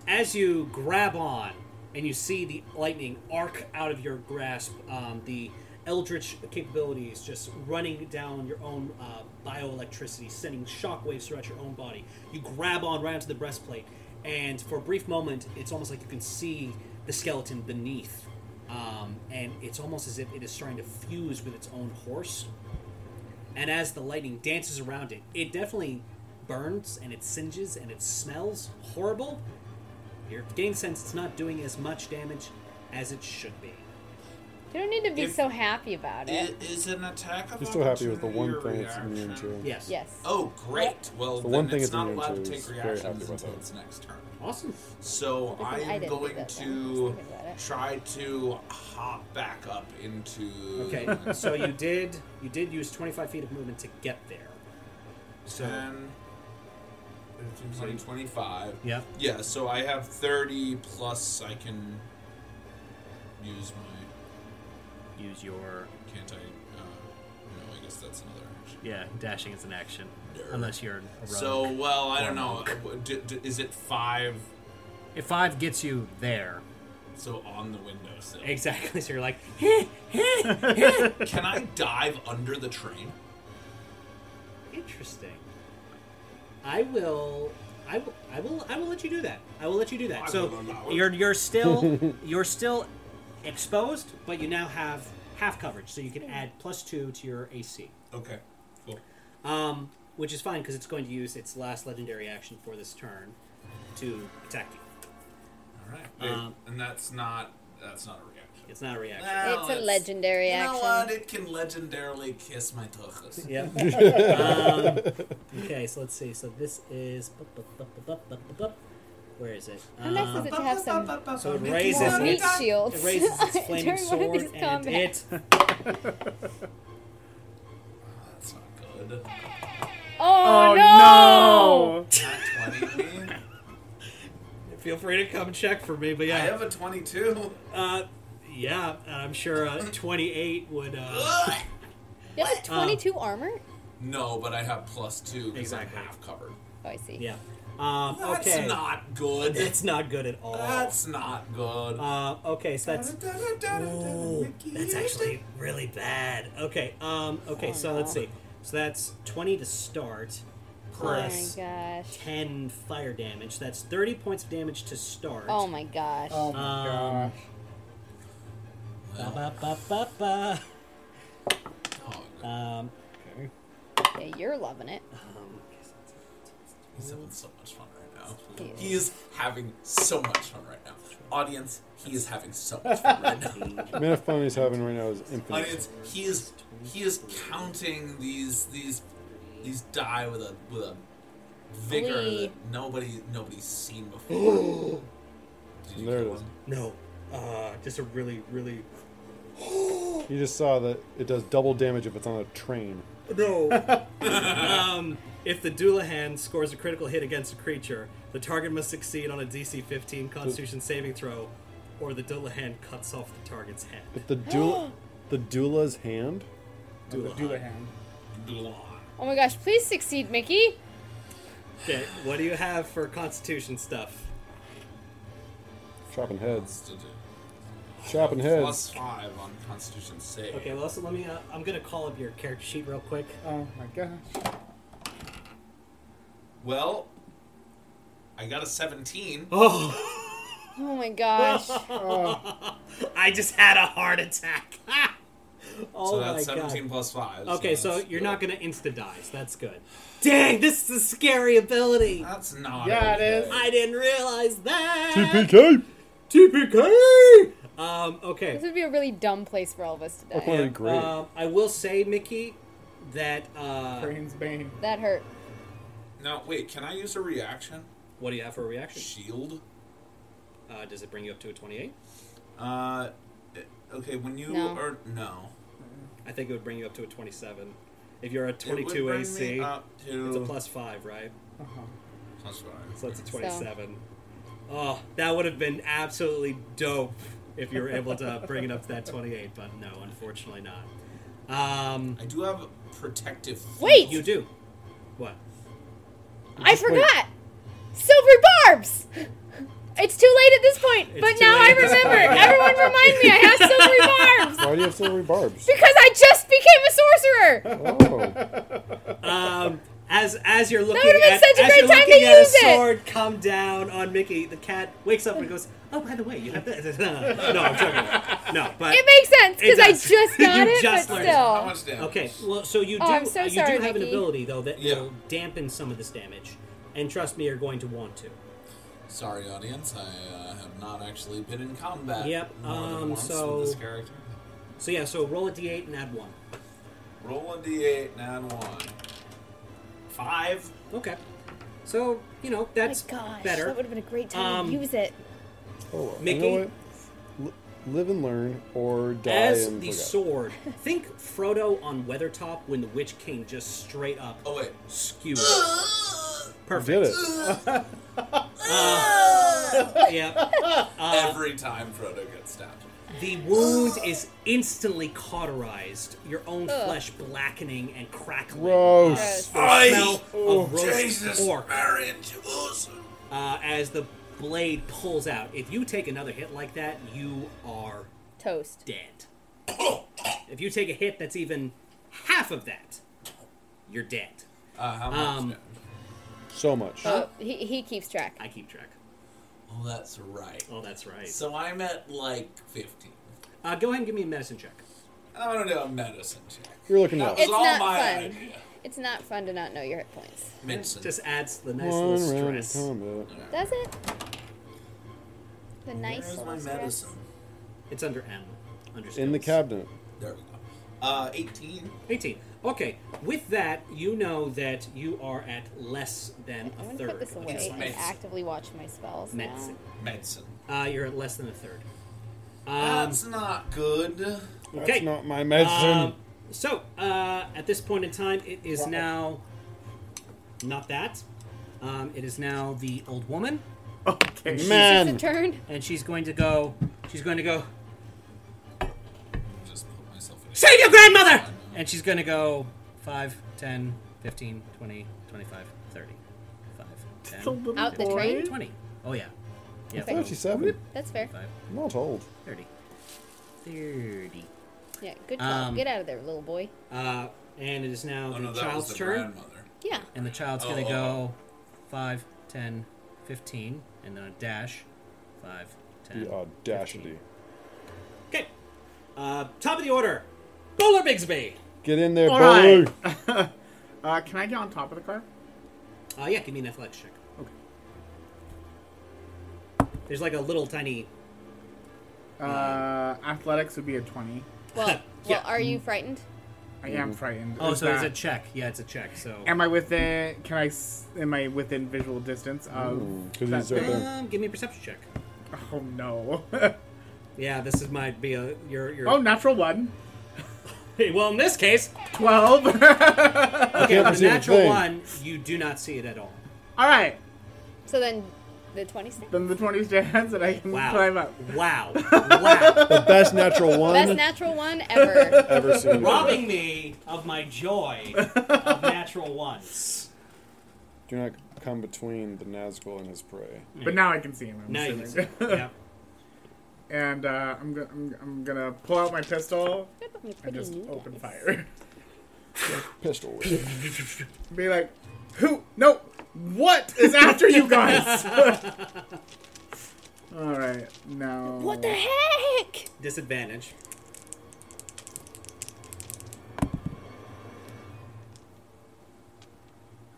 As you grab on and you see the lightning arc out of your grasp, um, the eldritch capabilities, just running down your own uh, bioelectricity, sending shockwaves throughout your own body. You grab on right onto the breastplate, and for a brief moment, it's almost like you can see the skeleton beneath, um, and it's almost as if it is starting to fuse with its own horse. And as the lightning dances around it, it definitely burns and it singes and it smells horrible. Your game sense it's not doing as much damage as it should be.
You don't need to be
If-
so happy about it.
It is an attack of
You're still happy with the
opportunity
one
or
thing that's immune
reaction?
to.
Yes.
Yes.
Oh, great. Well,
The
then
one thing
it's
it's
not
immune
allowed
to
to
is
take
very happy
reactions
about
until
that.
its next turn.
Awesome.
So
I
I
didn't
am
do
going
that one.
to
Just think about it.
try to hop back up into.
Okay. so you did you did use 25 feet of movement to get there. So
10, 15, 20, 25.
yeah.
Yeah, so I have 30 plus I can use my.
Use your
Can't I? Uh, no, I guess that's another action.
yeah dashing is an action,
Nerd.
unless you're a rogue.
So, well, I
Or
don't know.
monk.
Uh, d- d- is it five?
if five gets you there,
So on the windowsill.
exactly. So you're like,
Can I dive under the train?
Interesting. I will. I will. I will. I will let you do that. I will let you do that.
I will
so
allow it.
you're you're still you're still exposed, but you now have half coverage, so you can add plus two to your AC,
Okay, cool.
um, which is fine because it's going to use its last legendary action for this turn to attack you.
All right.
Um,
and that's not that's not a reaction.
It's not a reaction.
Well,
it's a legendary
You
action.
know what? It can legendarily kiss my tuchus.
Yeah. um, okay, so let's see. So this is bup, bup, bup, bup, bup, bup, bup. where is it?
How nice is it to have some
So it
Mickey,
raises
wanna
meat
it.
die?
shields
It raises its flaming
during one of
sword
these
and
combats?
it
That's not good.
Oh,
Oh,
no!
no!
Not 20 me.
Feel free to come check for me, but
I
yeah,
have a 22.
uh, yeah, I'm sure uh, 28 would. Uh,
You have a 22 armor?
no, but I have plus two because
Exactly.
I'm half covered.
Oh, I see.
yeah. Um,
That's
okay.
not good.
It's not good at all.
that's not good.
Uh, okay, so that's. Ooh,
Mickey.
that's actually really bad. Okay. Um. Okay. So let's see. So that's 20 to start,
Oh my
plus
gosh.
10 fire damage. That's 30 points of damage to start.
Oh my gosh.
Oh my
Um,
gosh.
Well,
Ba, ba, ba, ba,
dog. Oh,
ba. Um,
Yeah, you're loving it.
um,
He's having so much fun right now.
He is.
He is having so much fun right now. Audience, he is having so much fun right now.
I mean, the fun he's having right now is infinite.
Audience, he is he is counting these these these die with a with a vigor
Glee.
that nobody nobody's seen before. Did you
There it
kill
is.
him?
no. Uh, just a really, really.
You just saw that it does double damage if it's on a train.
No. um, if the Doulahan scores a critical hit against a creature, the target must succeed on a DC 15 Constitution saving throw, or the Doulahan cuts off the target's head.
If the doula, the doula's hand.
The
Doulahan.
Doulahan.
Blah.
Oh my gosh, please succeed, Mickey.
Okay, what do you have for Constitution stuff?
Chopping heads.
Let's do it.
Chopping heads.
Plus five on Constitution save.
Okay, well, also let me. Uh, I'm gonna call up your character sheet real quick.
Oh my gosh.
Well, I got a seventeen.
Oh,
Oh my gosh.
Oh,
I just had a heart attack. oh
so that's
my
seventeen
god.
plus five.
Okay, so
that's
you're
good.
not gonna insta die. So that's good. Dang, this is a scary ability.
That's not.
Yeah, it
okay.
is.
I didn't realize that.
TPK.
TPK. Um.
This
Okay.
would be a really dumb place for all of us to die.
Fuck, that'd be great.
uh,
Um. I will say, Mickey, that uh.
Brain's Bane.
That hurt.
Now, wait, can I use a reaction?
What do you have for a reaction?
Shield?
Uh, does it bring you up to a twenty-eight?
Uh, eh, okay, when you
No.
are. No.
I think it would bring you up to a twenty-seven. If you're a
It would
twenty-two
bring
AC,
me up to.
it's a plus five, right?
plus five.
So that's a 27. Oh, that would have been absolutely dope if you were able to bring it up to that 28, but no, unfortunately not. Um,
I do have protective.
Wait!
you do. What?
I
Just wait.
forgot! Silver barbs! It's too late at this point, but
too
now
late
I
at this
remember. Everyone remind me I have silvery barbs
Why do you have silvery barbs?
because I just became a sorcerer.
Oh,
As as you're looking
would've been
at,
such a
as
great
you're
time to
looking at a
use it.
sword come down on Mickey, the cat wakes up and goes, "Oh, by the way, you have that." no, I'm joking. No, but
It makes sense
It
because I
does.
just got
You
it,
just
but
learned it.
How
still.
much damage?
Okay, well, so you do uh,
Oh, I'm so
you
sorry,
do have an
Mickey.
ability though that
Yeah.
will dampen some of this damage, and trust me, you're going to want to.
Sorry, audience. I uh, have not actually been in combat.
Yep,
More
um,
than once
so-
with this character.
So yeah, so roll a d8 and add one.
Roll a d8 and add one. Five.
Okay, so you know that's better.
that would have been a great time
Um,
to use it.
oh
Mickey?
You know what? Li- live and learn, or die
As
and
the
forget.
sword, think Frodo on Weathertop when the Witch King just straight up
Oh wait.
skewered. Perfect.
Did it?
Yeah. Uh,
Every time Frodo gets stabbed.
The wound is instantly cauterized, your own flesh blackening and crackling.
Gross. Oh,
Uh, the smell of roast pork
Marion, you awesome.
uh, as the blade pulls out. If you take another hit like that, you are
Toast.
dead. If you take a hit that's even half of that, you're dead.
Uh, how much
Um,
damage?
So much.
Oh, he, he keeps track.
I keep track.
Oh, that's right.
Oh, that's right.
So I'm at like 15.
Uh, go ahead and give me a medicine check.
I want to do a medicine check.
You're looking
That
up.
was
It's
all
not
my
fun.
idea.
It's not fun to not know your hit points.
Medicine.
Just adds the nice
One
little
round of
stress.
combat.
Does it? The nice
Where's my
little stress.
medicine?
It's under M. Under
In the
skills.
cabinet.
There we go. Uh, 18.
18. Okay, with that, you know that you are at less
I'm
than a
gonna put
third.
this away
It's
and
medicine.
actively watch my spells. now.
Medicine.
Medicine.
Uh, you're at less than a third. Um,
That's not good.
That's
okay.
not my medicine.
Um, so, uh, at this point in time, it is now not that. Um, it is now the old woman,
Okay.
It's
Man.
a turn.
and she's going to go. She's going to go.
Just put myself in.
Save your grandmother! And she's going to go 5, 10, 15, 20, 25, 30. 5, 10,
Out the train?
20. Oh, yeah. Yeah,
I thought she's seven.
That's fair.
5,
I'm not old.
30. 30.
Yeah, good call.
Um,
Get out of there, little boy.
Uh, and it is now
Oh,
the
no, that was
child's
the
turn.
grandmother.
Yeah.
And the child's
Oh,
going
oh,
to go 5, 10, 15, and then a dash. 5, 10.
The audacity.
15.
oh.
Okay. Uh, top of the order. Bowler Bigsby.
Get in there,
All
boy.
right. Uh, can I get on top of the car?
Uh, yeah, give me an athletics check. There's like a little tiny.
Uh, athletics would be a 20.
Well,
Yeah.
well, are you frightened?
I am frightened.
Oh,
Is
so it's a
that-
check. Yeah, it's a check. So
Am I within? Can I? s- Am I within visual distance of?
Because
that
he's right
thing?
there.
um, give me a perception check.
Oh no!
Yeah, this is might be a your your.
oh, natural one.
Hey, well, in this case,
Twelve.
okay,
can't
with
see
a
a
natural
thing.
one, you do not see it at all.
All right.
So then, the twenty six.
Then the 20 stands, and I can
Wow.
climb up.
Wow. Wow.
The best natural one
Best natural one ever.
ever seen.
Robbing me of my joy of natural ones.
Do not come between the Nazgul and his prey.
But now I can see him. I'm
Now you can see.
assuming.
it. Yeah.
And uh, I'm, go- I'm I'm gonna pull out my pistol and
Pretty
just
new
open
dice.
fire.
Pistol whip.
Be like, who? No. What is after you guys? All right. Now.
What the heck?
Disadvantage.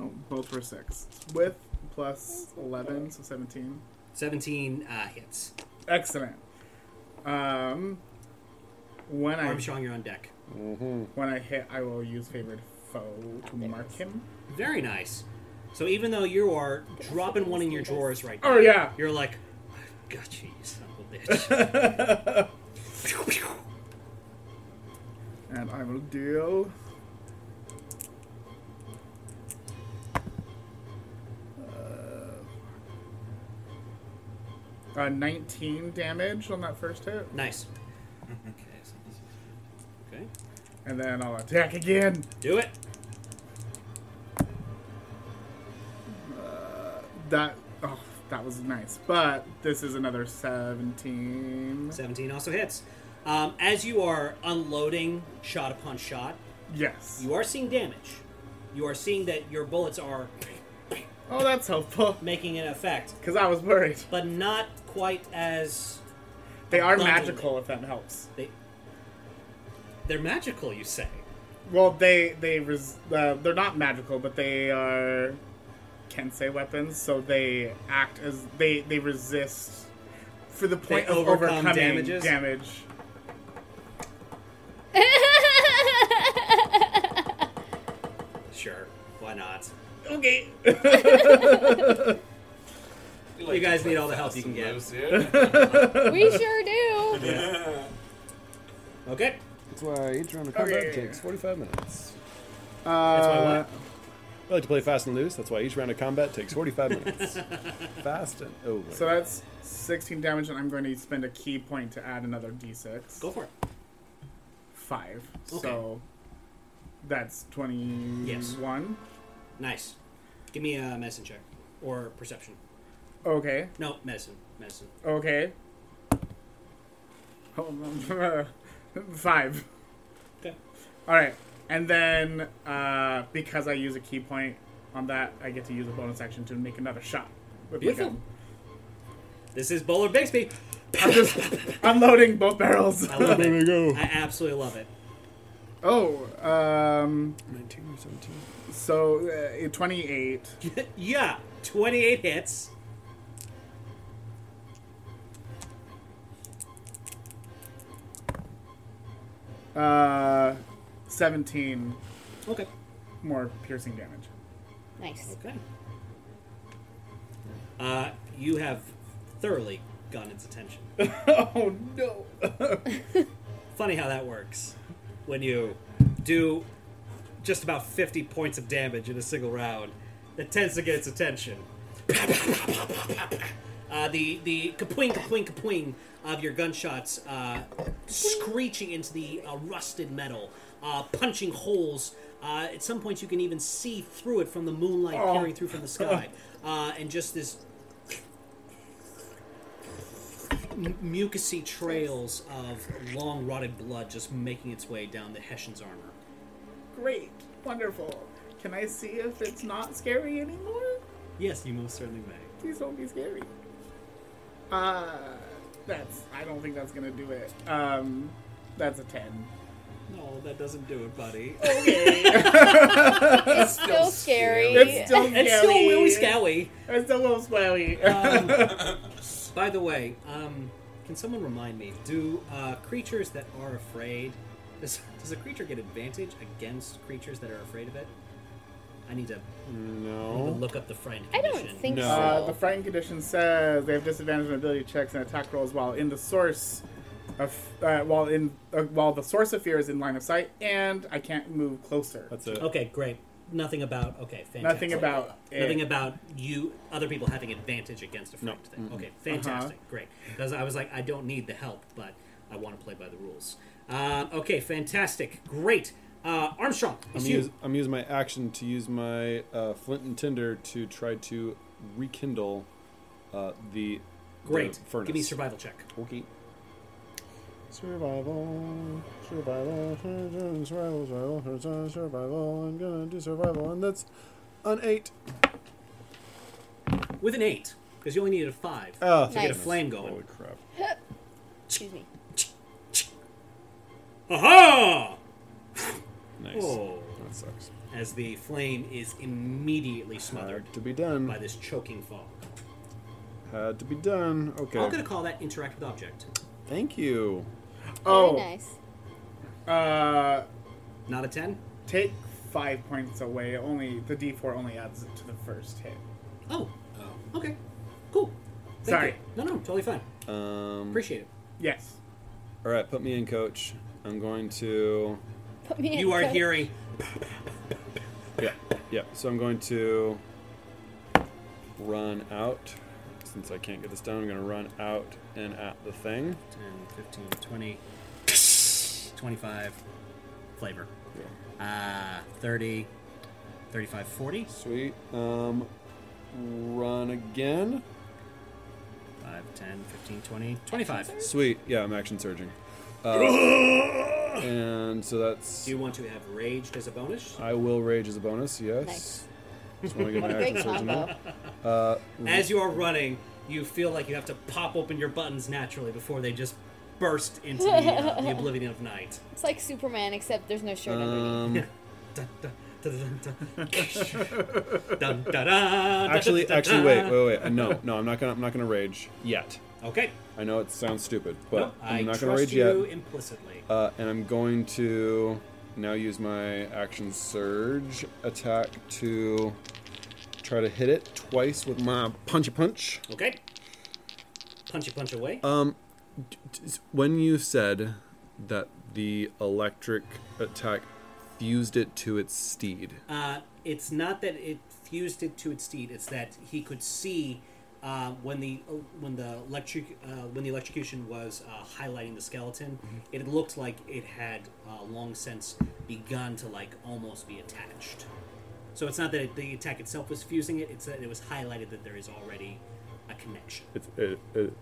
Oh, both were six. With plus 11, so 17.
17 uh, hits.
Excellent. Um, when I
Armstrong, you're on deck.
when I hit, I will use favored foe to mark him.
Very nice. So even though you are dropping one in your drawers right now,
Oh yeah.
you're like, I've got you, you son of a bitch.
And I will deal. Uh, 19 damage on that first hit,
nice. Okay.
and then I'll attack again.
Do it.
That oh, That was nice. But this is another 17.
17 also hits. Um, as you are unloading shot upon shot,
Yes.
you are seeing damage. You are seeing that your bullets are
Oh, that's helpful.
making an effect,
Because I was worried.
but not quite as
They are
Bundle.
magical, if that helps.
they. They're magical, you say.
Well, they they res- uh, they're not magical, but they are kensei weapons, so they act as they they resist for the point
They
of
overcome
overcoming
damages?
damage.
Sure, why not?
Okay.
You guys need all the help you can get.
get.
we sure do.
Okay,
That's why each round of combat
Okay.
takes 45 minutes. Uh,
that's my one.
I like to play fast and loose. That's why each round of combat takes 45 minutes. fast and over.
So that's 16 damage, and I'm going to spend a key point to add another d6.
Go for it.
Five.
Okay.
So that's 21.
Nice. Give me a medicine check or perception.
Okay.
No, medicine, medicine.
Okay. Oh, Five.
Okay.
All right, and then uh, because I use a key point on that, I get to use a bonus action to make another shot. With my
Beautiful.
gun.
This is Bowler Bixby.
I'm just unloading both barrels.
I love it.
go.
I absolutely love it.
Oh, um,
19 or 17.
so uh, twenty-eight.
yeah, 28 hits.
Uh, 17
Okay.
more piercing damage.
Nice.
Okay. Uh, you have thoroughly gotten its attention.
oh no!
Funny how that works when you do just about 50 points of damage in a single round. It tends to get its attention. Uh, the the kapwing kapwing kapwing of your gunshots uh, screeching into the uh, rusted metal, uh, punching holes. Uh, at some points, you can even see through it from the moonlight peering through from the sky, uh, and just this m- mucousy trails of long rotted blood just making its way down the Hessian's armor.
Great, wonderful. Can I see if it's not scary anymore?
Yes, you most certainly may.
Please don't be scary. Uh, that's. I don't think that's gonna do it. Um, that's a ten.
No, that doesn't do it, buddy.
It's still scary.
It's still scary.
It's still really scowy.
It's still a little smelly.
By the way, um, can someone remind me? Do uh, creatures that are afraid does, does a creature get advantage against creatures that are afraid of it? I need to
No.
look up the friend.
I don't
condition.
think
No.
uh, the
so.
frightened condition says they have disadvantage on ability checks and attack rolls while in the source of uh, while in uh, while the source of fear is in line of sight, and I can't move closer.
That's it.
Okay, great. Nothing about okay. Fantastic.
Nothing about it.
Nothing about you, other people having advantage against a friend thing. Okay, fantastic, great. Because I was like, I don't need the help, but I want to play by the rules. Uh, okay, fantastic, great. Uh, Armstrong,
I'm,
it's you.
use, I'm using my action to use my uh, flint and tinder to try to rekindle uh, the
great.
the furnace.
Give me survival check.
Okay. Survival, survival, survival, survival, survival, survival. I'm gonna do survival, and that's an eight.
with an eight because you only needed a five.
Oh,
Nice.
Get a flame
Holy
going.
crap!
Excuse me.
Aha!
Nice.
Oh.
That sucks.
As the flame is immediately smothered
Had to be done.
by this choking fog.
Had to be done. Okay.
I'm going to call that interact with object.
Thank you.
Very
oh,
nice.
uh,
Not a ten.
take five points away. Only the D4 only adds it to the first hit.
Oh. Okay. Cool. Thank
Sorry.
you. No, no, totally fine.
Um.
Appreciate it.
Yes.
All right, put me in, coach. I'm going to.
Put me in.
You are
coach.
hearing.
Yeah. Yeah. So I'm going to run out. Since I can't get this down, I'm going to run out and at the thing.
10, 15, 20, 25 flavor. Uh, 30, 35, 40.
Sweet. Um, run again.
10, 15, 20, 25.
Sweet. Yeah, I'm action surging. Uh, and so that's.
Do you want to have raged as a bonus?
I will rage as a bonus. Yes.
Nice.
Just want to get my
Great
action surging. in.
combo.
Uh-huh.
Mm-hmm.
As you are running, you feel like you have to pop open your buttons naturally before they just burst into the, uh, the oblivion of night.
It's like Superman, except there's no shirt underneath.
Um,
Dun, dun, dun, dun, dun. Dun, da, da, da,
actually,
da, da,
actually,
da.
wait, wait, wait. Uh, No, no, I'm not gonna, I'm not gonna rage yet.
Okay.
I know it sounds stupid, but
Well, I
I'm not gonna
trust
rage
you
yet.
implicitly.
Uh, and I'm going to now use my action surge attack to try to hit it twice with my punchy punch.
Okay. Punchy punch away.
When you said that the electric attack fused it to its steed,
Uh, it's not that it fused it to its steed. It's that he could see uh, when the when the electric uh, when the electrocution was uh, highlighting the skeleton. It looked like it had uh, long since begun to like almost be attached. So it's not that it, the attack itself was fusing it. It's that it was highlighted that there is already a connection.
it, it, it,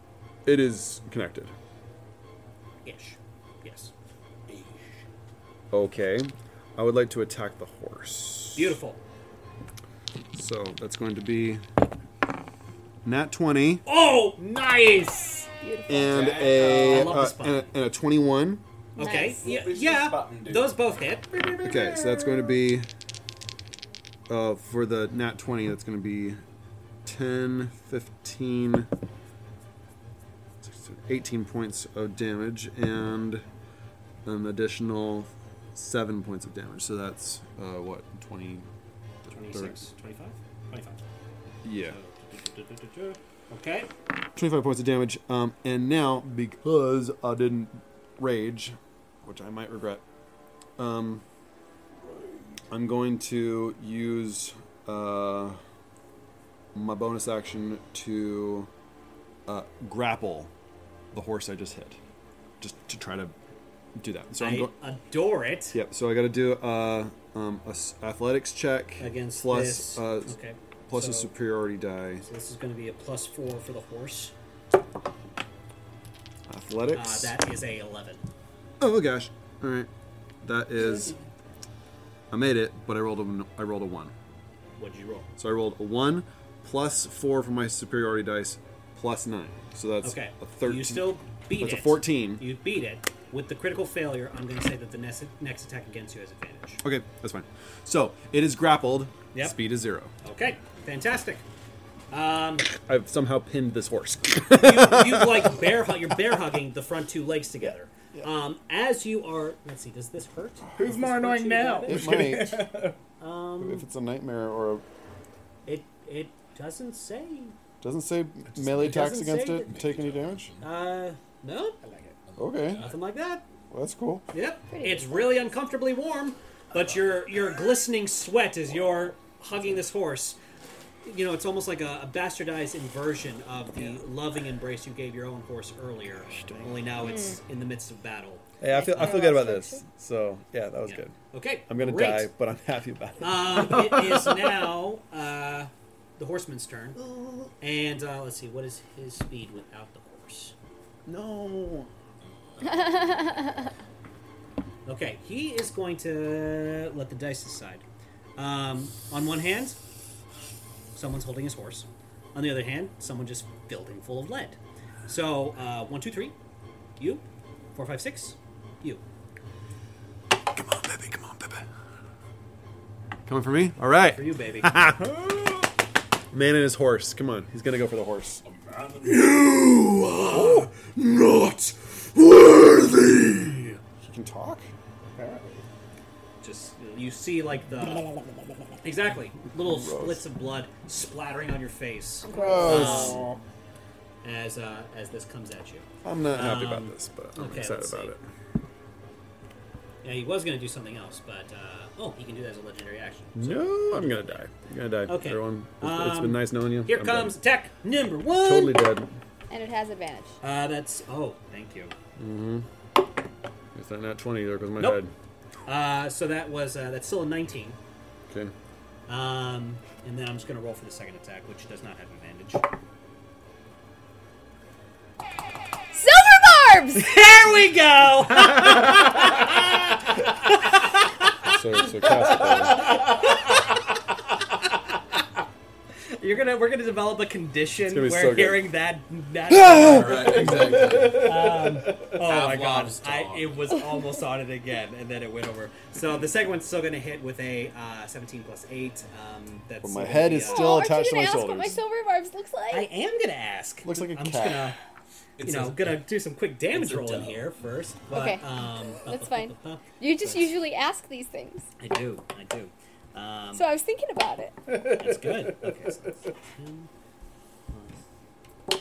it is connected.
Ish. Yes.
Okay. I would like to attack the horse.
Beautiful.
So that's going to be nat 20
Oh.
Nice.
and
I
a,
love
uh,
this button.
and, a and a 21.
Okay.
Nice.
Yeah.
What does
yeah,
this button do?
Those both hit.
Okay, so that's going to be uh, for the nat 20, that's going to be 10, 15, 16, 18 points of damage and an additional 7 points of damage. So that's uh, what 20
26, 25, 25.
Yeah.
Okay.
25 points of damage. Um, and now, because I didn't rage, which I might regret, um, I'm going to use uh, my bonus action to uh, grapple the horse I just hit, just to try to do that. So I'm
I
going.
adore it.
Yep. So I got to do uh, um, a s- athletics check
Against
plus
this.
uh,
okay.
plus
so,
a superiority die.
so this is going to be a plus four for the horse. Uh,
Athletics.
that is a 11.
Oh gosh. All right. That is. I made it, but I rolled a I rolled a one.
What did you roll?
So I rolled a one plus four for my superiority dice, plus nine. So that's
Okay.
a thirteen.
You still beat
that's
it.
a fourteen.
You beat it. With the critical failure, I'm going to say that the next, next attack against you has advantage.
Okay, that's fine. So it is grappled.
Yep.
Speed is zero.
Okay. Fantastic.
I've somehow pinned this horse.
you, you like bear hug. You're bear hugging the front two legs together. Um, as you are, let's see. Does this hurt?
Who's more annoying now?
It might. um, if it's a nightmare or a,
It it doesn't say.
doesn't say melee attacks
doesn't
against
say
it take any damage.
Uh, no,
Okay,
nothing like that.
well, that's cool.
Yep. It's really uncomfortably warm, but your your glistening sweat as you're hugging this horse. You know, it's almost like a, a bastardized inversion of the loving embrace you gave your own horse earlier. Only now it's
Hmm.
in the midst of battle.
hey, I feel I feel
good about this.
So yeah, that was
Yeah. Okay. great.
die, but I'm happy about it.
Um, it is now uh, the horseman's turn, and uh, let's see what is his speed without the horse.
no.
Okay, he is going to let the dice decide. Um, on one hand, someone's holding his horse. On the other hand, someone just filled him full of lead. So uh, one, two, three, you, four, five, six, you.
Come on, baby. Come on, baby.
Coming for me. All right.
For you, baby.
Man and his horse. Come on. He's gonna go for the horse.
You are not worthy.
You can talk.
just you see like the exactly little splits of blood splattering on your face Um,
Gross.
as uh, as this comes at you.
I'm not happy
Um,
about this, but I'm
okay,
excited
let's
about
see.
it.
Yeah, he was gonna do something else, but uh, oh, he can do that as a legendary action. So-
No, I'm gonna die. I'm gonna die.
Okay.
Everyone, it's- it's been
Um,
nice knowing you.
Here
I'm dead.
comes attack number one.
Totally dead.
And it has advantage.
Uh, that's oh, thank you.
It's not nat 20 there goes my
Nope.
head.
Uh, so that was uh, that's still a nineteen.
Okay.
Um, and then I'm just gonna roll for the second attack, which does not have advantage.
Herbs!
There we go.
So, so cast
You're gonna we're gonna develop a condition
gonna
where
be so good.
hearing that. that
Right, exactly.
oh my god!
Pavlov's
I,
dog.
it was almost on it again, and then it went over. So the second one's still gonna hit with a uh, 17 plus eight. Um, that's
But my head is
yeah.
still
aren't you
attached to
gonna
my
Oh, ask what my
shoulders.
silver barbs looks like?
I am gonna ask.
Looks like a
I'm just
cat.
gonna you
It's
know
a-
gonna do some quick damage
it's a
roll in
dog.
here first. But,
Okay.
Um,
That's fine. You just usually ask these things.
I do. I do. Um,
So I was thinking about it.
That's good. Okay, so that's two plus,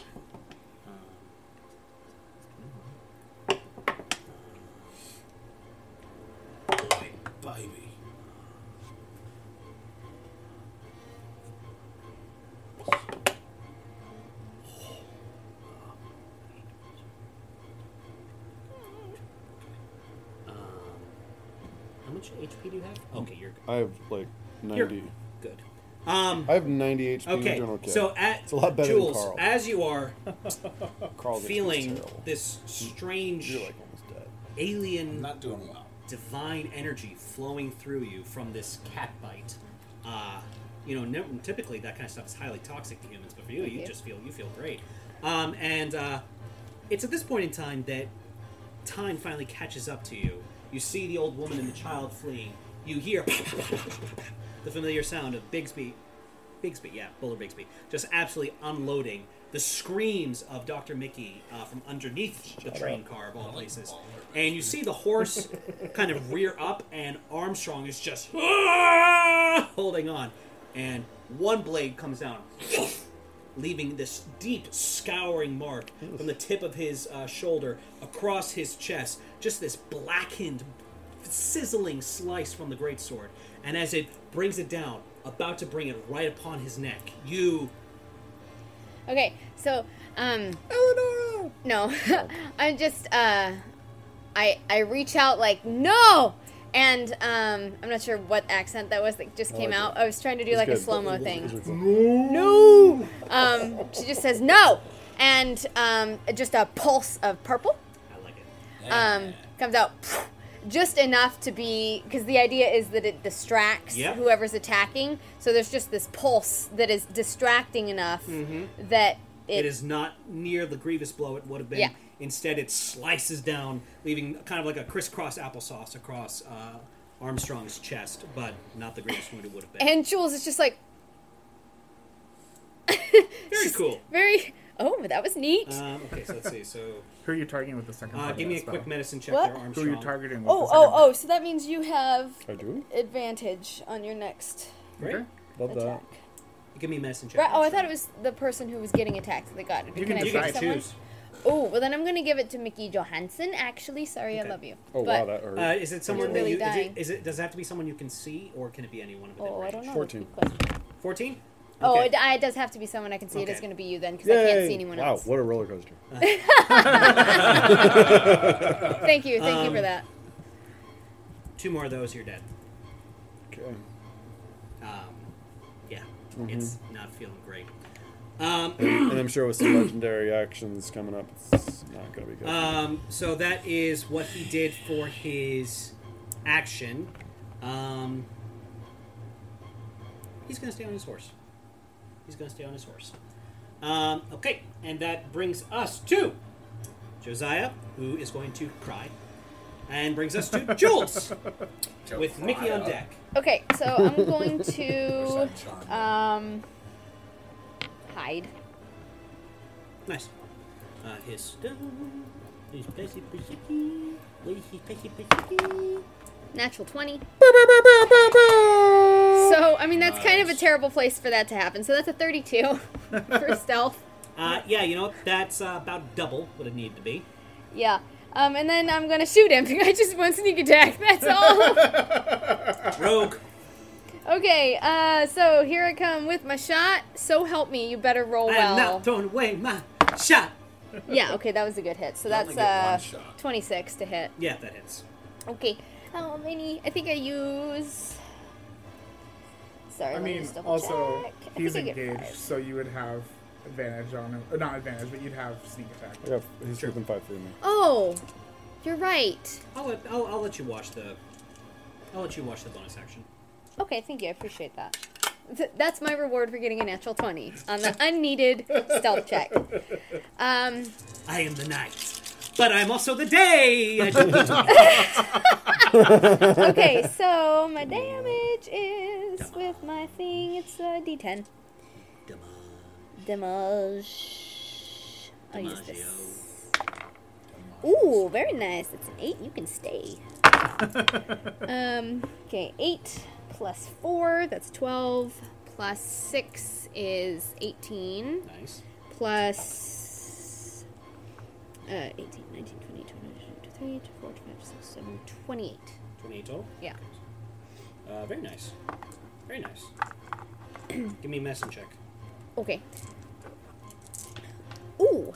um,
Baby.
um, How much HP do you have? Okay, you're
I have like
You're-
90.
good. Um,
I have 90 HP in
okay,
general care.
so at
it's a lot better
Jules,
than Carl.
as you are
Carl gets me
feeling
terrible.
this strange
You're like almost dead.
alien
Not doing well.
divine energy flowing through you from this cat bite. Uh, you know, ne- typically that kind of stuff is highly toxic to humans, but for you, you
you.
just feel you feel great. Um, and uh, it's at this point in time that time finally catches up to you. You see the old woman and the child fleeing. You hear the familiar sound of Bigsby, Bigsby, yeah, Buller Bigsby, just absolutely unloading. The screams of Dr. Mickey uh, from underneath the train car of all places. And you see the horse kind of rear up, and Armstrong is just holding on. And one blade comes down, leaving this deep scouring mark from the tip of his uh, shoulder across his chest. Just this blackened, sizzling slice from the greatsword. And as it brings it down, about to bring it right upon his neck, you.
Okay, so um Eleanor No. I'm just uh I I reach out like no and um I'm not sure what accent that was that just came
like
out. I was trying to do like a
good.
slow mo thing.
No!
Um she just says no and um just a pulse of purple
I like it.
um, comes out just enough to be because the idea is that it distracts
Yep.
whoever's attacking. So there's just this pulse that is distracting enough that it,
It is not near the grievous blow it would have been.
Yeah.
Instead, it slices down, leaving kind of like a crisscross applesauce across uh, Armstrong's chest, but not the grievous wound it would have been.
And Jules is just like
Very cool.
very. Oh, that was neat.
Um, okay, so let's see. So
Who are you targeting with the second
uh,
part of
give me
that
a quick
spell?
medicine check
What?
there,
Who
Armstrong.
are you targeting with the
oh,
second
oh,
part?
oh! So that means you have
I Oh, do?
advantage on your next
Great.
Love that.
attack.
Give me a medicine check.
Right? Oh, I thought
Armstrong.
it was the person who was getting attacked that got it.
You
can
can
I
You
pick
can
decide
someone?
choose.
Oh, well then I'm gonna give it to Mickey Johansson. Actually, sorry, I love you.
Oh,
But-
wow, that hurt.
Uh, is it someone that
really
you, is
dying.
it, is it does it have to be someone you can see or can it be anyone within
Oh, I
range?
don't know.
14.
Fourteen.
Oh,
Okay.
it, it does have to be someone I can see. It is
Okay.
going to be you then, because I
Yay!
can't see anyone
wow,
else.
what a roller coaster.
Thank you, thank you
Um,
for that.
Two more of those, you're dead.
Okay.
Um, yeah, it's not feeling great. Um,
and I'm sure with some legendary actions coming up, it's not going to be good.
Um, so that is what he did for his action. Um, he's going to stay on his horse. He's going to stay on his horse. Um, okay, and that brings us to Josiah, who is going to cry, and brings us to Jules with Mickey on deck.
Okay, so I'm going
Sorry,
to um
John.
hide.
Nice. Uh, his stone. He's pissy pissy. He's pissy pissy.
Natural twenty. So I mean that's kind of a terrible place for that to happen. So that's a thirty-two for stealth.
Uh, yeah, you know what? that's uh, about double what it needed to be.
Yeah. Um, and then I'm gonna shoot him. I just want sneak attack. That's all.
Rogue.
okay. Uh, so here I come with my shot. So help me. You better roll
I
well.
am not throwing away my shot.
Yeah, okay, that was a good hit. So
I only
that's
get one
uh,
shot.
26 to hit.
Yeah, that hits.
Okay, how many? I think I use. Sorry,
I
let me
mean,
just double
also,
oh. check. I
he's
think I get
engaged,
five.
so you would have advantage on him. Or not advantage, but you'd have sneak attack.
I got, he's within five feet of me.
Oh, you're right.
I'll let, I'll, I'll let you watch the. I'll let you watch the bonus action.
Okay, thank you. I appreciate that. Th- That's my reward for getting a natural 20 on the unneeded stealth check. Um,
I am the night, but I'm also the day.
okay, so my damage is with my thing, it's a d10. Damage. I'll use this. Ooh, very nice. That's an 8. You can stay. um, okay, 8 plus 4, that's 12. Plus 6 is 18
nice.
plus uh, 18, 19, 20, 21, 22, 23, 24, 25, 26, 27, 28.
Twenty-eight total.
Yeah.
Uh, very nice. Very nice. Give me a medicine check.
Okay. Ooh!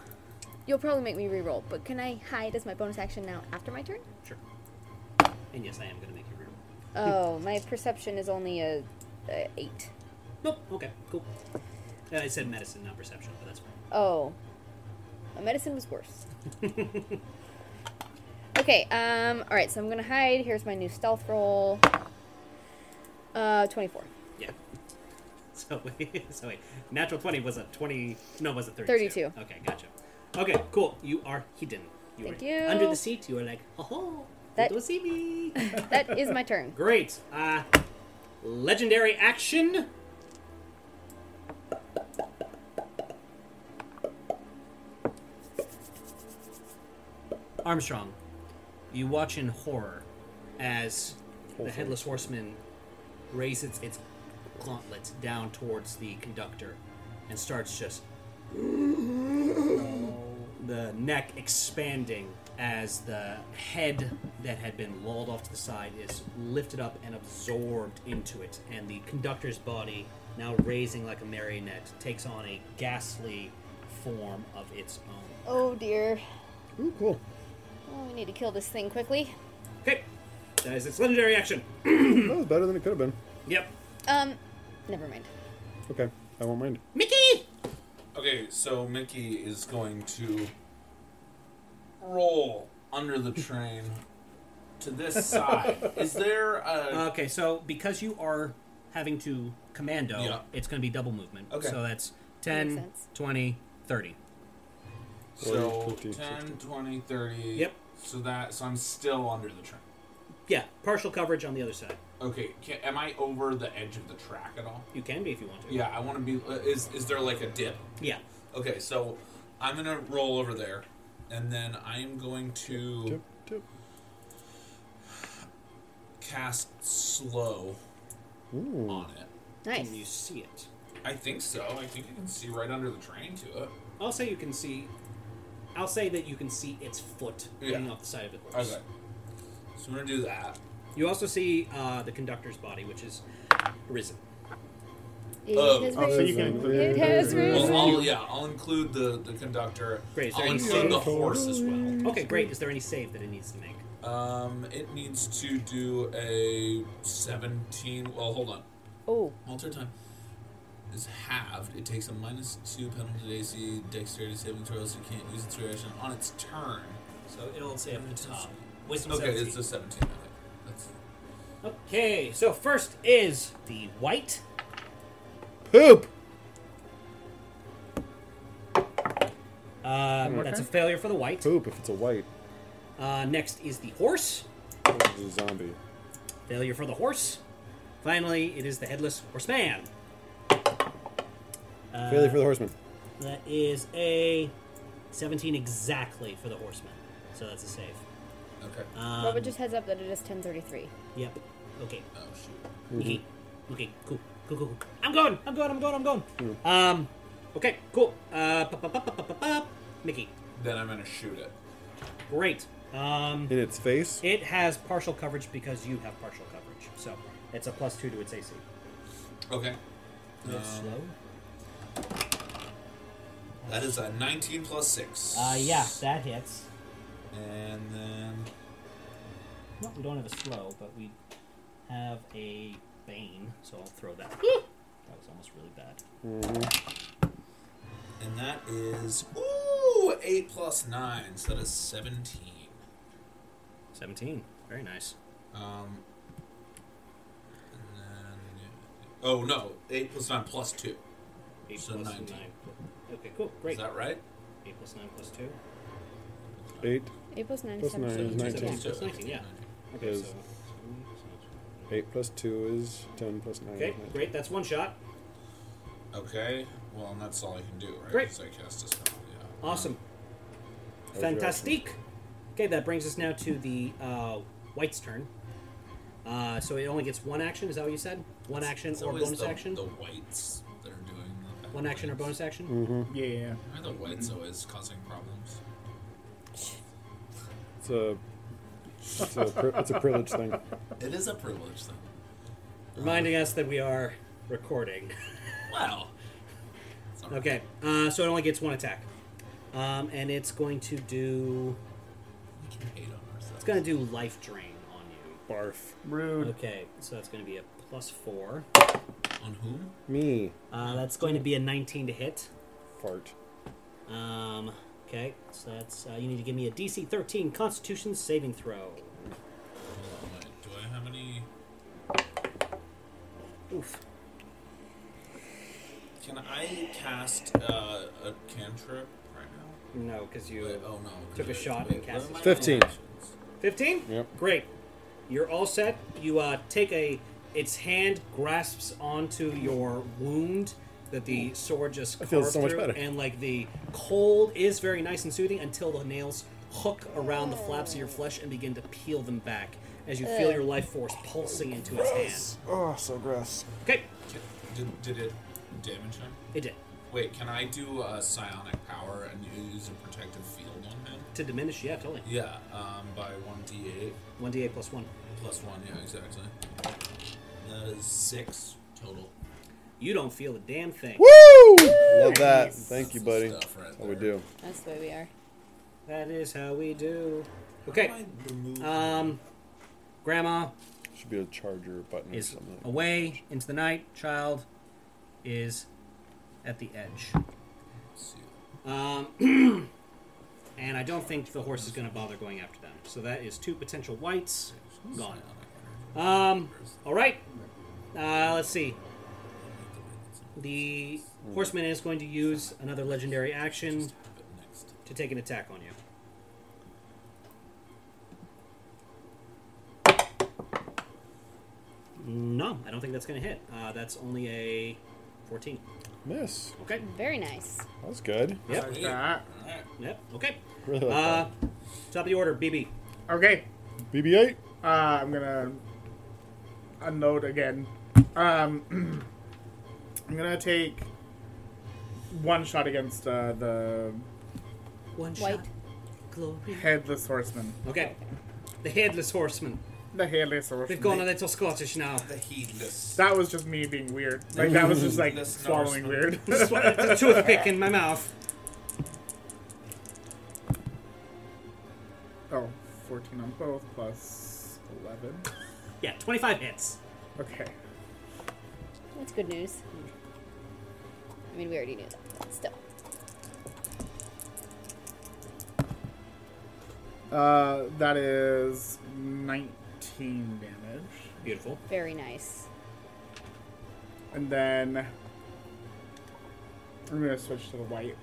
You'll probably make me reroll, but can I hide as my bonus action now after my turn?
Sure. And yes, I am going to make you reroll.
Oh, my perception is only a, a 8.
Nope. Okay. Cool. Uh, I said medicine, not perception, but that's fine.
Oh. My medicine was worse. okay, um, alright, so I'm gonna hide. Here's my new stealth roll. Uh, 24.
Yeah. So wait, so wait. Natural twenty was a twenty. No, was a thirty-two.
32.
Okay, gotcha. Okay, cool. You are hidden. You
Thank
are
you.
Under the seat, you are like, ho ho.
That-
Don't see me.
That is my turn.
Great. Uh, legendary action. Armstrong, you watch in horror as the headless horseman raises its gauntlet down towards the conductor and starts just the neck expanding as the head that had been lulled off to the side is lifted up and absorbed into it, and the conductor's body, now raising like a marionette, takes on a ghastly form of its own.
Oh dear.
Ooh, cool.
Oh, we need to kill this thing quickly.
Okay, that is its legendary action.
That was better than it could have been.
Yep.
Um, never mind.
Okay, I won't mind.
Mickey!
Okay, so Mickey is going to roll under the train to this side. is there a
Okay, so because you are having to commando,
Yeah.
it's going to be double movement.
Okay.
So that's
Makes
10,
sense.
20, 30.
so
40, 50,
10, 20, 30.
Yep.
So that so I'm still under the train.
Yeah, partial coverage on the other side.
Okay, can, am I over the edge of the track at all?
You can be if you want to.
Yeah, I want to be uh, is is there like a dip?
Yeah.
Okay, so I'm going to roll over there and then I am going to
Tip, tip.
cast slow on it.
Nice.
Can you see it?
I think so. I think you can see right under the train to it.
I'll say you can see. I'll say that you can see its foot
Yeah.
coming off the side of the horse.
Okay. So I'm gonna do that.
You also see uh, the conductor's body, which is risen.
It
Oh,
has
so
risen.
you can include-
It has
Well,
risen.
I'll, yeah, I'll include the the conductor.
Great, is there
I'll
any
include the
save?
horse as well.
Okay, great. Is there any save that it needs to make?
Um, it needs to do a 17. Well, hold on.
Oh,
Alter time is halved. It takes a minus two penalty to AC dexterity saving throws. You can't use its reaction on its turn.
So it'll say up at the top. Wisdom
Okay,
17.
it's a 17. I think. That's
Okay, so first is the white.
Poop!
Um, that's a failure for the white.
Poop if it's a white.
Uh, next is the horse.
or if It's a zombie.
Failure for the horse. Finally, it is the headless horseman.
Failure for the horseman.
That is a 17 exactly for the horseman. So that's a save.
okay.
Um,
Robert just heads up that it is 10:33.
Yep. Okay.
oh shoot.
Okay. Okay. Cool. Cool. Cool. Cool. I'm going. I'm going. I'm going. I'm going. Um. Okay. Cool. Uh. pa- pa- pa- pa- pa- pa- pa. Mickey.
Then I'm gonna shoot it.
Great. Um.
In its face.
It has partial coverage because you have partial coverage, so it's a plus two to its AC.
Okay.
Um,
It's slow.
That is a 19 plus 6.
Uh. Yeah. That hits.
And then.
No, we don't have a slow, but we have a bane, so I'll throw that. that was almost really bad.
And that is ooh eight plus nine, so that is seventeen.
17. Very nice.
Um, and then oh no, eight plus nine plus two.
8
So
plus
19.
9. Okay, cool. Great.
Is that right?
8 plus 9 plus 2.
Eight
8 plus 9
Plus
is 17.
nine is 19.
Plus 19, yeah. Okay,
Is-
so.
Eight plus two is ten plus nine.
Okay,
is nine.
great. That's one shot.
Okay. Well, and that's all I can do, right?
Great.
'Cause I cast a spell. Yeah.
Awesome. Fantastique. Okay, that brings us now to the uh, White's turn. Uh, so it only gets one action. Is that what you said? One action
It's
or
always
bonus
the,
action.
The whites that are doing. The
One action or
backwards.
bonus action.
Yeah.
Why are the whites always causing problems?
It's a it's a, pri- it's a privilege thing.
It is a privilege, though.
Reminding us that we are recording.
Wow. It's all right.
okay, uh, so it only gets one attack, um, and it's going to do.
We can hate on ourselves.
It's going to do life drain on you.
Barf.
Rude.
Okay, so that's going to be a plus four.
On whom?
Me.
Uh, that's going to be a 19 to hit.
Fart.
Um, okay, so that's uh, you need to give me a DC 13 Constitution saving throw.
Wait, do I have any?
Oof.
Can I cast uh, a cantrip right now?
No, because you.
Wait, oh no.
Took a shot and cast
what
it.
are my
15.
actions?
15?
Yep.
Great. You're all set. You uh, take a. Its hand grasps onto your wound that the sword just carved
feel so much
through,
better.
and like the cold is very nice and soothing until the nails hook around the flaps of your flesh and begin to peel them back as you feel your life force pulsing into its hand.
Oh, so gross.
Okay,
Did, did it damage him?
it did.
Wait, can I do a psionic power and use a protective field on him?
To diminish, yeah, totally.
Yeah, um, by one d8
One d8 plus one.
plus one. Yeah, exactly. That is six total.
You don't feel a damn thing.
Woo! Love that. Thank you, buddy.
Stuff right
What we
there.
do?
That's the way we are.
That is how we do.
How
Okay,
do I remove-
um, Grandma,
Should be a charger button or
is
something.
away into the night. Child is at the edge.
Let's see.
Um, and I don't think the horse is going to bother going after them. So that is two potential whites gone. Um, all right. Uh, let's see. The horseman is going to use another legendary action
But next.
to take an attack on you. No, I don't think that's going to hit. Uh, that's only a 14.
Miss.
Okay.
Very nice.
That was good.
Yep.
Sweet.
Ah.
Alright.
Yep. Okay.
Really like
Uh, top of the order, BB.
Okay.
that. BB-8.
Uh, I'm gonna unload again. Um, I'm gonna take one shot against uh, the
One
White.
Glory.
headless horseman.
Okay. The headless horseman.
The headless horseman.
They've gone a little Scottish now.
The heedless.
That was just me being weird. Like that was just like
That's
swallowing weird.
noticeable.
Sw- it's a toothpick in my mouth.
oh, 14 on both plus 11.
Yeah, 25 hits.
Okay.
That's good news. I mean, we already knew that, but still.
Uh, that is 19 damage.
Beautiful.
Very nice.
And then I'm gonna switch to the white.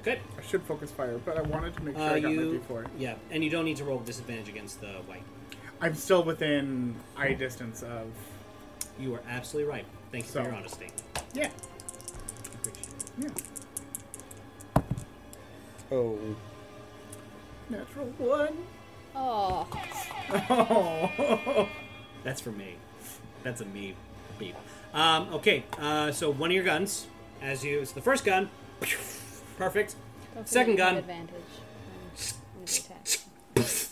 Okay.
I should focus fire, but I wanted to make sure
Uh,
I got
you,
my D4.
yeah, and you don't need to roll disadvantage against the white.
I'm still within eye distance of.
You are absolutely right. Thank you
So-
for your honesty.
Yeah.
Appreciate it.
Yeah.
Oh.
Natural one.
Oh,
Oh.
That's for me. That's a me beep. Um, okay, uh, so one of your guns, as you, it's the first gun. Perfect.
don't forget
Second
you have
gun.
Advantage. when you attack.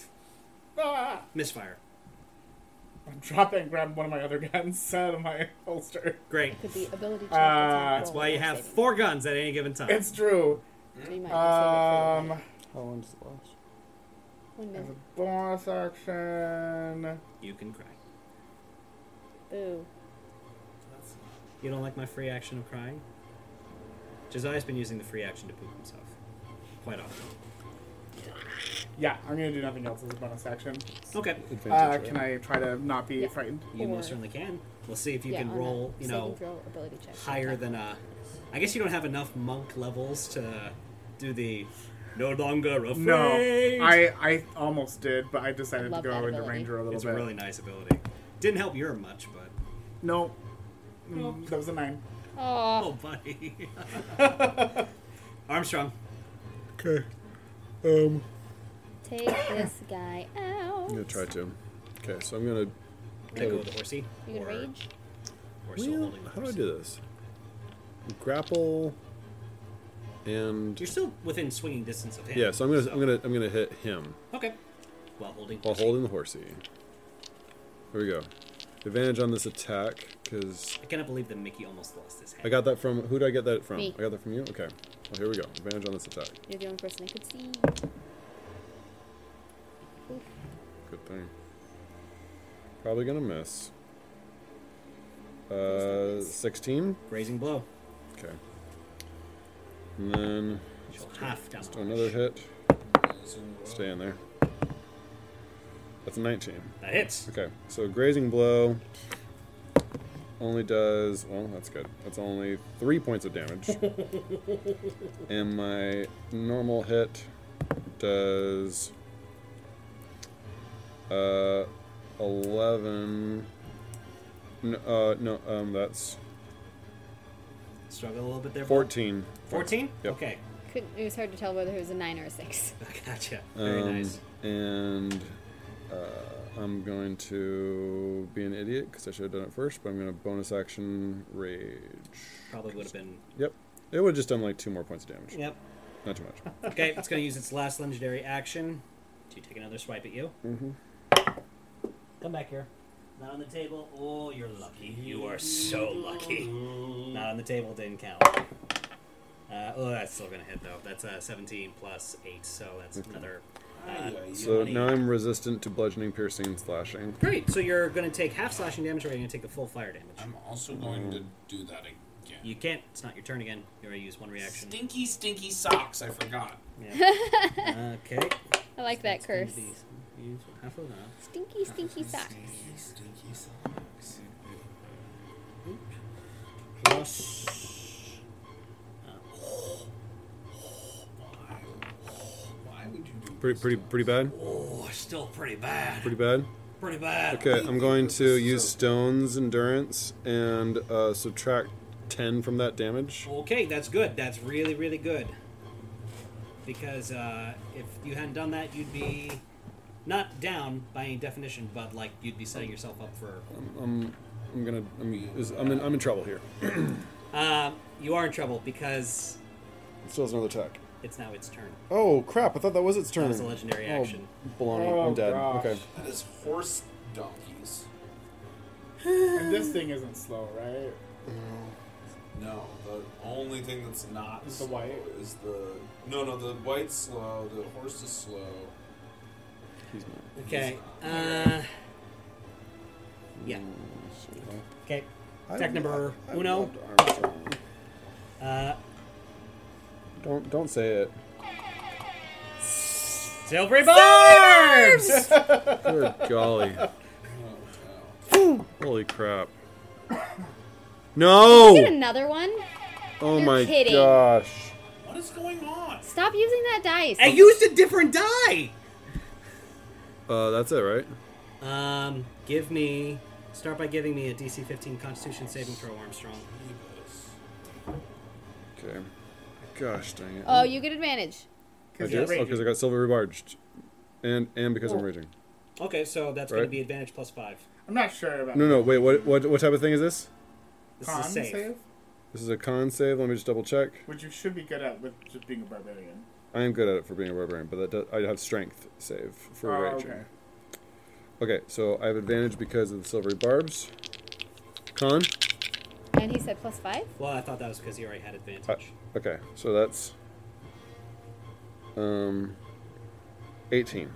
Ah,
Misfire.
I'm dropping. Grab one of my other guns out of my holster.
Great.
Could be ability check.
Ah,
attack
that's
roll,
Well, Uh, you
or
have
saving.
four guns at any given time.
It's true.
So you might want to save
Um,
it
How long does it last?
for one
as
minute.
a bonus action.
You can cry.
Boo.
You don't like my free action of crying? Josiah's been using the free action to poop himself. Quite often.
Yeah, I'm gonna do nothing else as a bonus action.
Okay.
Uh, can I try to not be frightened?
You
Or-
most certainly can. We'll see if you
yeah,
can
on a
roll, you
saving
know,
throw ability check.
higher than a. I guess you don't have enough monk levels to do the no longer afraid.
No, I I almost did, but I decided to
Love
go
that
into
ability.
ranger a little
It's a
bit.
really nice ability. Didn't help your much, but.
No, Mm, that was a nine.
Oh,
Oh, buddy. Armstrong.
Okay. Um.
take this guy out.
I'm gonna try to. Okay, so I'm gonna.
Take over the horsey.
You can
or,
rage.
Or still
Well,
holding the
how do I
horsey.
do this? Grapple, and
You're still within swinging distance of him.
yeah. So I'm gonna
so-
I'm gonna I'm gonna hit him
Okay. While holding.
while holding the horsey. Here we go. Advantage on this attack because
I cannot believe that Mickey almost lost his head.
I got that from who did I get that from?
Me.
I got that from you. Okay. Well, here we go. Advantage on this attack.
You're the only person I could see.
Good thing. Probably gonna miss. Uh, sixteen.
Raising blow.
Okay. And then
She'll half down.
do another hit.
Stay.
Stay in there. That's a 19.
That hits.
Okay, so grazing blow only does well. That's good. That's only three points of damage. and my normal hit does uh, eleven. No, uh, no, um, that's
Struggle a little bit there. Bob.
fourteen.
14?
Yep.
Okay.
Couldn't. It was hard to tell whether it was a nine or a six.
Gotcha. Very
Um,
nice.
And uh, I'm going to be an idiot because I should have done it first, but I'm going to bonus action rage.
Probably would have been.
Yep. It would have just done like two more points of damage.
Yep.
Not too much.
Okay, it's going to use its last legendary action to take another swipe at you. Mm-hmm. Come back here. Not on the table. Oh, you're lucky. You are so lucky. Not on the table didn't count. Uh, oh, that's still going to hit, though. That's uh, 17 plus 8, so that's another. Uh,
So
20.
now I'm resistant to bludgeoning, piercing, and slashing.
Great. So you're going to take half slashing damage, or you're going to take the full fire damage.
I'm also going to do that again.
You can't. It's not your turn again. You already used one reaction.
Stinky, stinky socks. I forgot.
Yeah. okay.
I like that
Gonna
curse.
be- use half of that.
Stinky, stinky socks.
stinky socks.
plus.
Why would you do
Pretty, pretty, pretty bad.
Oh, still pretty bad.
Pretty bad.
Pretty bad.
Okay, I'm going to use Stone's Endurance and uh, subtract 10 from that damage.
Okay, that's good. That's really, really good. Because uh, if you hadn't done that, you'd be not down by any definition, but like you'd be setting yourself up for.
I'm gonna. I'm. Is, I'm in. I'm in trouble here.
Uh, you are in trouble because
Still has another attack.
it's now its turn.
Oh crap! I thought that was its turn.
That was a legendary
Oh,
action.
baloney!
Oh,
I'm dead.
gosh.
Okay.
That is horse donkeys.
And this thing isn't slow, right?
No, the only thing that's not
Is the
slow
white?
is the no, no. The white's slow. The horse is slow.
He's not.
Okay. Uh, yeah. Okay. Attack number uno. Uh,
Don't don't say it.
Silvery barbs.
Good golly!
Oh, no.
Holy crap! No!
Another one.
Oh
You're
my
kidding.
gosh!
What is going on?
Stop using that dice.
I used a different die.
Uh, that's it, right?
Um, give me. Start by giving me a DC 15 Constitution saving throw, Armstrong.
Okay. Gosh dang it!
Oh, you get advantage.
I do?
you're
Oh, because I got silver rebarged, and and because
Oh.
I'm raging.
Okay, so that's going
Right.
to be advantage plus five.
I'm not sure about
No, no, wait. What what what type of thing is this?
This
con
is a save.
This is a con save. Let me just double check.
which you should be good at with just being a barbarian.
I am good at it for being a barbarian, but that does, I have strength save for
Oh,
raging.
okay.
Okay, so I have advantage because of the silvery barbs. Con.
And he said plus five.
Well, I thought that was because he already had
Uh,
advantage.
okay, so that's um, eighteen.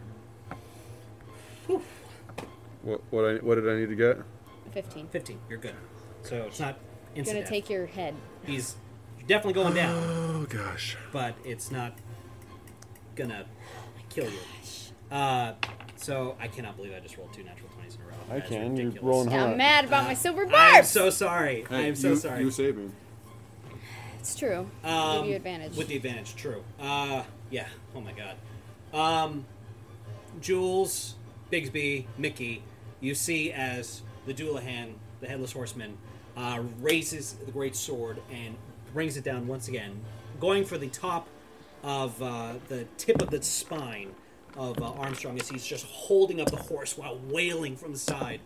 What what I what did I need to get?
Fifteen.
15. You're good. So it's not
Gonna
instant.
take your head.
He's definitely going down,
Oh gosh.
but it's not gonna kill you. Uh, so I cannot believe I just rolled two natural twenties in a row.
I
That is
can. You're
ridiculous.
rolling hard.
I'm mad about my silver
Uh, I'm
barbs.
so sorry. I am so
you,
sorry.
You saved me.
it's true.
Um,
Give you advantage.
With the advantage, true. Uh, yeah. Oh my god. Um, Jules, Bigsby, Mickey, you see as the Doulahan, the headless horseman, uh, raises the great sword and brings it down once again, going for the top of uh, the tip of the spine of uh, Armstrong as he's just holding up the horse while wailing from the side.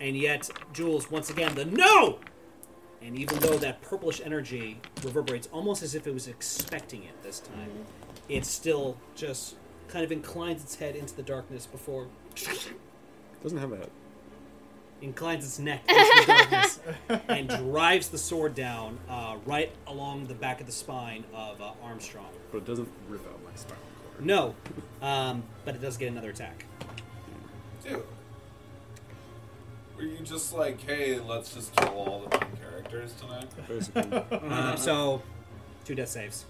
And yet, Jules, once again, the no! And even though that purplish energy reverberates almost as if it was expecting it this time, it still just kind of inclines its head into the darkness before
Doesn't have a head.
inclines its neck into the darkness and drives the sword down uh, right along the back of the spine of uh, Armstrong.
But it doesn't rip out my spinal cord.
No, um, but it does get another attack.
Dude. Were you just like, hey, let's just kill all the main characters tonight?
Basically.
Um, so, two death saves.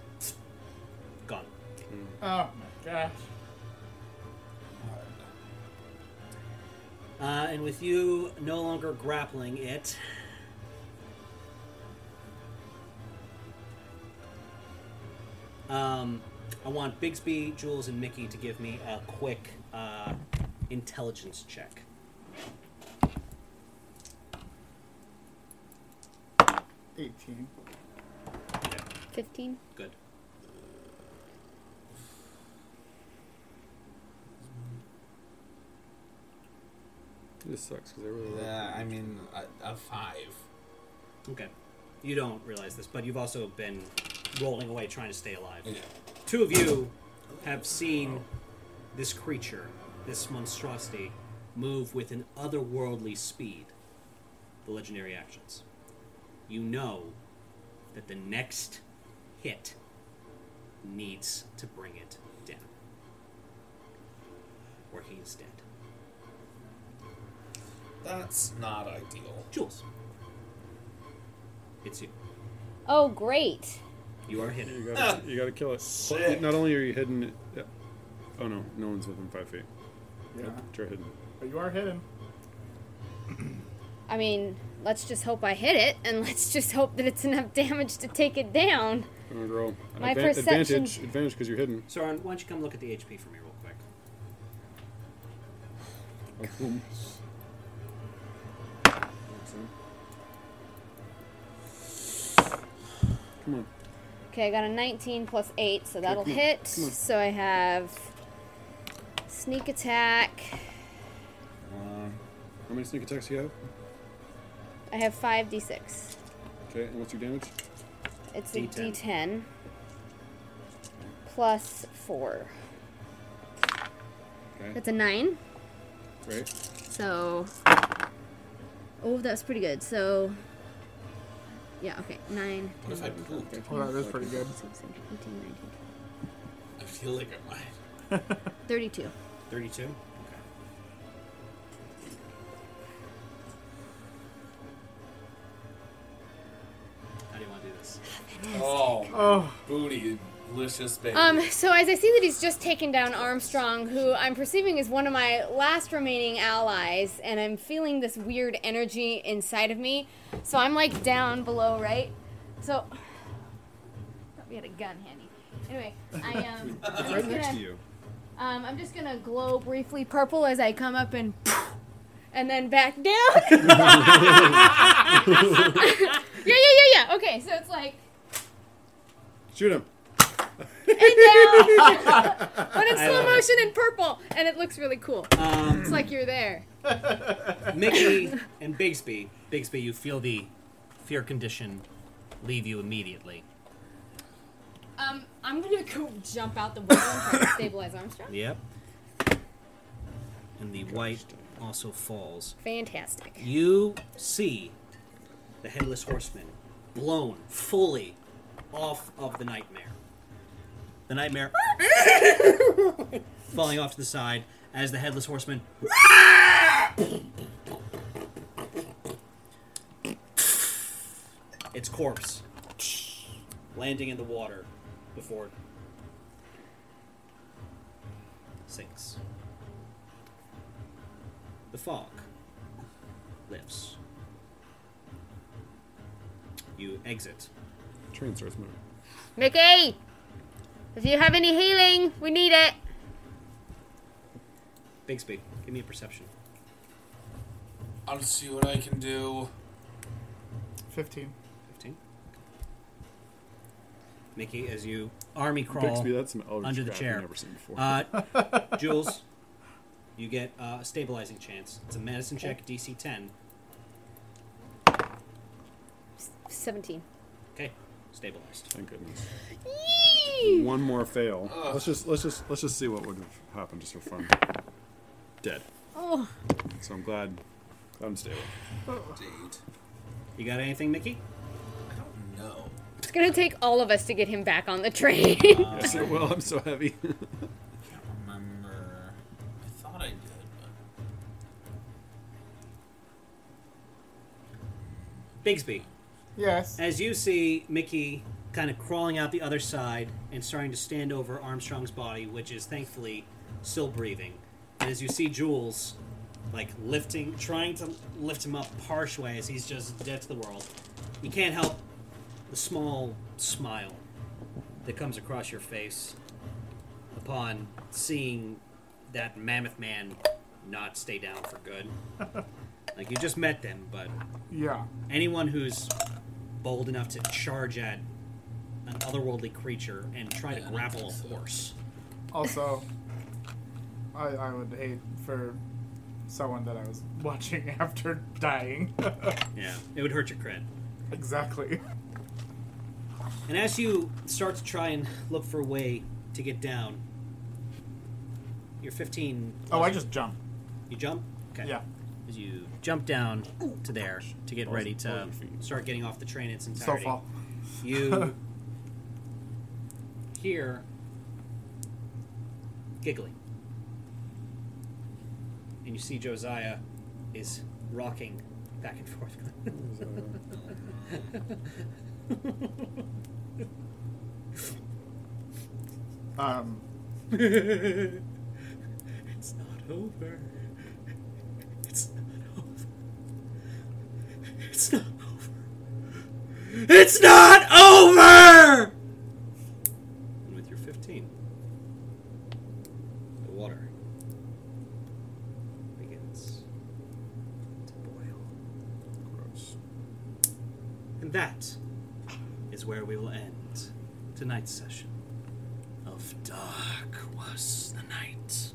Gone.
Oh my gosh.
Uh, and with you no longer grappling it, um, I want Bigsby, Jules, and Mickey to give me a quick uh, intelligence check.
Eighteen.
15.
Good.
It just sucks because I really like
Yeah, Uh, I mean, a, a five.
Okay. You don't realize this, but you've also been rolling away trying to stay alive.
Yeah.
Two of you have seen this creature, this monstrosity, move with an otherworldly speed. The legendary actions. You know that the next hit needs to bring it down. Or he is dead.
That's not ideal.
Jules. It's you.
Oh, great.
You are
You
hidden.
gotta, you gotta kill it.
Sick.
Not only are you hidden. Yeah. Oh no, no one's within five feet.
Yeah.
Try hidden.
But you are hidden.
I mean, let's just hope I hit it, and let's just hope that it's enough damage to take it down.
I'm gonna roll.
My
Advan-
perception-
Advantage, advantage because you're hidden.
Soren, why don't you come look at the HP for me real quick?
Come on.
Okay, I got a 19 plus 8, so that'll
come on,
hit.
come on.
So I have sneak attack.
How many sneak attacks do you have?
I have 5d6.
Okay, and what's your damage?
It's a
D10.
d10 plus 4.
Okay.
That's a 9.
Right?
So. Oh, that's pretty good. So. Yeah, okay. 9.
What if I pooped?
Well, that is pretty good.
16, 18, 19,
I feel like I might.
32.
32? Okay. How do you want to do this?
Oh,
Oh,
booty, delicious baby.
Um, so as I see that he's just taken down Armstrong, who I'm perceiving is one of my last remaining allies, and I'm feeling this weird energy inside of me. So I'm like down below, right? So we had a gun handy. Anyway, I um, I'm just gonna,
you.
um, I'm just gonna glow briefly purple as I come up and and then back down. yeah, yeah, yeah, yeah. Okay, so it's like
Shoot him.
and down. but in slow motion in purple, and it looks really cool. it's like you're there.
Mickey and Bigsby. Bigsby, you feel the fear condition leave you immediately.
Um, I'm gonna go jump out the window and try to stabilize Armstrong.
Yep. And the white also falls.
Fantastic.
You see the headless horseman blown fully off of the nightmare. The nightmare falling off to the side as the headless horseman its corpse landing in the water before it sinks. The fog lifts. You exit.
Train starts moving.
Mickey! If you have any healing, we need it.
Bigsby, give me a perception.
I'll see what I can do.
15.
15. Mickey, as you army crawl
Bixby, that's an eldritch
under the
crap
chair.
I've never seen before.
Uh, Jules, you get uh, a stabilizing chance. It's a medicine check, DC 10.
17.
Okay, stabilized.
Thank goodness.
Yee!
One more fail.
Ugh.
Let's just let's just let's just see what would have happened just for fun. Dead.
Oh,
So I'm glad I'm stable.
Date.
You got anything, Mickey?
I don't know.
it's gonna take all of us to get him back on the train.
yes, it will. I'm so heavy.
I can't remember. I thought I did, but
Bigsby,
Yes.
as you see Mickey kind of crawling out the other side and starting to stand over Armstrong's body, which is thankfully still breathing, and as you see Jules like lifting, trying to lift him up partially as he's just dead to the world, you can't help the small smile that comes across your face upon seeing that mammoth man not stay down for good. like you just met them, but
Yeah.
anyone who's bold enough to charge at an otherworldly creature and try to
Yeah, I don't
grapple a
think so.
horse.
Also, I, I would hate for someone that I was watching after dying.
Yeah, it would hurt your cred.
exactly.
And as you start to try and look for a way to get down, you're 15.
Oh, I just jumped.
You jump? Okay.
Yeah.
As you jump down to there to get ready to
your feet.
start getting off the train in its
So
entirety.
far.
you hear giggling. And you see Josiah is rocking back and forth. Oh,
Um,
it's not over. It's not over. It's not over. It's not over! And with your 15, the water begins to boil.
Gross.
And that is where we will end tonight's session of Dark Was the Night.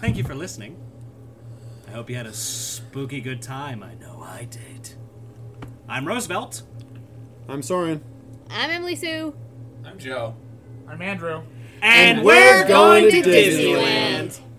Thank you for listening. I hope you had a spooky good time. I know I did. I'm Roosevelt.
I'm Soren.
I'm Emily Sue.
I'm Joe.
I'm Andrew.
And,
we're going to
Disneyland.